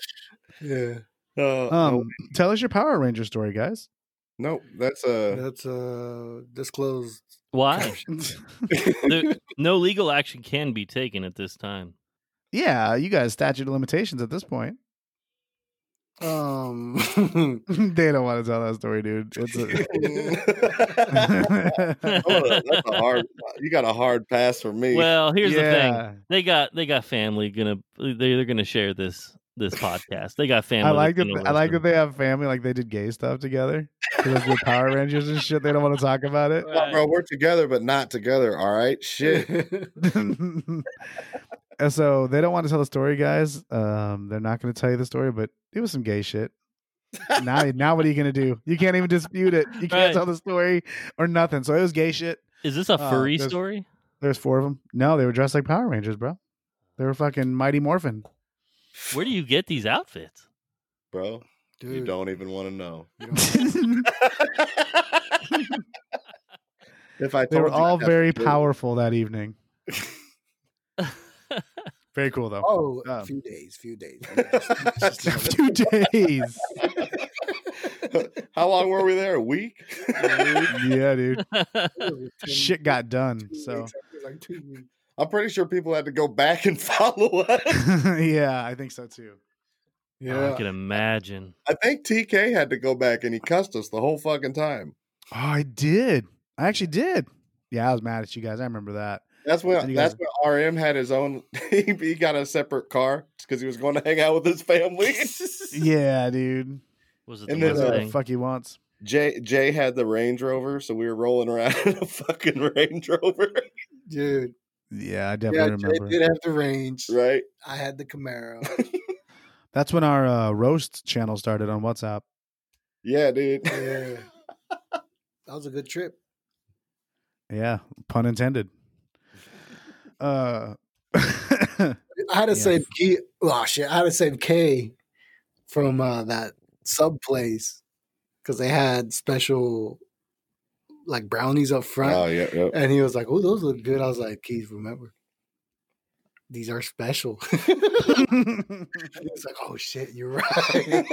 Yeah.
[LAUGHS] Uh, oh,
Um, tell us your Power Ranger story, guys. [LAUGHS]
no, that's
[LAUGHS]
a
That's uh disclosed.
Oh,
Why?
[LAUGHS]
There- no legal action can be taken at this time.
yeah, you guys, statute of limitations at this point. [LAUGHS]
Um [LAUGHS]
they don't want to tell that story, dude. It's
Hold
a-
on, Oh,
[LAUGHS]
that's a hard. You got a hard pass for me.
Well, [LAUGHS] here's the thing.
Yeah.
they got they got family gonna uh, they- they're gonna share this this podcast. They got family.
I like
that's
that.
gonna
I like that
listen.
they have family. Like they did gay stuff together. 'Cause That's the Power Rangers and shit. They don't want to talk about it. [LAUGHS]
Come on,
uh,
bro, we're together, but not together. All right,
[LAUGHS]
shit.
and so they don't want to tell the story, guys. Um, they're not going to tell you the story, but it was some gay shit. now, now what are you going to do? You can't even dispute it. You can't
Right.
tell the story or nothing. So it was gay shit.
Is this a
Uh,
furry
there's-
story?
There's four of them. No, they were dressed like Power Rangers, bro. They were fucking Mighty
[LAUGHS]
Morphin.
Where do you get these outfits?
bro.
dude.
You don't even want to know.
you don't-
If I told
They were
you,
all
I'd have
very
to-
powerful that evening.
[LAUGHS]
Very cool though. [LAUGHS]
Oh, a
Um.
few days, few days. [LAUGHS]
[LAUGHS] Two days.
[LAUGHS] How long were we there? A week. Mm-hmm.
yeah, dude.
Oh,
Shit.
Shit got done. So
like two weeks.
[LAUGHS] I'm pretty sure people had to go back and [LAUGHS] follow up.
[LAUGHS] yeah, I think so too.
Oh, I
Yeah.
can imagine.
I think TK had to go back and he cussed us the whole fucking time.
Oh, I did. I actually did. Yeah, I was mad at you guys. I remember that.
That's when
And you
that's when RM had his own. [LAUGHS] He, he got a separate car because he was going to hang out with his [LAUGHS] family.
Yeah, dude.
Was it the
And then,
That's
worst
uh,
what the
thing?
fuck he wants.
Jay Jay had the Range Rover, so we were rolling around [LAUGHS] in a fucking Range Rover, [LAUGHS]
Dude.
Yeah, I
Yeah,
definitely
Jay
remember.
did have the range.
right?
I had the Camaro.
That's when our uh, roast channel started on WhatsApp.
Yeah, dude.
Yeah. That was a good trip.
Yeah, pun intended.
[LAUGHS]
Uh, [LAUGHS]
I had to
Yeah.
save K. Oh shit! I had to save K from uh, that sub place because they had special like brownies up front,
Oh yeah, yeah.
and he was like, "Oh, those look good." I was like, "Keys, remember." These are special. [LAUGHS] He was like, "Oh shit,
[LAUGHS]
you're right."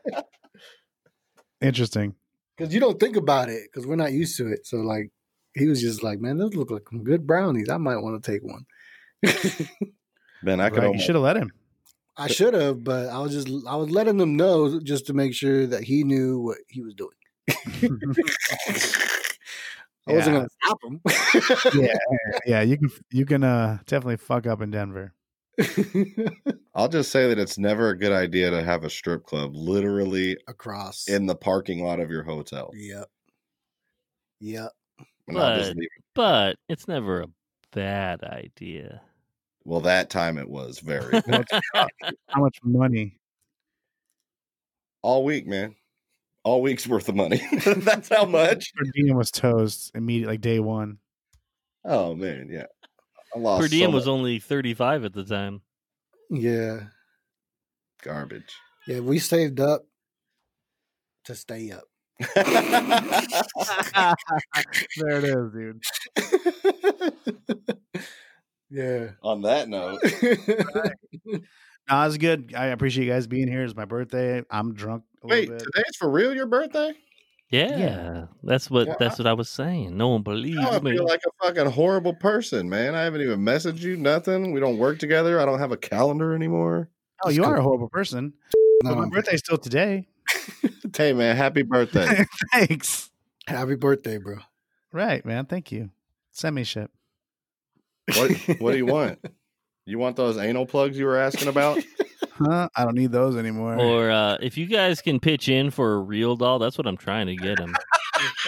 [LAUGHS]
Interesting.
Because you don't think about it, because we're not used to it. So like, he was just like, "Man, those look like some good brownies. I might want to take one."
Man, I could
Right, you
almost.
should have let him.
I should have, but I was just I was letting them know just to make sure that he knew what he was doing. I wasn't
Yeah.
gonna stop him.
yeah, [LAUGHS] yeah. You can you can uh definitely fuck up in Denver.
I'll just say that it's never a good idea to have a strip club literally
[LAUGHS] Across.
in the parking lot of your hotel.
yep. Yep.
And I'll just
But-
leave it.
But it's never a bad idea.
Well, that time it was very
[LAUGHS]
How much money?
all week, man. All week's worth of money. [LAUGHS] That's how much.
Per diem was toast immediately, like day one.
Oh man, yeah. I lost
Per diem
Oh, so
was
much
only thirty five at the time.
Yeah.
garbage. [LAUGHS]
[LAUGHS]
Yeah. We saved up to stay up.
There it is, dude.
yeah.
On that note,
Oh,
No, it's good. I appreciate you guys being here. It's my birthday. I'm drunk. A
wait,
little bit.
today's for real your birthday?
Yeah, that's what
Yeah,
that's what I was saying. No one believes
Now Oh, I
me.
feel like a fucking horrible person, man. I haven't even messaged you, nothing. We don't work together. I don't have a calendar anymore.
Oh, you are a horrible person.
No,
but my birthday's still today.
Hey man, happy birthday.
Thanks.
happy birthday, bro.
Right, man. Thank you. Send me shit.
what what do you
[LAUGHS]
want? You want those anal plugs you were asking about?
Huh? I don't need those anymore.
Or uh, if you guys can pitch in for a real doll, that's what I'm trying to get him.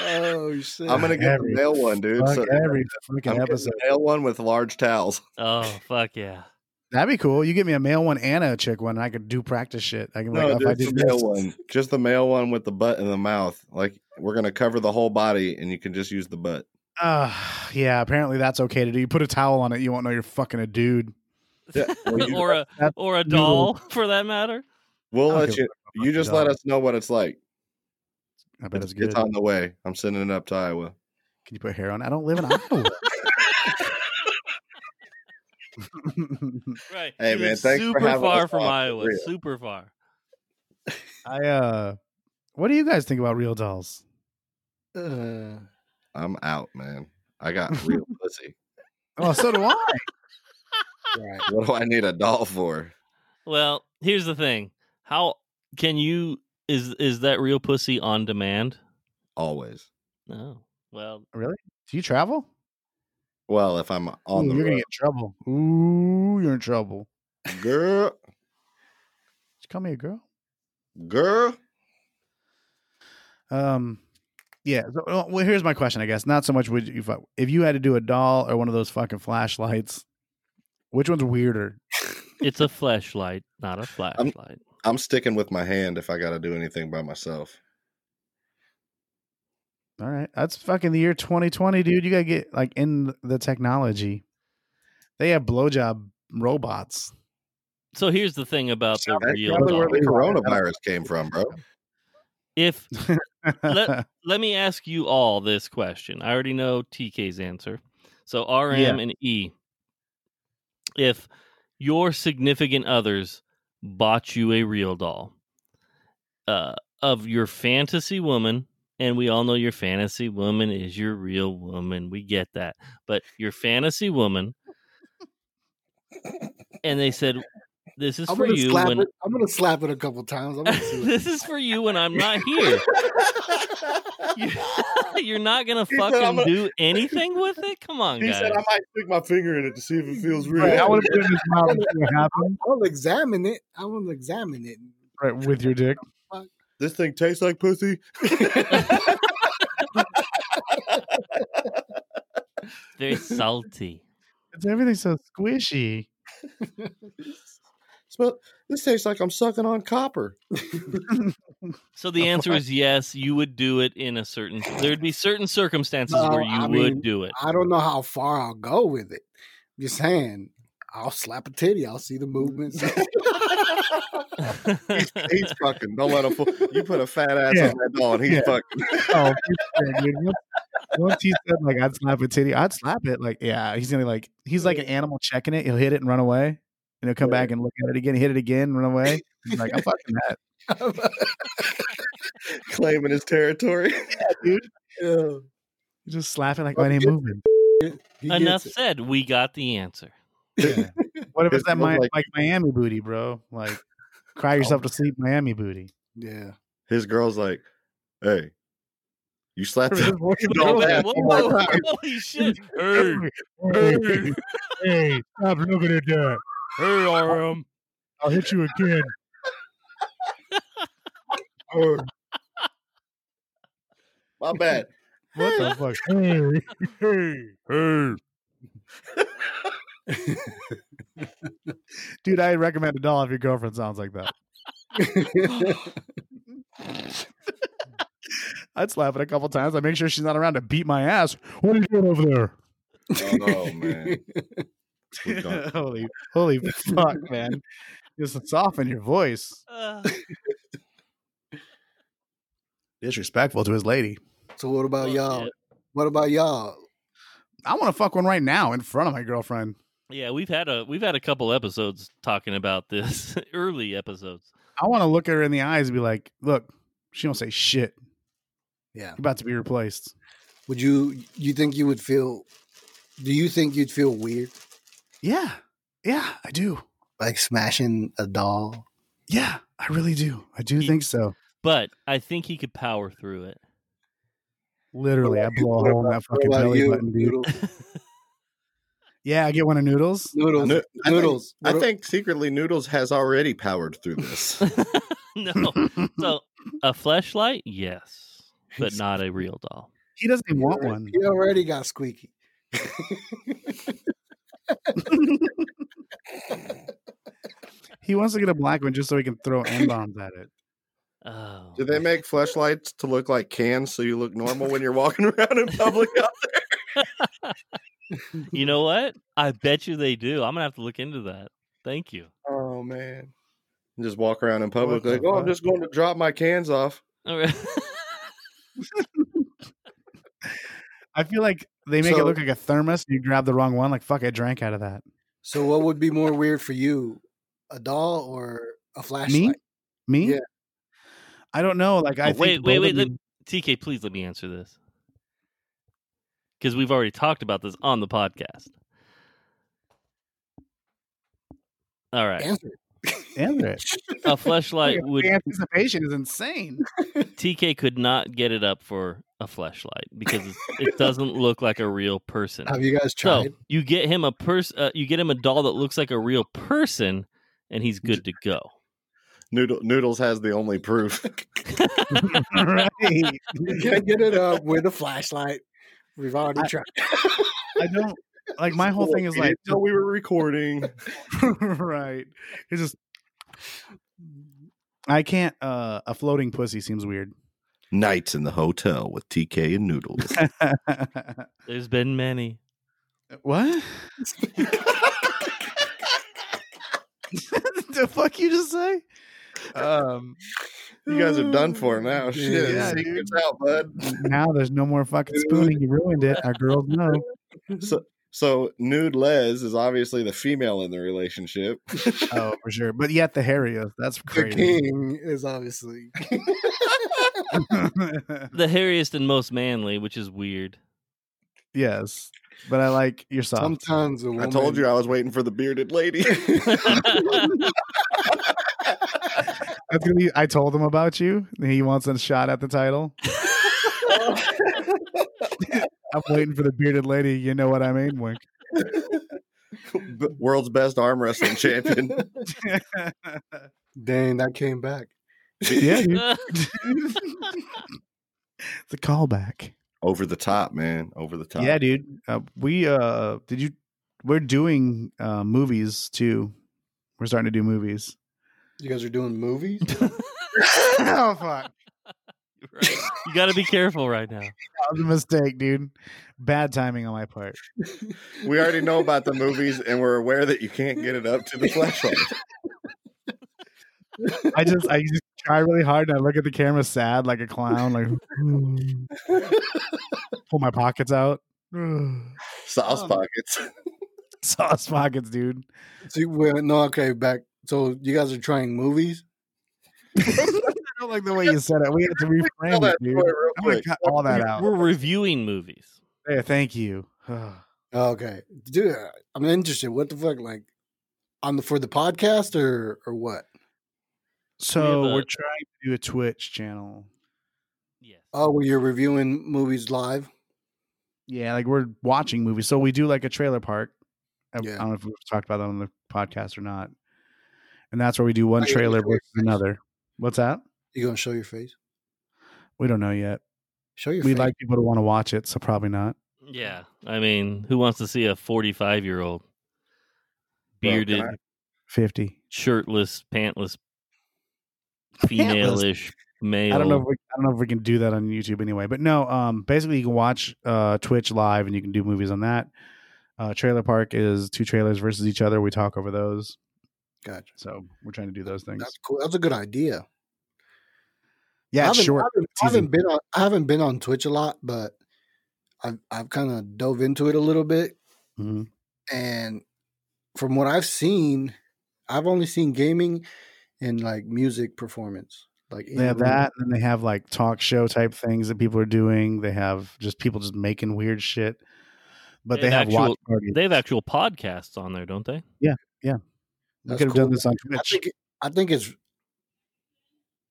Oh shit. [LAUGHS]
I'm gonna get the
Every
male one, dude.
Fuck
So
every
I'm
fucking
getting
episode.
the male one with large towels.
Oh fuck yeah!
That'd be cool. You give me a male one and a chick one, and I could do practice shit. I can like,
[LAUGHS] No,
Oh if I
just
did
the male
this-
one. Just the male one with the butt and the mouth. Like we're gonna cover the whole body, and you can just use the butt.
Uh, yeah, apparently that's okay to do. You put a towel on it, you won't know you're fucking a dude.
[LAUGHS]
Yeah, well, you-
or a
That's
or a
noodle.
doll [LAUGHS] for that matter.
we'll
I don't
let
give
you.
fuck
You
about
just
the
let
dog.
us know what it's like.
I bet it's,
it's,
good.
it's on the way. I'm sending it up to Iowa.
Can you put hair on? it? I don't live
[LAUGHS]
in Iowa.
Right.
Hey,
You
man,
live
thanks for
super
having
far
us
from
on, for
Iowa.
real.
Super far.
I uh, what do you guys think about real dolls?
Uh,
I'm out, man. I got
[LAUGHS]
real pussy.
Oh,
[LAUGHS]
so do I.
right.
What do I need a doll for?
Well, here's the thing. How can you is is that real pussy on demand?
Always.
No. Well,
Really? Do you travel?
Well, if I'm on
Ooh,
the
you're
road,
gonna get in trouble. Ooh, you're in trouble.
girl,
Did you call me a girl?
girl.
Um, yeah. So, well, well, here's my question. I guess not so much. Would you fuck- if you had to do a doll or one of those fucking flashlights? Which one's weirder?
[LAUGHS]
it's a flashlight, not a flashlight.
I'm sticking with my hand if I got to do anything by myself.
All right, that's fucking the year 2020, dude. You gotta get like in the technology. They have blowjob robots.
So here's the thing about the
That's
real
probably
doll.
where the coronavirus came from,
[LAUGHS]
bro.
If let me ask you all this question. I already know TK's answer. So RM
Yeah.
and E. If your significant others bought you a real doll uh, of your fantasy woman, and we all know your fantasy woman is your real woman. We get that. But your fantasy woman, and they said, This is
I'm
for
gonna
you.
slap
when-
it. I'm gonna slap it a couple times.
[LAUGHS]
I'm gonna see
this is for you when I'm not here. You're, [LAUGHS] you're not gonna
He said,
fucking
"I'm gonna-"
[LAUGHS]
do anything with it. Come on, guys.
might stick my finger in it to see if it feels real." [LAUGHS]
[LAUGHS] Right, I want to put in this mouth and see what happens.
I'll examine it. I will examine it.
Right, with your dick.
this thing tastes like pussy. [LAUGHS]
Very salty.
It's everything's so squishy.
Smell- This tastes like I'm sucking on copper.
So
[LAUGHS]
the answer is yes. You would do it in a certain. There'd be certain circumstances
No,
where you
I
would
mean, [LAUGHS]
do it.
I don't know how far I'll go with it. I'm just saying, I'll slap a titty. I'll see the movements.
[LAUGHS]
[LAUGHS]
He's fucking. Don't let him. Fool. You put a fat ass
Yeah.
on that doll, and he's
Yeah.
fucking.
Oh, for sure, dude. Once, once he said like I'd slap a titty, I'd slap it. Like yeah, he's gonna like he's like an animal checking it. He'll hit it and run away, and he'll come back and look at it again, hit it again, run [LAUGHS] away. He's like I'm fucking that,
claiming his territory.
dude.
Yeah.
You just slap it like my name moving.
He gets
Enough
it.
said. We got the
[LAUGHS]
answer.
[LAUGHS] Yeah. What if
It
it's that
smells
Mi-
like-
like Oh Miami booty, bro? Like [LAUGHS] cry yourself to sleep, Miami [LAUGHS] booty.
Yeah.
[LAUGHS] His girl's like, "Hey, you slapped
[LAUGHS] Just
that
look at
Don't
the
laugh.
ass
Whoa,
one more
whoa,
time.
[LAUGHS] holy shit!
[LAUGHS]
Hey,
Hey, hey, stop looking at that.
hey,
[LAUGHS]
RM.
I'll hit you again.
door. [LAUGHS] My bad.
What the fuck? Hey, hey, hey. Dude, I recommend a doll if your girlfriend sounds like that. I'd slap it a couple times. I make sure she's not around to beat my ass. What are you doing over there?
Oh
[LAUGHS]
man, We've gone-
holy, holy fuck, man! Just soften your voice.
Uh,
Disrespectful to his lady.
So what about
fuck
y'all?
it.
What about y'all?
I want to fuck one right now in front of my girlfriend.
[SIGHS] Yeah, we've had a we've had a couple episodes talking about this. [LAUGHS] Early episodes.
I want to look her in the eyes and be like, "Look, she don't say shit.
Yeah.
You're about to be replaced."
Would you? You think you would feel? Do you think you'd feel weird
Yeah, yeah, I do.
like smashing a doll?
Yeah, I really do. I do
He-
think so.
But I think he could power through it.
Literally, I
What
blow a
about-
hole in that
what
fucking
about
belly
you,
button, dude. [LAUGHS]
Noodles?
Yeah, I get one of noodles.
Noodles.
No- I
[LAUGHS]
Noodles.
think- I think secretly Noodles has already powered through this.
[LAUGHS] no. Oh, So a flashlight, yes, but not [LAUGHS] a real doll.
[LAUGHS] He doesn't even want
He already-
one.
He already got squeaky.
He wants to get a black one just so he can throw n bombs at it.
[LAUGHS]
Oh,
[LAUGHS]
Do they make flashlights to look like cans so you look normal when you're walking around in public?
you know what? I bet you they do. I'm gonna have to look into that. Thank you.
Oh man. And just walk around in public
What
like,
the
oh, I'm
fuck?
just going to drop my cans off.
All [LAUGHS] right.
I feel like they make
So-
it look like a thermos. You grab the wrong one. Like fuck, I drank out of that.
So, what would be more weird for you, a doll or a flashlight?
Me, me.
Yeah.
I don't know. Like I
Oh,
think
wait,
both
wait,
of
wait. Let,
you-
TK, please let me answer this because we've already talked about this on the podcast. All right,
Answer.
Answer it.
[LAUGHS]
[LAUGHS]
a flashlight would
the anticipation is insane. [LAUGHS]
TK could not get it up for a flashlight because it's- it doesn't look like a real person.
Have you guys
So
tried?
you get him a pers- uh, you get him a doll that looks like a real person, and he's good to go.
Noodle Noodles has the only [LAUGHS] proof.
right.
[LAUGHS] You can't get it up with a flashlight. We've already tried.
I don't like my whole thing is
We
like
didn't know we were recording.
[LAUGHS] right. It's just I can't uh a floating pussy seems weird.
[LAUGHS]
[LAUGHS]
Nights in the hotel with TK and Noodles.
There's been many.
what? [LAUGHS] the fuck you just say? Um
[LAUGHS] you guys are done for
[LAUGHS]
now. Shit.
Yeah,
secrets out, bud.
now there's no more fucking spooning. You ruined it. Our girls know.
So nude Les is obviously the female in the [LAUGHS] relationship.
Oh, for sure. But yet the hairiest. That's
The
crazy.
king is obviously.
The hairiest and most manly, which is weird.
[LAUGHS]
[LAUGHS]
yes. But I like your soft.
Sometimes a
I
woman.
told you I was waiting for the bearded [LAUGHS] lady.
That's gonna be, I told him about you. He wants a shot at the [LAUGHS] title. I'm waiting for the bearded lady. You know what I mean, Wink. [LAUGHS]
World's best arm wrestling champion.
Dang, that came back.
Yeah, dude.
Uh,
it's a callback.
Over the top, man. Over the top.
Yeah, dude. Uh, we uh, did you? We're doing uh, movies too. We're starting to do movies.
You guys are doing movies?
[LAUGHS] oh fuck!
right. You got to be careful right now.
That was a mistake, dude. Bad timing on my part.
We already know about the movies and we're aware that you can't get it up to
[LAUGHS]
the flashlight.
I just I just try really hard and I look at the camera sad like a clown, like pull my pockets out.
Sauce pockets. [LAUGHS]
Sauce pockets, dude.
See, well, no, okay, back. So you guys are trying movies?
[LAUGHS] I don't like the way you said it. We had to
Tell
reframe it,
that
dude.
story real
I'm gonna
quick.
cut
[LAUGHS]
all that out.
We're reviewing movies.
Hey, thank you. [SIGHS] I
Okay, dude, I'm interested. What the fuck, like, on the for the podcast or or what?
So
We have a-
we're trying to do a Twitch channel.
Yes.
Oh, well, you're reviewing movies live.
Yeah, like we're watching movies. So we do like a trailer park. I, I
Yeah.
don't know if we've talked about that on the podcast or not. And that's where we do one
Oh, yeah,
trailer
which way
versus
is it?
another. What's that?
You gonna show your face?
We don't know yet.
Show your
We'd
face.
like people to want to watch it, so probably not.
Yeah. I mean, who wants to see a 45 year old
Well, can
bearded,
I-
50.
shirtless, pantless, female-ish male?
I don't know if we I don't know if we can do that on YouTube anyway. But no, um basically you can watch uh Twitch live and you can do movies on that. Uh Trailer Park is two trailers versus each other. We talk over those.
Gotcha.
So we're trying to do those things.
That's cool. That's a good idea. I
Yeah, it's
haven't,
short.
I haven't,
It's
I
easy.
haven't been on. I haven't been on Twitch a lot, but I've I've kind of dove into it a little bit,
Mhm.
and from what I've seen, I've only seen gaming and like music performance. Like in
They have
the room.
that, and then they have like talk show type things that people are doing. They have just people just making weird shit. But
They
they, have
have actual-
watch parties.
They have actual podcasts on there, don't they?
we
That's
could have
cool.
done this on
I
Twitch.
think it- I think it's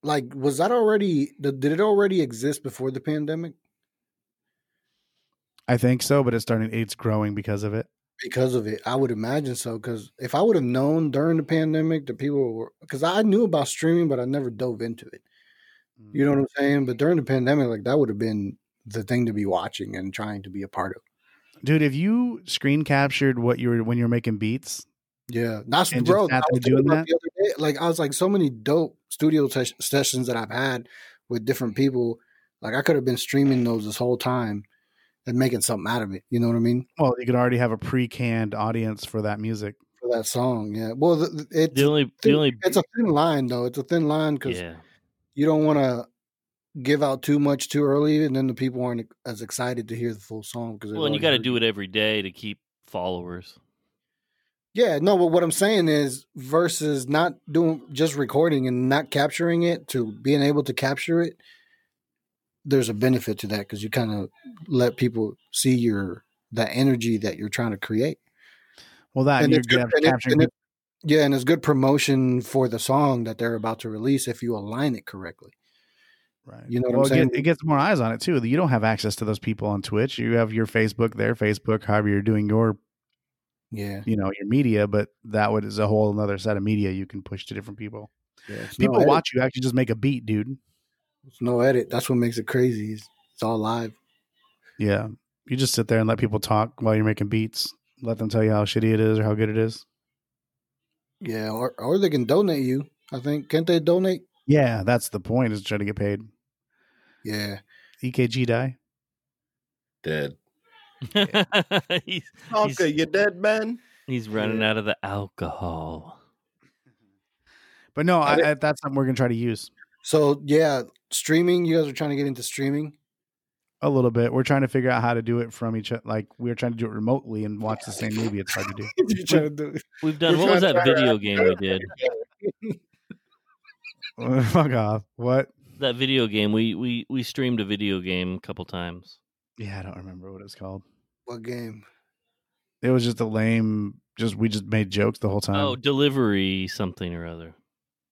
like was that already the- did it already exist before the pandemic
I think so, but it's starting. It's growing because of it.
because of it? I would imagine so because if I would have known during the pandemic that people were because I knew about streaming but I never dove into it. You know what I'm saying? But during the pandemic, like that would have been the thing to be watching and trying to be a part of.
dude, if you screen captured what you were when you were making beats,
Yeah, that's
And just
bro.
sat
I was
there
thinking
doing
about the other day, like I was like so many dope studio sesh- sessions that I've had with different people. Like I could have been streaming those this whole time, and making something out of it. You know what I mean?
Well, you could already have a pre-canned audience for that music.
For that song, yeah. Well, th- th- it's
The only, the
thin-
only,
it's a thin line though. It's a thin line because
yeah,
you don't want to give out too much too early, and then the people aren't e, as excited to hear the full song. Because
well, and you got to do it every day to keep followers.
Yeah, no, but what I'm saying is versus not doing just recording and not capturing it to being able to capture it, there's a benefit to that because you kind of let people see your that energy that you're trying to create.
Well, that
And
you're
it's good-
gonna
and it-
capturing
and it- yeah, and it's good promotion for the song that they're about to release if you align it correctly.
Right.
You know what I'm
well, it
saying?
Gets, it gets more eyes on it too. You don't have access to those people on Twitch. You have your Facebook, their Facebook, however you're doing your,
Yeah.
you know, your media, but that would is a whole another set of media you can push to different people.
yeah it's
People
no edit,
watch you actually just make a beat, dude.
It's no edit. That's what makes it crazy. It's, it's all live.
Yeah. You just sit there and let people talk while you're making beats. Let them tell you how shitty it is or how good it is.
Yeah, or or they can donate you. I think can't they donate?
Yeah, that's the point is trying to get paid.
Yeah.
EKG die.
Dead.
[LAUGHS] he's,
Tonka, you dead, man?
he's running out of the alcohol.
But no,
I
I, I, that's something we're gonna try to use
So yeah, streaming. You guys are trying to get into streaming.
a little bit. We're trying to figure out how to do it from each other. Like we're trying to do it remotely and watch the same movie. It's hard to do.
[LAUGHS] You're trying to do it.
We've done.
We're
what was
trying
that
to- [LAUGHS]
video game we
[LAUGHS]
did?
[LAUGHS] Fuck off. What?
That video game we we we streamed a video game a couple times.
Yeah, I don't remember what it's called.
What game?
It was just a lame. Just we just made jokes the whole time.
Um
oh, delivery something or other.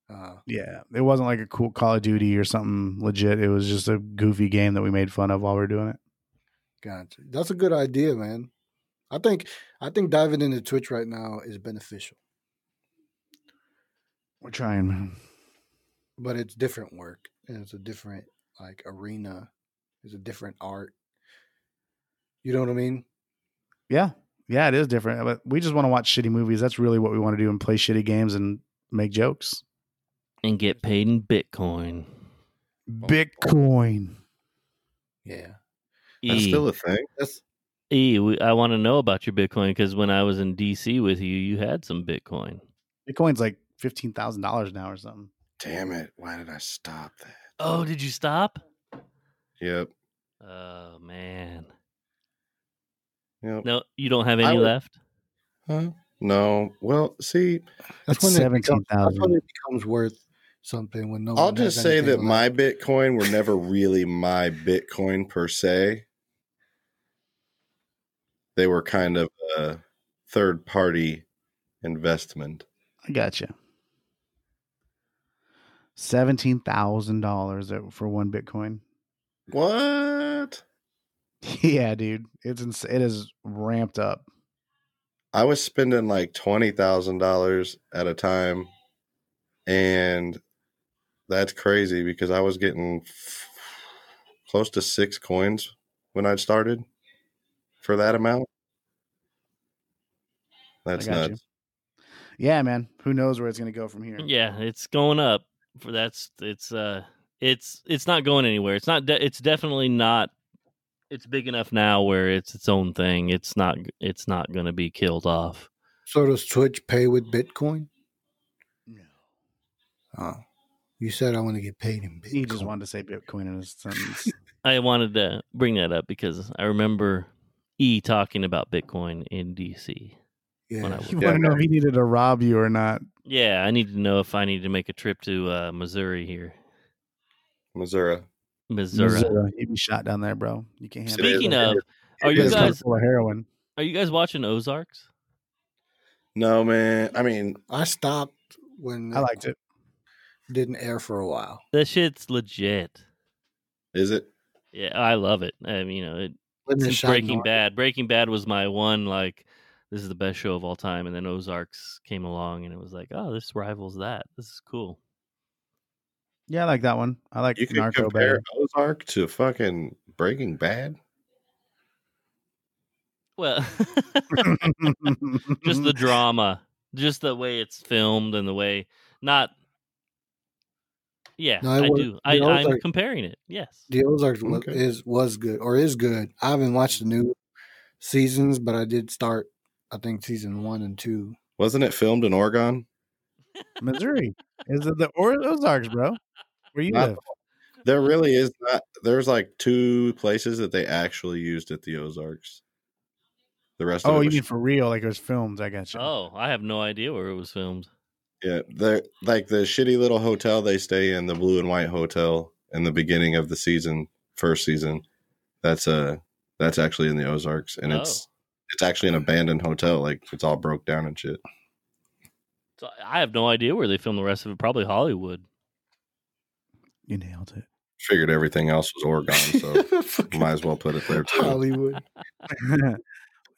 Uh,
yeah. It wasn't like a cool Call of Duty or something legit. It was just a goofy game that we made fun of while we were doing it.
gotcha. That's a good idea, man. I think I think diving into Twitch right now is beneficial,
We're trying. man.
but it's different work and it's a different like arena. It's a different art. You know what I mean?
Yeah, yeah, it is different. But we just want to watch shitty movies. That's really what we want to do and play shitty games and make jokes.
And get paid in Bitcoin.
Oh, Bitcoin.
Yeah.
That's
E.
still a thing.
That's
E, we, I want to know about your Bitcoin because when I was in DC with you, you had some Bitcoin.
Bitcoin's like fifteen thousand dollars now or something.
Damn it. Why did I stop that?
Oh, did you stop?
Yep.
Oh man,
Yep.
no, you don't have
I
any
would-
left.
Huh? No. Well, see,
That's
when it
seventeen
becomes- That's when
thousand.
it becomes worth something when no.
I'll
one has
just say that
anything
my
left.
Bitcoin were never really my Bitcoin per se. They were kind of a third party investment.
I gotcha. Seventeen thousand dollars for one Bitcoin. [LAUGHS]
What?
Yeah, dude, it's ins- it is ramped up.
I was spending like $20,000 at a time. And that's crazy because I was getting f- close to six coins when I started for that amount. That's
got you.
nuts.
Yeah, man. Who knows where it's gonna go from here?
Yeah, it's going up. For that's it's uh it's it's not going anywhere. It's not. De- it's definitely not. It's big enough now where it's its own thing. It's not. It's not going to be killed off.
So does Twitch pay with Bitcoin?
No.
Oh, you said I want to get paid in Bitcoin.
He just wanted to say Bitcoin in
[LAUGHS]
a sentence.
I wanted to bring that up because I remember E talking about Bitcoin in DC. when I
yeah.
was-
you want to know if he needed to rob you or not?
Yeah, I need to know if I need to make a trip to uh, Missouri here.
Missouri.
Missouri.
uh, He'd be shot down there, bro. You can't handle
Speaking
it.
of, are you
It's
Missouri.
guys
full of heroin?
are you guys watching Ozarks?
No, man. I mean,
I stopped when
I liked it.
didn't air for a while.
That shit's legit.
is it?
Yeah, I love it. I mean, you know, it,
When they
since
shot
Breaking
Norman.
Bad. Breaking Bad was my one like this is the best show of all time, and then Ozarks came along, and it was like, oh, this rivals that. This is cool.
Yeah, I like that one. I like
You can
Narco
compare
better.
Ozark to fucking Breaking Bad?
[LAUGHS]
Well, [LAUGHS]
Mm-hmm.
just the drama, just the way it's filmed, and the way not Yeah,
No, it
I
was-
do. I,
the
I'm
Ozark-
comparing it. Yes.
The Ozarks wa-
Okay.
is was good or is good. I haven't watched the new seasons, but I did start. I think season one
[LAUGHS]
and two.
Wasn't it filmed in Oregon?
[LAUGHS] Missouri is it the or- Ozarks, bro? Where you
Not
live?
There really is not. There's like two places that they actually used at the Ozarks. The rest of
Oh,
it
you
was,
mean for real? Like it was filmed? I got you.
Oh, I have no idea where it was filmed.
yeah, they're like the shitty little hotel they stay in, the blue and white hotel in the beginning of the season, first season. That's uh that's actually in the Ozarks,
Oh.
and
Oh.
it's it's actually an abandoned hotel. Like it's all broke down and shit.
So I have no idea where they filmed the rest of it. Probably Hollywood.
you nailed it.
Figured everything else was Oregon,
[LAUGHS]
so
[LAUGHS]
might as well put it there too.
Hollywood.
[LAUGHS]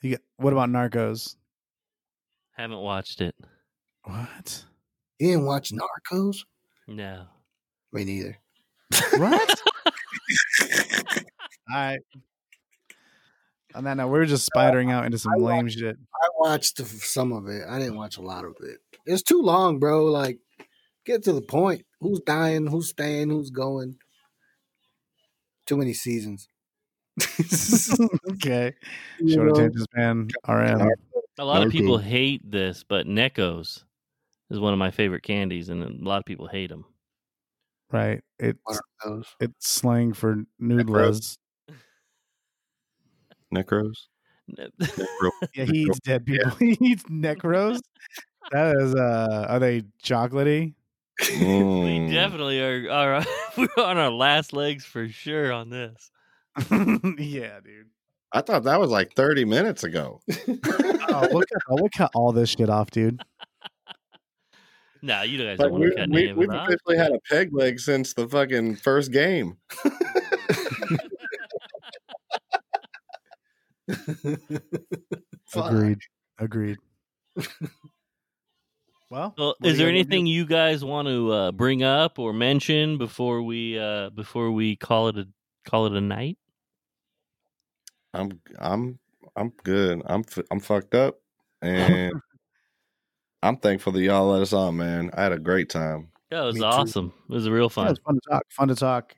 you got, what about Narcos?
Haven't watched it.
What?
You didn't watch Narcos?
No.
Me neither.
What? I. On that note, we were just spidering out into some
I
lame shit. [LAUGHS]
I watched f- some of it. I didn't watch a lot of it. It's too long, bro. Like, get to the point. Who's dying? Who's staying? Who's going? Too many seasons.
okay.
You
Short
know?
attention span. RM.
A lot of
Narco.
people hate this, but Necco's is one of my favorite candies, and a lot of people hate them.
Right. It's
Those.
it's slang for noodles.
Necros.
[LAUGHS]
[LAUGHS]
Necro.
Yeah, he eats dead people. [LAUGHS] he eats necros. That is uh are they chocolatey? [LAUGHS]
we
Mm.
definitely are, are we're on [LAUGHS] our last legs for sure on this.
yeah, dude.
I thought that was like 30 minutes
[LAUGHS]
ago. [LAUGHS]
Oh, we'll, cut, we'll cut all this shit off, dude.
No, you guys
Like
don't want
we,
to cut any
we,
of
we've
it off.
officially had a peg leg since the fucking first game.
[LAUGHS] Fuck.
Agreed. Agreed. well,
Well,
what
is
do you guys wanna do?
there anything you guys want to uh, bring up or mention before we uh, before we call it a call it a night?
I'm I'm I'm good. I'm f- I'm fucked up, and I'm thankful that y'all let us on, man. I had a great time.
That was
Me too.
awesome. It was real
Yeah,
fun.
it's fun to talk. Fun to talk.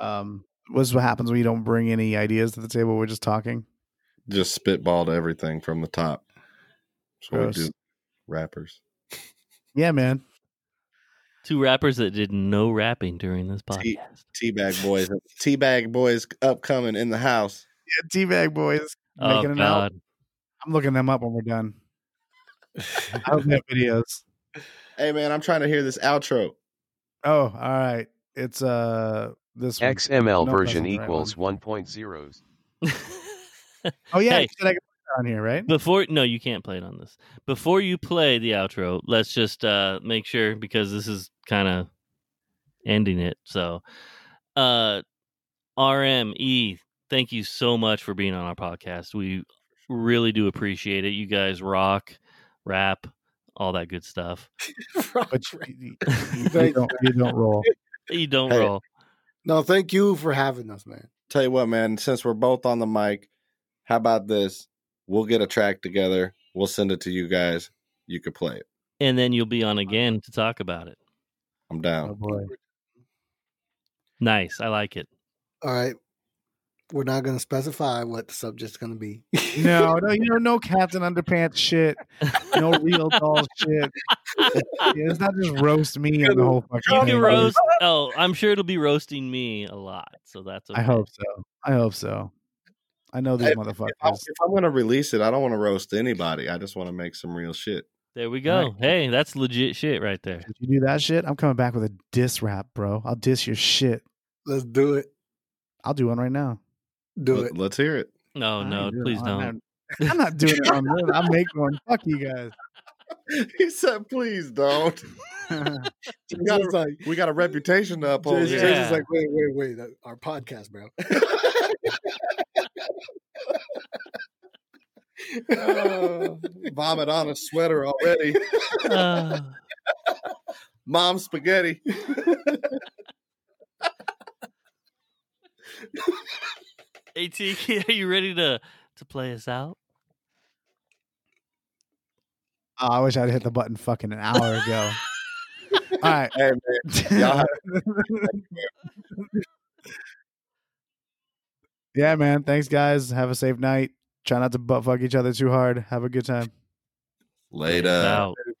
Um, what's what happens when you don't bring any ideas to the table? We're just talking.
Just spitballed everything from the top. So we
Gross.
do rappers.
Yeah, man.
Two rappers that did no rapping during this podcast.
Teabag boys. Teabag boys upcoming in the house.
Yeah, teabag boys
Oh
making an album.
God!
I'm looking them up when we're done. I hope they have videos.
Hey man, I'm trying to hear this outro.
Oh, all right. It's uh this one.
XML
No,
version
that's not the right
equals 1.0.
[LAUGHS]
Oh yeah,
Hey.
you said I could put it on here, right?
Before no, you can't play it on this. Before you play the outro, let's just uh, make sure because this is kind of ending it. So, uh, RME, thank you so much for being on our podcast. We really do appreciate it. You guys rock, rap, all that
[LAUGHS]
good stuff. [LAUGHS]
But you, you- you
Thanks,
don't, you don't roll.
You don't
Hey,
roll.
no, thank you for having us, man.
Tell you what, man, since we're both on the mic, how about this? We'll get a track together. We'll send it to you guys. You could play it.
And then you'll be on again to talk about it.
I'm
Oh
down.
boy.
Nice. I like it.
All right. We're not going to specify what the subject's going to be.
No, no, you know, no cats and underpants shit.
[LAUGHS]
No real doll shit. Yeah, it's not just roast me and the whole fucking
You
thing,
can
dude.
roast. Oh, I'm sure it'll be roasting me a lot. So that's. Okay.
I hope so. I hope so. I know these
Hey,
motherfuckers.
If, I, am going to release it, I don't want to roast anybody. I just want to make some real shit.
There we go.
Right.
Hey, that's legit shit right there.
If you do that shit, I'm coming back with a diss rap, bro. I'll diss your shit.
[LAUGHS] Let's do it.
I'll do one right now.
Do
Let-
it.
Let's hear it. [LAUGHS]
I
No, Oh, no,
ain't doing it
please
on
don't.
that. I'm not doing it on this. I'll make one. Fuck you guys.
He said, please
[LAUGHS]
don't. [LAUGHS] We got,
Jason's
a,
like,
we got a reputation to uphold.
Jason's
here.
Yeah.
Jason's like, wait, wait, wait. that- Our podcast, bro. [LAUGHS]
Uh, [LAUGHS] vomit on a sweater
[LAUGHS]
already.
[LAUGHS] Uh,
Mom spaghetti.
ATK, [LAUGHS] are you ready to to play us out?
Oh, I wish I'd hit the button fucking an hour ago. All right.
Hey, man, y'all have-
[LAUGHS] yeah, man. Thanks, guys. Have a safe night. Try not to butt fuck each other too hard. Have a good time.
later.
Out.